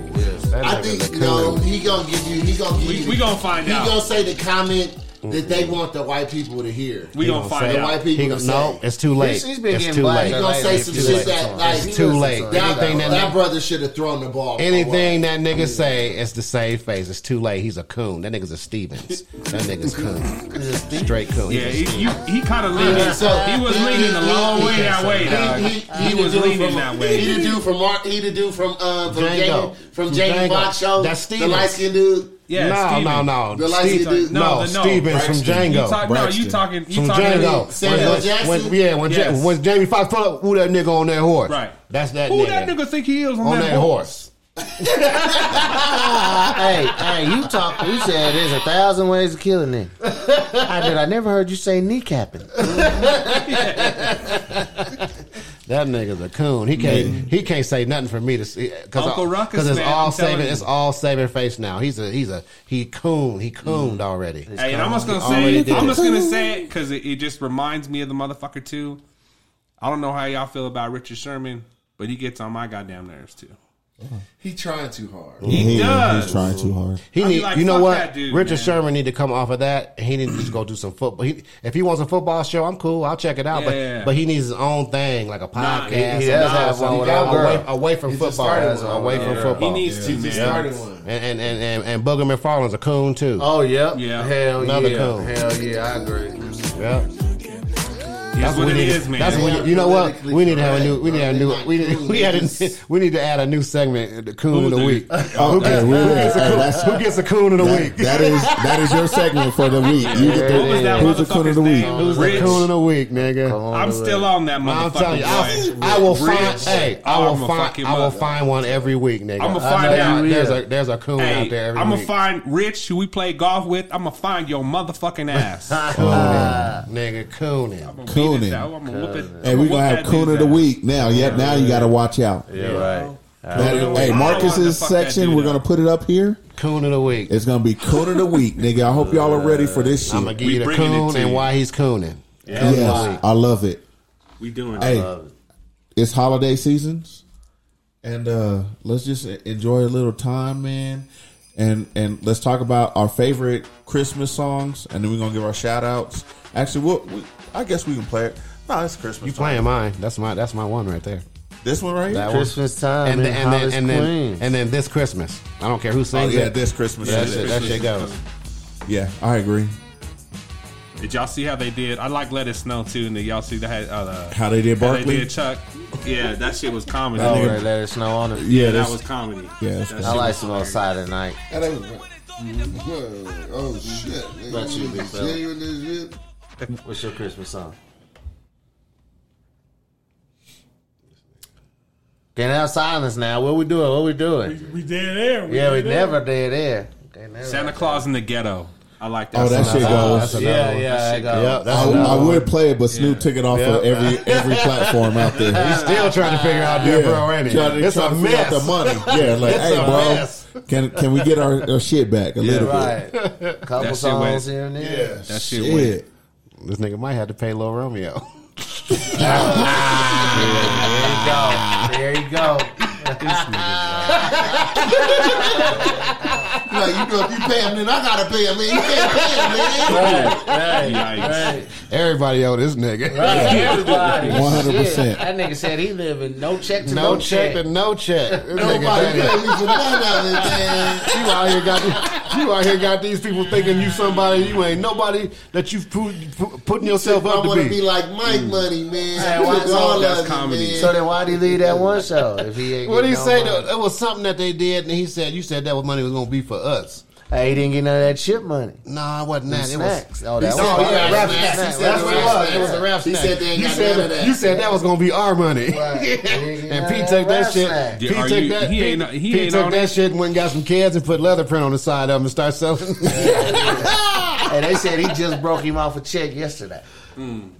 [SPEAKER 8] That
[SPEAKER 4] I
[SPEAKER 8] nigga's a
[SPEAKER 4] think
[SPEAKER 8] coon.
[SPEAKER 4] no, he gonna give you. He gonna give
[SPEAKER 5] We-
[SPEAKER 4] you.
[SPEAKER 5] we gonna find out.
[SPEAKER 4] He gonna say the comment that they want the white people to hear.
[SPEAKER 5] We gonna
[SPEAKER 8] gonna
[SPEAKER 5] find
[SPEAKER 8] say
[SPEAKER 4] the
[SPEAKER 5] out.
[SPEAKER 4] white
[SPEAKER 8] He
[SPEAKER 4] people
[SPEAKER 8] go-
[SPEAKER 4] to
[SPEAKER 8] no,
[SPEAKER 4] say.
[SPEAKER 8] it's too late.
[SPEAKER 22] He's- he's been
[SPEAKER 8] it's
[SPEAKER 22] getting
[SPEAKER 8] too
[SPEAKER 22] blacked
[SPEAKER 8] late.
[SPEAKER 4] He gonna say
[SPEAKER 8] It's
[SPEAKER 4] some
[SPEAKER 8] too
[SPEAKER 4] shit
[SPEAKER 8] late.
[SPEAKER 4] that like
[SPEAKER 8] It's too late.
[SPEAKER 4] That,
[SPEAKER 8] Anything that,
[SPEAKER 4] that brother should have thrown the ball.
[SPEAKER 8] anything that nigga say, it's the same face. It's too late. He's a coon. That nigga's a Stevens. That nigga's coon. Straight coon.
[SPEAKER 5] Yeah,
[SPEAKER 8] He's a
[SPEAKER 5] he, you, he kind of leaning.
[SPEAKER 4] So-
[SPEAKER 5] he was leaning a long way that way, dog.
[SPEAKER 4] He,
[SPEAKER 5] He,
[SPEAKER 4] the
[SPEAKER 5] was
[SPEAKER 4] dude
[SPEAKER 5] leaning
[SPEAKER 4] from,
[SPEAKER 5] that way.
[SPEAKER 4] He the dude from Mark. He the dude from uh, from
[SPEAKER 8] Django.
[SPEAKER 4] Jamie from Jamie
[SPEAKER 8] Django.
[SPEAKER 4] Foxx show.
[SPEAKER 8] That's
[SPEAKER 4] the
[SPEAKER 8] Steven.
[SPEAKER 4] light skinned dude.
[SPEAKER 5] Yeah,
[SPEAKER 8] no,
[SPEAKER 5] Steven.
[SPEAKER 8] no, no,
[SPEAKER 4] The light skinned
[SPEAKER 8] Steven-
[SPEAKER 4] dude.
[SPEAKER 5] No,
[SPEAKER 8] No,
[SPEAKER 5] the- no.
[SPEAKER 8] Stevens from
[SPEAKER 5] You
[SPEAKER 8] Django.
[SPEAKER 5] talk, no, you
[SPEAKER 3] Braxton.
[SPEAKER 5] talking. You
[SPEAKER 8] from
[SPEAKER 5] talking
[SPEAKER 8] Django.
[SPEAKER 4] Samuel
[SPEAKER 8] when,
[SPEAKER 4] Jackson?
[SPEAKER 8] When, yeah, when, Ja-
[SPEAKER 5] Yes.
[SPEAKER 8] when Jamie Foxx pulled up, who that nigga on that horse?
[SPEAKER 5] Right.
[SPEAKER 8] That's that
[SPEAKER 5] Who
[SPEAKER 8] nigga.
[SPEAKER 5] that nigga think he is on,
[SPEAKER 8] on that
[SPEAKER 5] horse?
[SPEAKER 8] horse?
[SPEAKER 4] hey, hey, you talk. You said there's a thousand ways of killing it. I did. I never heard you say kneecapping.
[SPEAKER 8] That nigga's a coon. He can't. He can't say nothing for me to see. Cause
[SPEAKER 5] Uncle
[SPEAKER 8] all-
[SPEAKER 5] Ruckus,
[SPEAKER 8] it's
[SPEAKER 5] man,
[SPEAKER 8] all
[SPEAKER 5] I'm telling
[SPEAKER 8] saving.
[SPEAKER 5] you.
[SPEAKER 8] It's all saving face now. He's a. He's a. He coon. He cooned
[SPEAKER 4] Mm.
[SPEAKER 8] already.
[SPEAKER 5] Hey, and I'm just gonna
[SPEAKER 8] He
[SPEAKER 5] say,
[SPEAKER 8] already
[SPEAKER 5] it.
[SPEAKER 8] did
[SPEAKER 5] I'm
[SPEAKER 8] it.
[SPEAKER 5] just gonna say it because it, it just reminds me of the motherfucker too. I don't know how y'all feel about Richard Sherman, but he gets on my goddamn nerves too.
[SPEAKER 24] He trying too hard.
[SPEAKER 5] He does.
[SPEAKER 3] He's trying too hard.
[SPEAKER 8] He
[SPEAKER 5] I'd be
[SPEAKER 8] need,
[SPEAKER 5] like,
[SPEAKER 8] you know
[SPEAKER 5] fuck
[SPEAKER 8] what?
[SPEAKER 5] that dude,
[SPEAKER 8] Richard
[SPEAKER 5] man.
[SPEAKER 8] Sherman need to come off of that. He needs to just go do some football. He, if he wants a football show, I'm cool. I'll check it out. but
[SPEAKER 5] Yeah.
[SPEAKER 8] but he needs his own thing, like a
[SPEAKER 5] Nah,
[SPEAKER 8] podcast.
[SPEAKER 5] he- he
[SPEAKER 8] or
[SPEAKER 4] does
[SPEAKER 8] something,
[SPEAKER 4] have
[SPEAKER 8] something.
[SPEAKER 4] one with Al
[SPEAKER 8] away,
[SPEAKER 4] Gore.
[SPEAKER 8] away from
[SPEAKER 24] He just
[SPEAKER 8] football.
[SPEAKER 24] started one.
[SPEAKER 8] Away from
[SPEAKER 24] Yeah.
[SPEAKER 8] football.
[SPEAKER 5] He needs to, man.
[SPEAKER 24] started one.
[SPEAKER 8] And and and and, and Booger McFarlane's a coon too.
[SPEAKER 4] Oh yep.
[SPEAKER 5] Yeah.
[SPEAKER 4] Hell
[SPEAKER 8] Another
[SPEAKER 4] yeah.
[SPEAKER 8] coon.
[SPEAKER 4] Hell yeah. I agree.
[SPEAKER 8] Yeah.
[SPEAKER 5] That's what
[SPEAKER 8] we
[SPEAKER 5] it
[SPEAKER 8] need,
[SPEAKER 5] is, man.
[SPEAKER 8] That's what
[SPEAKER 24] They
[SPEAKER 8] you, you know. What
[SPEAKER 24] politically
[SPEAKER 8] we need to have a new. We need to have a
[SPEAKER 24] correct,
[SPEAKER 8] new.
[SPEAKER 24] bro.
[SPEAKER 8] We
[SPEAKER 24] They're
[SPEAKER 8] need,
[SPEAKER 24] not
[SPEAKER 8] we, had
[SPEAKER 24] coons.
[SPEAKER 8] a, we need to add a new segment. The coon of the
[SPEAKER 5] Who's
[SPEAKER 8] week.
[SPEAKER 5] the-
[SPEAKER 8] who,
[SPEAKER 3] Okay,
[SPEAKER 8] gets,
[SPEAKER 3] we
[SPEAKER 8] who,
[SPEAKER 3] will.
[SPEAKER 8] gets a
[SPEAKER 3] Oh, Hey,
[SPEAKER 8] coon,
[SPEAKER 3] that's-
[SPEAKER 8] who gets a coon of the
[SPEAKER 3] That-
[SPEAKER 8] week?
[SPEAKER 3] that is that is your segment for the week. You get the,
[SPEAKER 5] What was that
[SPEAKER 3] who's the coon of
[SPEAKER 5] motherfucker's
[SPEAKER 3] the week?
[SPEAKER 5] name?
[SPEAKER 8] Who's the
[SPEAKER 5] Rich.
[SPEAKER 8] coon of the week, nigga?
[SPEAKER 5] I'm still on that motherfucker.
[SPEAKER 8] I'm telling you, I,
[SPEAKER 5] boy.
[SPEAKER 8] I will
[SPEAKER 5] Rich.
[SPEAKER 8] find. Hey, I will
[SPEAKER 5] I'ma fuck
[SPEAKER 8] find.
[SPEAKER 5] him
[SPEAKER 8] I will
[SPEAKER 5] up.
[SPEAKER 8] find one every week, nigga.
[SPEAKER 5] I'ma
[SPEAKER 8] I
[SPEAKER 5] find
[SPEAKER 8] know
[SPEAKER 5] out.
[SPEAKER 8] There's a there's a coon
[SPEAKER 5] Hey,
[SPEAKER 8] out there every
[SPEAKER 5] I'm gonna
[SPEAKER 8] week,
[SPEAKER 5] find Rich, who we play golf with. I'm gonna find your motherfucking ass.
[SPEAKER 3] Uh,
[SPEAKER 8] Uh, nigga. Cooning.
[SPEAKER 3] Coonin.
[SPEAKER 5] I'm gonna whoop it.
[SPEAKER 3] Hey, we're gonna have coon of the week now. Yep, now you got to watch out.
[SPEAKER 4] Yeah. Right.
[SPEAKER 3] That- hey, Marcus's section, we're gonna put it up here.
[SPEAKER 8] Coon of the week.
[SPEAKER 3] It's gonna be coon of the week, nigga. I hope y'all are ready for this shit.
[SPEAKER 8] I'm gonna give
[SPEAKER 5] We
[SPEAKER 8] you the
[SPEAKER 5] bringing it
[SPEAKER 8] coon
[SPEAKER 5] to
[SPEAKER 8] and
[SPEAKER 5] you.
[SPEAKER 8] why he's cooning.
[SPEAKER 3] yes, I love it.
[SPEAKER 5] We doing it.
[SPEAKER 3] Hey, it's holiday seasons, and uh let's just enjoy a little time, man. And and let's talk about our favorite Christmas songs, and then we're gonna give our shout outs. Actually, we'll, we I guess we can play it. No, it's Christmas.
[SPEAKER 8] You
[SPEAKER 3] time.
[SPEAKER 8] playing mine? That's my that's my one right there.
[SPEAKER 3] this one right here?
[SPEAKER 8] That one.
[SPEAKER 4] Christmas time
[SPEAKER 8] and
[SPEAKER 4] and,
[SPEAKER 8] then and then and then,
[SPEAKER 4] Queens.
[SPEAKER 8] and then this Christmas. I don't care who
[SPEAKER 3] Oh,
[SPEAKER 8] sings
[SPEAKER 3] yeah,
[SPEAKER 8] it.
[SPEAKER 3] this Christmas.
[SPEAKER 8] that
[SPEAKER 3] is
[SPEAKER 8] shit,
[SPEAKER 3] it.
[SPEAKER 8] that shit goes.
[SPEAKER 3] Yeah, I agree.
[SPEAKER 5] Did y'all see how they did? I like Let It Snow too, and did y'all see that? Uh,
[SPEAKER 3] How they did
[SPEAKER 5] how they
[SPEAKER 3] Barkley?
[SPEAKER 5] did Chuck? Yeah, that shit was comedy.
[SPEAKER 4] All right, let us know on it.
[SPEAKER 5] Yeah, that
[SPEAKER 3] that's- oh,
[SPEAKER 5] was comedy.
[SPEAKER 3] Yeah, that's
[SPEAKER 5] That
[SPEAKER 4] I
[SPEAKER 5] shit
[SPEAKER 4] like
[SPEAKER 5] was
[SPEAKER 4] some old
[SPEAKER 5] hilarious.
[SPEAKER 4] Silent Night.
[SPEAKER 24] Yeah, that was right. Whoa. Oh shit! nigga.
[SPEAKER 4] Not you, big fella.
[SPEAKER 24] Genuine as shit.
[SPEAKER 4] What's your Christmas song? Getting out of silence now. What we doing? What we doing?
[SPEAKER 6] We dead air.
[SPEAKER 4] Yeah, we
[SPEAKER 6] dead air.
[SPEAKER 4] never did there. Okay, never.
[SPEAKER 5] Santa Claus in the Ghetto. I like that.
[SPEAKER 3] Oh, that
[SPEAKER 5] song.
[SPEAKER 3] shit goes.
[SPEAKER 8] that's another
[SPEAKER 4] Yeah,
[SPEAKER 8] one.
[SPEAKER 4] yeah, I got
[SPEAKER 8] Yeah,
[SPEAKER 3] I,
[SPEAKER 8] that's another
[SPEAKER 3] I
[SPEAKER 8] one.
[SPEAKER 3] would play it, but Snoop took it off of every every platform out there.
[SPEAKER 8] Still trying to figure out that bro, ain't it?
[SPEAKER 3] Trying to-
[SPEAKER 8] It's a
[SPEAKER 3] trying to figure out
[SPEAKER 8] mess.
[SPEAKER 3] The money, yeah. Like,
[SPEAKER 8] It's
[SPEAKER 3] hey,
[SPEAKER 8] a
[SPEAKER 3] bro,
[SPEAKER 8] mess.
[SPEAKER 3] can can we get our, our shit back a little
[SPEAKER 4] right. Couple
[SPEAKER 5] That shit went-
[SPEAKER 4] songs here and there.
[SPEAKER 25] Yeah.
[SPEAKER 5] That
[SPEAKER 3] bit?
[SPEAKER 5] shit went.
[SPEAKER 3] Shit.
[SPEAKER 8] This nigga might have to pay Lil Romeo.
[SPEAKER 4] There you go.
[SPEAKER 24] Like you know, if you pay him, then I gotta pay him. Man, you can't pay him, man.
[SPEAKER 5] Yikes.
[SPEAKER 8] Everybody owe this nigga.
[SPEAKER 4] Everybody.
[SPEAKER 3] 100%.
[SPEAKER 4] Shit, That nigga said he living no check to
[SPEAKER 8] No check to no check. This nigga
[SPEAKER 24] Nobody
[SPEAKER 8] daddy.
[SPEAKER 24] pay me for none of it, man.
[SPEAKER 8] You out here got you out here got these people thinking you somebody you ain't nobody that you've pu- pu- putting yourself
[SPEAKER 24] I
[SPEAKER 8] up
[SPEAKER 24] want
[SPEAKER 8] to
[SPEAKER 24] to be
[SPEAKER 8] be.
[SPEAKER 24] like Mike Money, man.
[SPEAKER 4] Hey, why
[SPEAKER 24] That's
[SPEAKER 4] not?
[SPEAKER 24] all
[SPEAKER 5] That's
[SPEAKER 24] of it,
[SPEAKER 5] comedy.
[SPEAKER 24] man.
[SPEAKER 4] So then why'd he leave that one show if he ain't
[SPEAKER 8] What
[SPEAKER 4] getting
[SPEAKER 8] he
[SPEAKER 4] no
[SPEAKER 8] say?
[SPEAKER 4] money?
[SPEAKER 8] Though, it was something that they did, and he said you said that was money was gonna be for us.
[SPEAKER 4] Hey, he didn't get none of that chip money.
[SPEAKER 8] Nah, it wasn't
[SPEAKER 4] Them
[SPEAKER 8] that. It
[SPEAKER 4] snacks.
[SPEAKER 8] was.
[SPEAKER 4] Oh, that
[SPEAKER 8] He
[SPEAKER 4] was-
[SPEAKER 8] said-
[SPEAKER 4] oh, yeah,
[SPEAKER 8] rap
[SPEAKER 4] snacks.
[SPEAKER 8] snacks.
[SPEAKER 4] He said
[SPEAKER 8] That's
[SPEAKER 4] the
[SPEAKER 8] what it
[SPEAKER 4] rap
[SPEAKER 8] was. It was a
[SPEAKER 4] snacks.
[SPEAKER 8] rap
[SPEAKER 24] He
[SPEAKER 8] snack.
[SPEAKER 24] said they ain't
[SPEAKER 8] you
[SPEAKER 24] got
[SPEAKER 8] said
[SPEAKER 24] none of that.
[SPEAKER 8] you said that was gonna be our money. and Pete took that shit.
[SPEAKER 5] Yeah,
[SPEAKER 8] Pete
[SPEAKER 5] are
[SPEAKER 8] took
[SPEAKER 5] you-
[SPEAKER 8] that.
[SPEAKER 5] he
[SPEAKER 8] Pete-
[SPEAKER 5] ain't- he
[SPEAKER 8] Pete
[SPEAKER 5] ain't
[SPEAKER 8] took
[SPEAKER 5] on
[SPEAKER 8] that
[SPEAKER 5] it.
[SPEAKER 8] shit and went and got some kids and put leather print on the side of them and start selling.
[SPEAKER 4] And they said he just broke him off a check yesterday.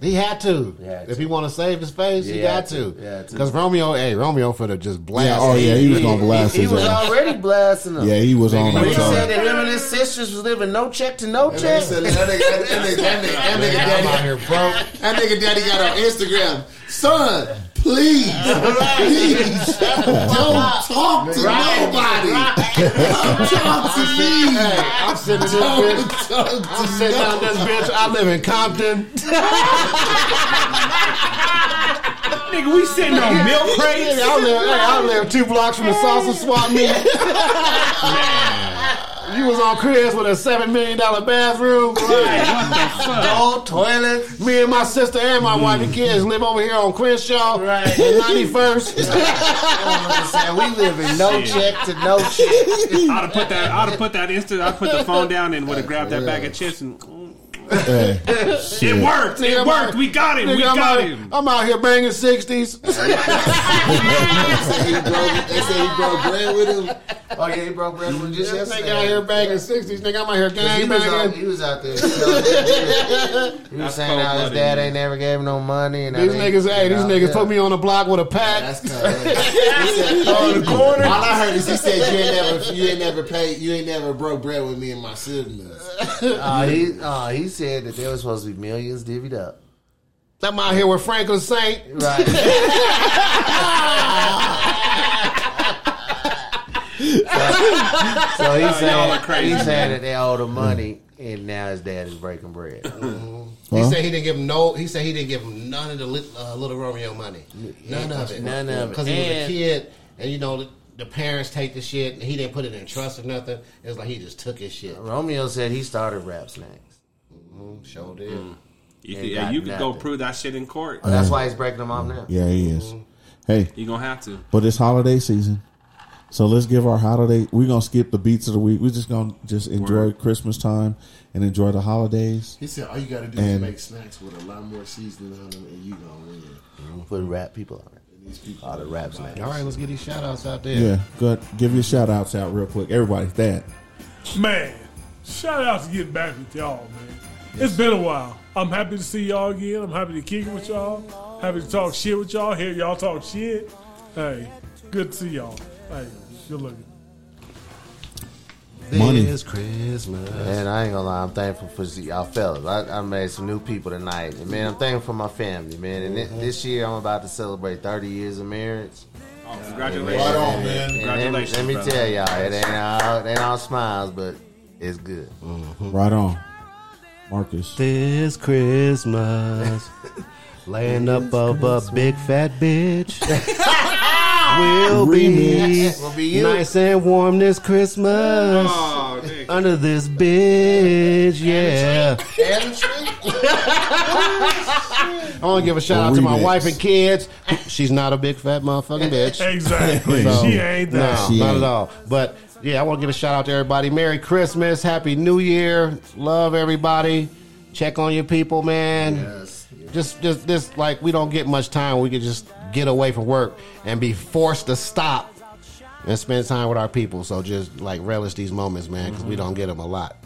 [SPEAKER 8] He had to.
[SPEAKER 4] He had
[SPEAKER 8] If
[SPEAKER 4] to.
[SPEAKER 8] he want to save his face, he
[SPEAKER 4] He
[SPEAKER 8] got
[SPEAKER 4] had
[SPEAKER 8] to.
[SPEAKER 4] to. He had to.
[SPEAKER 8] Because Romeo, hey, Romeo for the just blast.
[SPEAKER 3] Yeah, oh yeah, he was gonna blast
[SPEAKER 4] He
[SPEAKER 3] his
[SPEAKER 4] was
[SPEAKER 3] ass.
[SPEAKER 4] already blasting him.
[SPEAKER 3] Yeah, he was on
[SPEAKER 4] When he
[SPEAKER 3] his
[SPEAKER 4] said
[SPEAKER 3] own.
[SPEAKER 4] that him and his sisters was living no check to no
[SPEAKER 24] That
[SPEAKER 4] check.
[SPEAKER 24] nigga said, That nigga- that nigga- that nigga- that nigga
[SPEAKER 8] I'm out
[SPEAKER 24] daddy-
[SPEAKER 8] here broke.
[SPEAKER 24] that nigga daddy got on Instagram. Son, please, please, don't talk to nobody. Don't talk to me.
[SPEAKER 8] I'm sitting in this
[SPEAKER 24] Don't
[SPEAKER 8] bitch. I'm
[SPEAKER 24] talk to
[SPEAKER 8] sitting down this
[SPEAKER 24] nobody.
[SPEAKER 8] bitch. I live in Compton.
[SPEAKER 5] Nigga, we sitting on milk crates.
[SPEAKER 8] I live, hey, I live two blocks from the salsa swap meet. You was on Chris with a seven million dollar bathroom.
[SPEAKER 4] No toilets.
[SPEAKER 8] Me and my sister and my wife and kids live over here on Crenshaw
[SPEAKER 4] Right.
[SPEAKER 8] and 91st.
[SPEAKER 4] I'm saying we living no check to no check.
[SPEAKER 5] I'd have put that. I'd have put that instant. I'd put the phone down and would have grabbed that bag of chips and.
[SPEAKER 3] Yeah.
[SPEAKER 5] It worked. It
[SPEAKER 8] I'm
[SPEAKER 5] worked.
[SPEAKER 8] out-
[SPEAKER 5] We got him. We
[SPEAKER 8] I'm
[SPEAKER 5] got
[SPEAKER 8] out-
[SPEAKER 5] him.
[SPEAKER 8] I'm out here banging sixties.
[SPEAKER 4] He broke- they said he broke bread with him.
[SPEAKER 26] Oh yeah, he broke bread with him just
[SPEAKER 8] This nigga
[SPEAKER 26] yesterday.
[SPEAKER 8] out here banging sixties. Nigga, I'm out here
[SPEAKER 26] He
[SPEAKER 8] gang
[SPEAKER 26] was, out,
[SPEAKER 8] banging.
[SPEAKER 26] he was out there. selling- He was
[SPEAKER 5] That's
[SPEAKER 26] saying how his
[SPEAKER 5] cold-blooded,
[SPEAKER 26] dad
[SPEAKER 5] man.
[SPEAKER 26] ain't never gave him no money. And how
[SPEAKER 8] These
[SPEAKER 26] they-
[SPEAKER 8] niggas, hey, these
[SPEAKER 26] Yeah,
[SPEAKER 8] niggas
[SPEAKER 26] yeah.
[SPEAKER 8] put me on the block with a pack.
[SPEAKER 4] That's kind of. All I heard is he said you ain't never, you ain't never paid, you ain't never broke bread with me and my siblings.
[SPEAKER 26] Uh, he, uh, he said that there was supposed to be millions divvied up.
[SPEAKER 8] I'm out here with Franklin Saint.
[SPEAKER 26] Right. so, so he's
[SPEAKER 5] y'all are
[SPEAKER 26] saying,
[SPEAKER 5] crazy,
[SPEAKER 26] he's saying that they owe the money, and now his dad is breaking bread.
[SPEAKER 8] He said he didn't give him no. He said he didn't give him none of the lit, uh, Little Romeo money. None of it.
[SPEAKER 26] None of it.
[SPEAKER 8] Because he was a
[SPEAKER 26] And-
[SPEAKER 8] kid, and you know the, the parents take the shit. And he didn't put it in trust or nothing. It was like he just took his shit.
[SPEAKER 4] Oh,
[SPEAKER 26] Romeo said he started rap snacks.
[SPEAKER 8] Showed it.
[SPEAKER 5] You
[SPEAKER 26] Ain't
[SPEAKER 5] could, yeah,
[SPEAKER 26] got
[SPEAKER 5] you could go
[SPEAKER 26] nothing.
[SPEAKER 5] prove that shit in court.
[SPEAKER 3] Uh,
[SPEAKER 26] That's why he's breaking them off now.
[SPEAKER 3] Yeah, he is.
[SPEAKER 8] Um,
[SPEAKER 3] Hey,
[SPEAKER 5] You're going to have to.
[SPEAKER 3] but it's holiday season. So let's give our holiday. We're gonna skip the beats of the week. We're just gonna just enjoy Christmas time and enjoy the holidays.
[SPEAKER 4] He said all you got to do
[SPEAKER 3] And-
[SPEAKER 4] is make snacks with a lot more seasoning on them, and you gonna win.
[SPEAKER 26] Mm-hmm. Put rap people on it.
[SPEAKER 4] These people
[SPEAKER 26] All the rap snacks.
[SPEAKER 8] All right, let's get these shout outs out there.
[SPEAKER 3] Yeah, good. Give your shout outs out real quick, everybody. That
[SPEAKER 6] Man, shout out to getting back with y'all, man. It's been a while. I'm happy to see y'all again. I'm happy to kick it with y'all. Happy to talk shit with y'all. Hear y'all talk shit. Hey, good to see y'all. Hey, good looking.
[SPEAKER 3] Money.
[SPEAKER 8] This Christmas.
[SPEAKER 26] And I ain't gonna lie, I'm thankful for y'all fellas. I, I made some new people tonight, and man, I'm thankful for my family, man. And
[SPEAKER 8] Mm-hmm.
[SPEAKER 26] thi- this year, I'm about to celebrate 30 years of marriage.
[SPEAKER 5] Oh,
[SPEAKER 27] Right
[SPEAKER 5] congratulations.
[SPEAKER 27] on, man.
[SPEAKER 26] And let me,
[SPEAKER 5] Congratulations,
[SPEAKER 26] let me
[SPEAKER 5] brother.
[SPEAKER 26] tell y'all, it ain't all, it ain't all smiles, but it's good.
[SPEAKER 3] right on, Marcus.
[SPEAKER 8] This Christmas, laying up of a big fat bitch. will be,
[SPEAKER 26] Remix. Will be you.
[SPEAKER 8] nice and warm this Christmas
[SPEAKER 5] Oh, nigga.
[SPEAKER 8] under this bitch. Yeah, I want to give a shout out to my
[SPEAKER 3] Remix.
[SPEAKER 8] wife and kids. She's not a big fat motherfucking bitch.
[SPEAKER 6] Exactly.
[SPEAKER 8] So,
[SPEAKER 6] she ain't that.
[SPEAKER 8] No,
[SPEAKER 3] She
[SPEAKER 8] not
[SPEAKER 3] ain't.
[SPEAKER 8] at all. But yeah, I want to give a shout out to everybody. Merry Christmas, Happy New Year, love everybody. Check on your people, man. Just, just, just like we don't get much time. We could just get away from work and be forced to stop and spend time with our people. So just like relish these moments, man, because
[SPEAKER 4] Mm-hmm.
[SPEAKER 8] we don't get them a lot.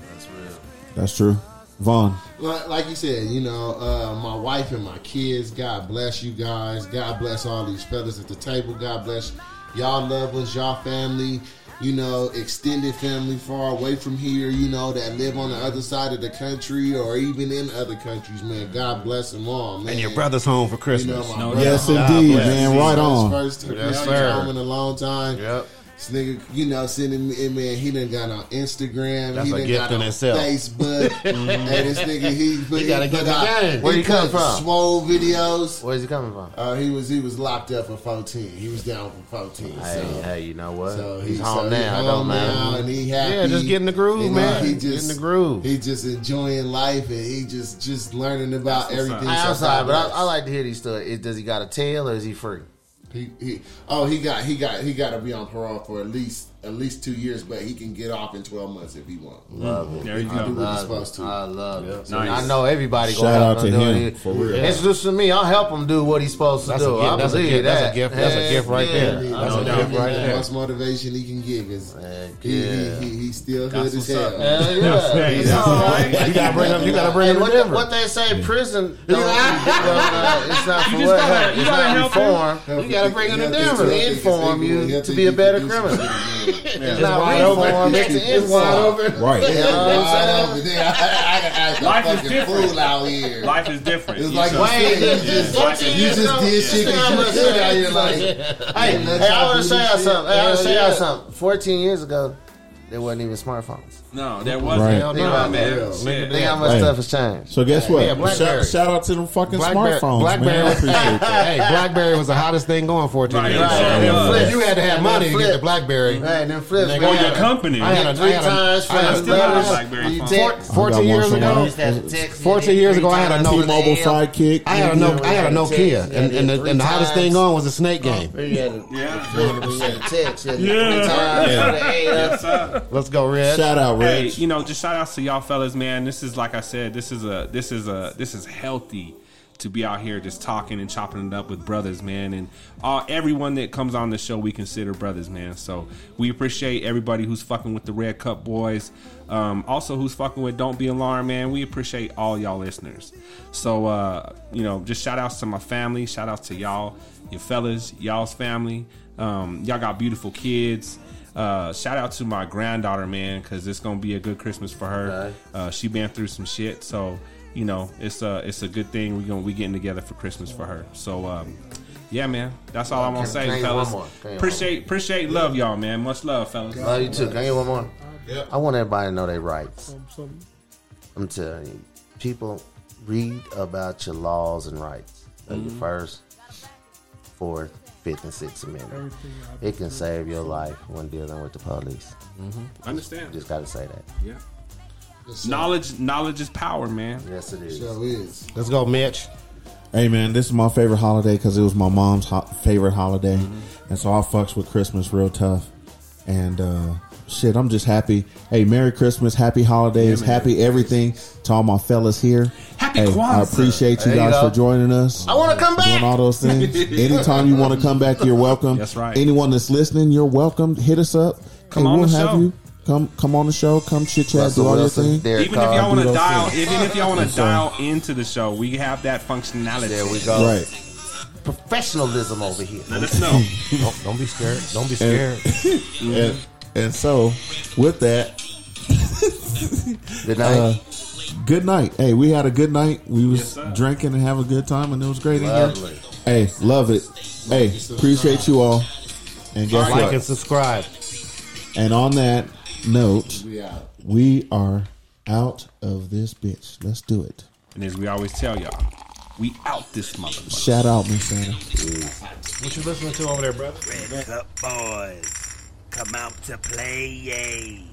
[SPEAKER 3] That's true. Vaughn.
[SPEAKER 4] Like, like you said, you know, uh, my wife and my kids. God bless you guys. God bless all these fellas at the table. God bless y'all loved ones, y'all family. You know, extended family far away from here. You know that live on the other side of the country or even in other countries. Man, God bless them all. Man,
[SPEAKER 8] And your brother's home for Christmas.
[SPEAKER 4] You know, my
[SPEAKER 3] Yes,
[SPEAKER 4] brother-
[SPEAKER 3] indeed,
[SPEAKER 8] bless.
[SPEAKER 3] man.
[SPEAKER 4] This is
[SPEAKER 3] Right
[SPEAKER 4] his
[SPEAKER 3] on.
[SPEAKER 4] First
[SPEAKER 8] Yes,
[SPEAKER 4] yes,
[SPEAKER 8] sir.
[SPEAKER 4] home in a long time.
[SPEAKER 8] Yep.
[SPEAKER 4] This nigga, you know, sending me, and man, he done got on Instagram.
[SPEAKER 8] That's
[SPEAKER 4] he
[SPEAKER 8] a
[SPEAKER 4] done
[SPEAKER 8] gift
[SPEAKER 4] got
[SPEAKER 8] in
[SPEAKER 4] on
[SPEAKER 8] itself.
[SPEAKER 4] Facebook. and this nigga, he, but
[SPEAKER 8] gotta
[SPEAKER 4] he
[SPEAKER 8] get
[SPEAKER 4] put
[SPEAKER 8] the
[SPEAKER 4] out-
[SPEAKER 8] game.
[SPEAKER 26] Where you
[SPEAKER 4] put
[SPEAKER 26] come from?
[SPEAKER 4] Swole videos.
[SPEAKER 26] Where's he coming from?
[SPEAKER 4] Uh, he was he was locked up for 14. He was down for 14.
[SPEAKER 26] Hey,
[SPEAKER 4] so.
[SPEAKER 26] hey, you know what?
[SPEAKER 4] So
[SPEAKER 26] he's
[SPEAKER 4] he-
[SPEAKER 26] home
[SPEAKER 4] so he
[SPEAKER 26] now. it don't
[SPEAKER 4] home now,
[SPEAKER 26] matter.
[SPEAKER 4] and he happy.
[SPEAKER 8] Yeah, just get in the groove,
[SPEAKER 4] You know,
[SPEAKER 8] man.
[SPEAKER 4] He
[SPEAKER 8] Get
[SPEAKER 4] just
[SPEAKER 8] in the groove.
[SPEAKER 4] He just enjoying life, and he just just learning about
[SPEAKER 5] That's what's up.
[SPEAKER 4] everything.
[SPEAKER 26] I,
[SPEAKER 4] So
[SPEAKER 26] am sorry, but
[SPEAKER 4] God
[SPEAKER 26] I,
[SPEAKER 4] bless.
[SPEAKER 26] I like to hear these stories. Is- Does he got a tail or is he free?
[SPEAKER 4] He, he oh he got he got he got to be on parole for at least at least two years, but he can get off in twelve months if he wants.
[SPEAKER 5] There you
[SPEAKER 4] I do
[SPEAKER 5] go.
[SPEAKER 8] Uh,
[SPEAKER 4] what he's
[SPEAKER 26] I,
[SPEAKER 4] supposed to.
[SPEAKER 26] I love it. So
[SPEAKER 5] Nice.
[SPEAKER 26] I know everybody going
[SPEAKER 3] Shout
[SPEAKER 26] help
[SPEAKER 3] out to
[SPEAKER 26] do
[SPEAKER 3] him,
[SPEAKER 26] it.
[SPEAKER 3] for real.
[SPEAKER 26] Yeah. Introduce to me. I'll help him do what he's supposed to
[SPEAKER 8] That's a
[SPEAKER 26] do.
[SPEAKER 8] gift.
[SPEAKER 26] I
[SPEAKER 8] That's a
[SPEAKER 26] believe
[SPEAKER 8] gift.
[SPEAKER 26] that.
[SPEAKER 8] That's a gift. That's a
[SPEAKER 26] Heck
[SPEAKER 8] gift right
[SPEAKER 26] yeah.
[SPEAKER 8] there.
[SPEAKER 4] That's
[SPEAKER 8] No
[SPEAKER 4] a
[SPEAKER 8] doubt.
[SPEAKER 4] gift right
[SPEAKER 8] Yeah.
[SPEAKER 4] there. Most motivation he can get because
[SPEAKER 26] Heck
[SPEAKER 4] he,
[SPEAKER 26] yeah.
[SPEAKER 4] he, he, he still
[SPEAKER 5] That's
[SPEAKER 4] hood as
[SPEAKER 5] what's up,
[SPEAKER 4] hell.
[SPEAKER 26] Hell yeah.
[SPEAKER 5] Hey,
[SPEAKER 26] He's all right.
[SPEAKER 8] You gotta bring him. You gotta bring
[SPEAKER 26] Hey,
[SPEAKER 8] him. to
[SPEAKER 26] what,
[SPEAKER 8] Denver.
[SPEAKER 26] they, what they say, prison. Don't, uh, it's not for
[SPEAKER 5] just
[SPEAKER 26] what
[SPEAKER 5] gotta-
[SPEAKER 26] happened.
[SPEAKER 5] you
[SPEAKER 26] It's
[SPEAKER 5] gotta
[SPEAKER 26] not
[SPEAKER 5] help
[SPEAKER 26] reform.
[SPEAKER 4] He'll
[SPEAKER 26] You gotta
[SPEAKER 4] think-
[SPEAKER 26] bring it
[SPEAKER 4] he'll
[SPEAKER 26] to
[SPEAKER 4] think-
[SPEAKER 26] Denver.
[SPEAKER 4] he'll think it's
[SPEAKER 26] Inform
[SPEAKER 4] legal,
[SPEAKER 26] you
[SPEAKER 4] he'll
[SPEAKER 26] to
[SPEAKER 4] think
[SPEAKER 26] be a
[SPEAKER 4] he can
[SPEAKER 26] better
[SPEAKER 4] do
[SPEAKER 26] criminal.
[SPEAKER 4] something again.
[SPEAKER 26] It's
[SPEAKER 8] It's
[SPEAKER 26] not
[SPEAKER 8] wide open.
[SPEAKER 26] reform. It's
[SPEAKER 4] It's wide
[SPEAKER 26] inform.
[SPEAKER 4] open.
[SPEAKER 3] Right.
[SPEAKER 26] You know what I'm
[SPEAKER 4] Wide
[SPEAKER 26] saying?
[SPEAKER 4] open. Then I, I, I, I,
[SPEAKER 5] Life
[SPEAKER 4] a
[SPEAKER 5] is
[SPEAKER 4] fucking
[SPEAKER 5] different.
[SPEAKER 4] fool out here.
[SPEAKER 5] Life is different.
[SPEAKER 4] It's
[SPEAKER 5] You
[SPEAKER 4] like
[SPEAKER 5] know?
[SPEAKER 4] you said, you just,
[SPEAKER 5] Life is
[SPEAKER 4] you just did shit because you good out here. Like,
[SPEAKER 26] Hey, hey, I want to say y'all something. Hey, I want to
[SPEAKER 4] Hell
[SPEAKER 26] say
[SPEAKER 4] yeah.
[SPEAKER 26] y'all something. 14 years ago, there wasn't even smartphones.
[SPEAKER 5] No, there wasn't.
[SPEAKER 3] Right.
[SPEAKER 5] Hell
[SPEAKER 26] Think
[SPEAKER 5] no,
[SPEAKER 26] about
[SPEAKER 5] man.
[SPEAKER 4] that.
[SPEAKER 5] Shit.
[SPEAKER 26] Think how much
[SPEAKER 3] Hey.
[SPEAKER 26] stuff has changed.
[SPEAKER 3] So guess what?
[SPEAKER 26] Yeah, Blackberry.
[SPEAKER 3] shout, shout out to them fucking
[SPEAKER 8] Blackberry,
[SPEAKER 3] smartphones,
[SPEAKER 8] Blackberry,
[SPEAKER 3] man. I
[SPEAKER 8] was,
[SPEAKER 3] appreciate that.
[SPEAKER 8] hey, BlackBerry was the hottest thing going for two
[SPEAKER 5] Right.
[SPEAKER 8] years.
[SPEAKER 5] Right.
[SPEAKER 8] And
[SPEAKER 5] Yeah.
[SPEAKER 8] flip, you had to have
[SPEAKER 26] And
[SPEAKER 8] money
[SPEAKER 26] then
[SPEAKER 8] to get
[SPEAKER 26] flip.
[SPEAKER 8] the BlackBerry.
[SPEAKER 26] Hey, and then flips.
[SPEAKER 8] Nigga,
[SPEAKER 26] we
[SPEAKER 5] Or
[SPEAKER 8] I
[SPEAKER 5] your
[SPEAKER 26] had
[SPEAKER 8] had a-
[SPEAKER 5] company.
[SPEAKER 8] I had a-
[SPEAKER 26] three
[SPEAKER 8] I had a-
[SPEAKER 26] times
[SPEAKER 8] I had
[SPEAKER 5] I
[SPEAKER 26] from
[SPEAKER 5] still have a
[SPEAKER 26] letters
[SPEAKER 5] BlackBerry
[SPEAKER 26] to
[SPEAKER 5] phone.
[SPEAKER 26] text.
[SPEAKER 4] Fourteen years ago, fourteen years ago, I had a no
[SPEAKER 3] T-Mobile sidekick.
[SPEAKER 4] I had a no, I had a Nokia, and and the, and the hottest thing on was the snake game.
[SPEAKER 8] Oh, Text.
[SPEAKER 4] Yeah. Yeah. Let's go, Red. Shout out, Red.
[SPEAKER 5] Hey, you know, just shout outs to y'all fellas, man. This is like I said, this is a this is a this is healthy to be out here just talking and chopping it up with brothers, man. And all everyone that comes on the show we consider brothers, man. So we appreciate everybody who's fucking with the Red Cup boys. Um, also who's fucking with Don't Be Alarmed, man. We appreciate all y'all listeners. So uh, you know, just shout outs to my family, shout outs to y'all, your fellas, y'all's family. Um, y'all got beautiful kids. Uh, shout out to my granddaughter, man, because it's gonna be a good Christmas for her. Uh, she been through some shit, so you know it's a it's a good thing we gonna we getting together for Christmas for her. So um, yeah, man, that's all I'm gonna
[SPEAKER 8] Can-
[SPEAKER 5] say,
[SPEAKER 8] can I get
[SPEAKER 5] fellas.
[SPEAKER 8] one more? Can I get one
[SPEAKER 5] Appreciate appreciate love, y'all, man. Much love, fellas.
[SPEAKER 8] Love Oh, you too. Can I get one more?
[SPEAKER 14] Yep.
[SPEAKER 8] I want everybody to know their rights.
[SPEAKER 6] Something.
[SPEAKER 8] I'm telling you, people read about your laws and rights. Like
[SPEAKER 6] Mhm.
[SPEAKER 5] Mm-hmm.
[SPEAKER 8] Your first, fourth, fifth, and sixth amendment.
[SPEAKER 6] Everything I
[SPEAKER 8] It can save your life when dealing with the police.
[SPEAKER 5] I understand.
[SPEAKER 8] Just got to say that.
[SPEAKER 5] Yeah. Knowledge knowledge is power, man.
[SPEAKER 8] Yes, it is.
[SPEAKER 10] So is.
[SPEAKER 4] Let's go, Mitch.
[SPEAKER 3] Hey man, this is my favorite holiday because it was my mom's ho- favorite holiday,
[SPEAKER 8] Mm-hmm.
[SPEAKER 3] and so I fucks with Christmas real tough. And uh, shit, I'm just happy. Hey, Merry Christmas, Happy Holidays, Happy everything to all my fellas here.
[SPEAKER 8] Happy
[SPEAKER 3] hey, I
[SPEAKER 8] Kwanzaa.
[SPEAKER 3] appreciate you
[SPEAKER 8] There you
[SPEAKER 3] guys
[SPEAKER 8] go.
[SPEAKER 3] for joining us.
[SPEAKER 8] I wanna come
[SPEAKER 3] Doing
[SPEAKER 8] back.
[SPEAKER 3] all those things. Anytime you want to come back, you're welcome.
[SPEAKER 5] That's right.
[SPEAKER 3] Anyone that's listening, you're welcome. Hit us up.
[SPEAKER 5] Come
[SPEAKER 3] Hey,
[SPEAKER 5] on
[SPEAKER 3] we'll
[SPEAKER 5] the
[SPEAKER 3] have
[SPEAKER 5] show.
[SPEAKER 3] you. Come, come on the show. Come chit chat.
[SPEAKER 8] Russell
[SPEAKER 3] Do all your
[SPEAKER 8] Wilson,
[SPEAKER 3] thing.
[SPEAKER 8] Derek
[SPEAKER 5] even if y'all
[SPEAKER 8] Carr,
[SPEAKER 5] want to
[SPEAKER 8] Dudo
[SPEAKER 5] dial,
[SPEAKER 8] Smith.
[SPEAKER 5] even if y'all want
[SPEAKER 8] Yes,
[SPEAKER 5] to
[SPEAKER 8] sir.
[SPEAKER 5] dial into the show, we have that functionality.
[SPEAKER 8] There we go.
[SPEAKER 3] Right.
[SPEAKER 8] Professionalism over here.
[SPEAKER 5] Let us know.
[SPEAKER 4] don't, don't be scared. Don't be
[SPEAKER 3] And-
[SPEAKER 4] scared.
[SPEAKER 3] and, and so, with that,
[SPEAKER 8] Good night.
[SPEAKER 3] Uh, good night. Hey, we had a good night. We was
[SPEAKER 5] sir.
[SPEAKER 3] drinking and having a good time, and it was great
[SPEAKER 8] Lovely.
[SPEAKER 3] in here. Hey, love it. Hey, appreciate you all. And guess
[SPEAKER 4] like and
[SPEAKER 3] what?
[SPEAKER 4] subscribe.
[SPEAKER 3] And on that note,
[SPEAKER 10] We out.
[SPEAKER 3] we are out of this bitch. Let's do it.
[SPEAKER 5] And as we always tell y'all, we out this motherfucker.
[SPEAKER 3] Shout out, Miss Santa.
[SPEAKER 4] What you listening to over there, brother?
[SPEAKER 1] Red Cup Boys, come out to play, yay.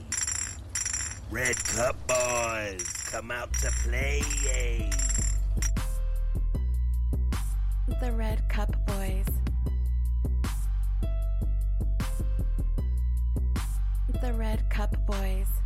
[SPEAKER 1] Red Cup Boys, come out to play, yay.
[SPEAKER 2] The Red Cup Boys. The Red Cup Boys.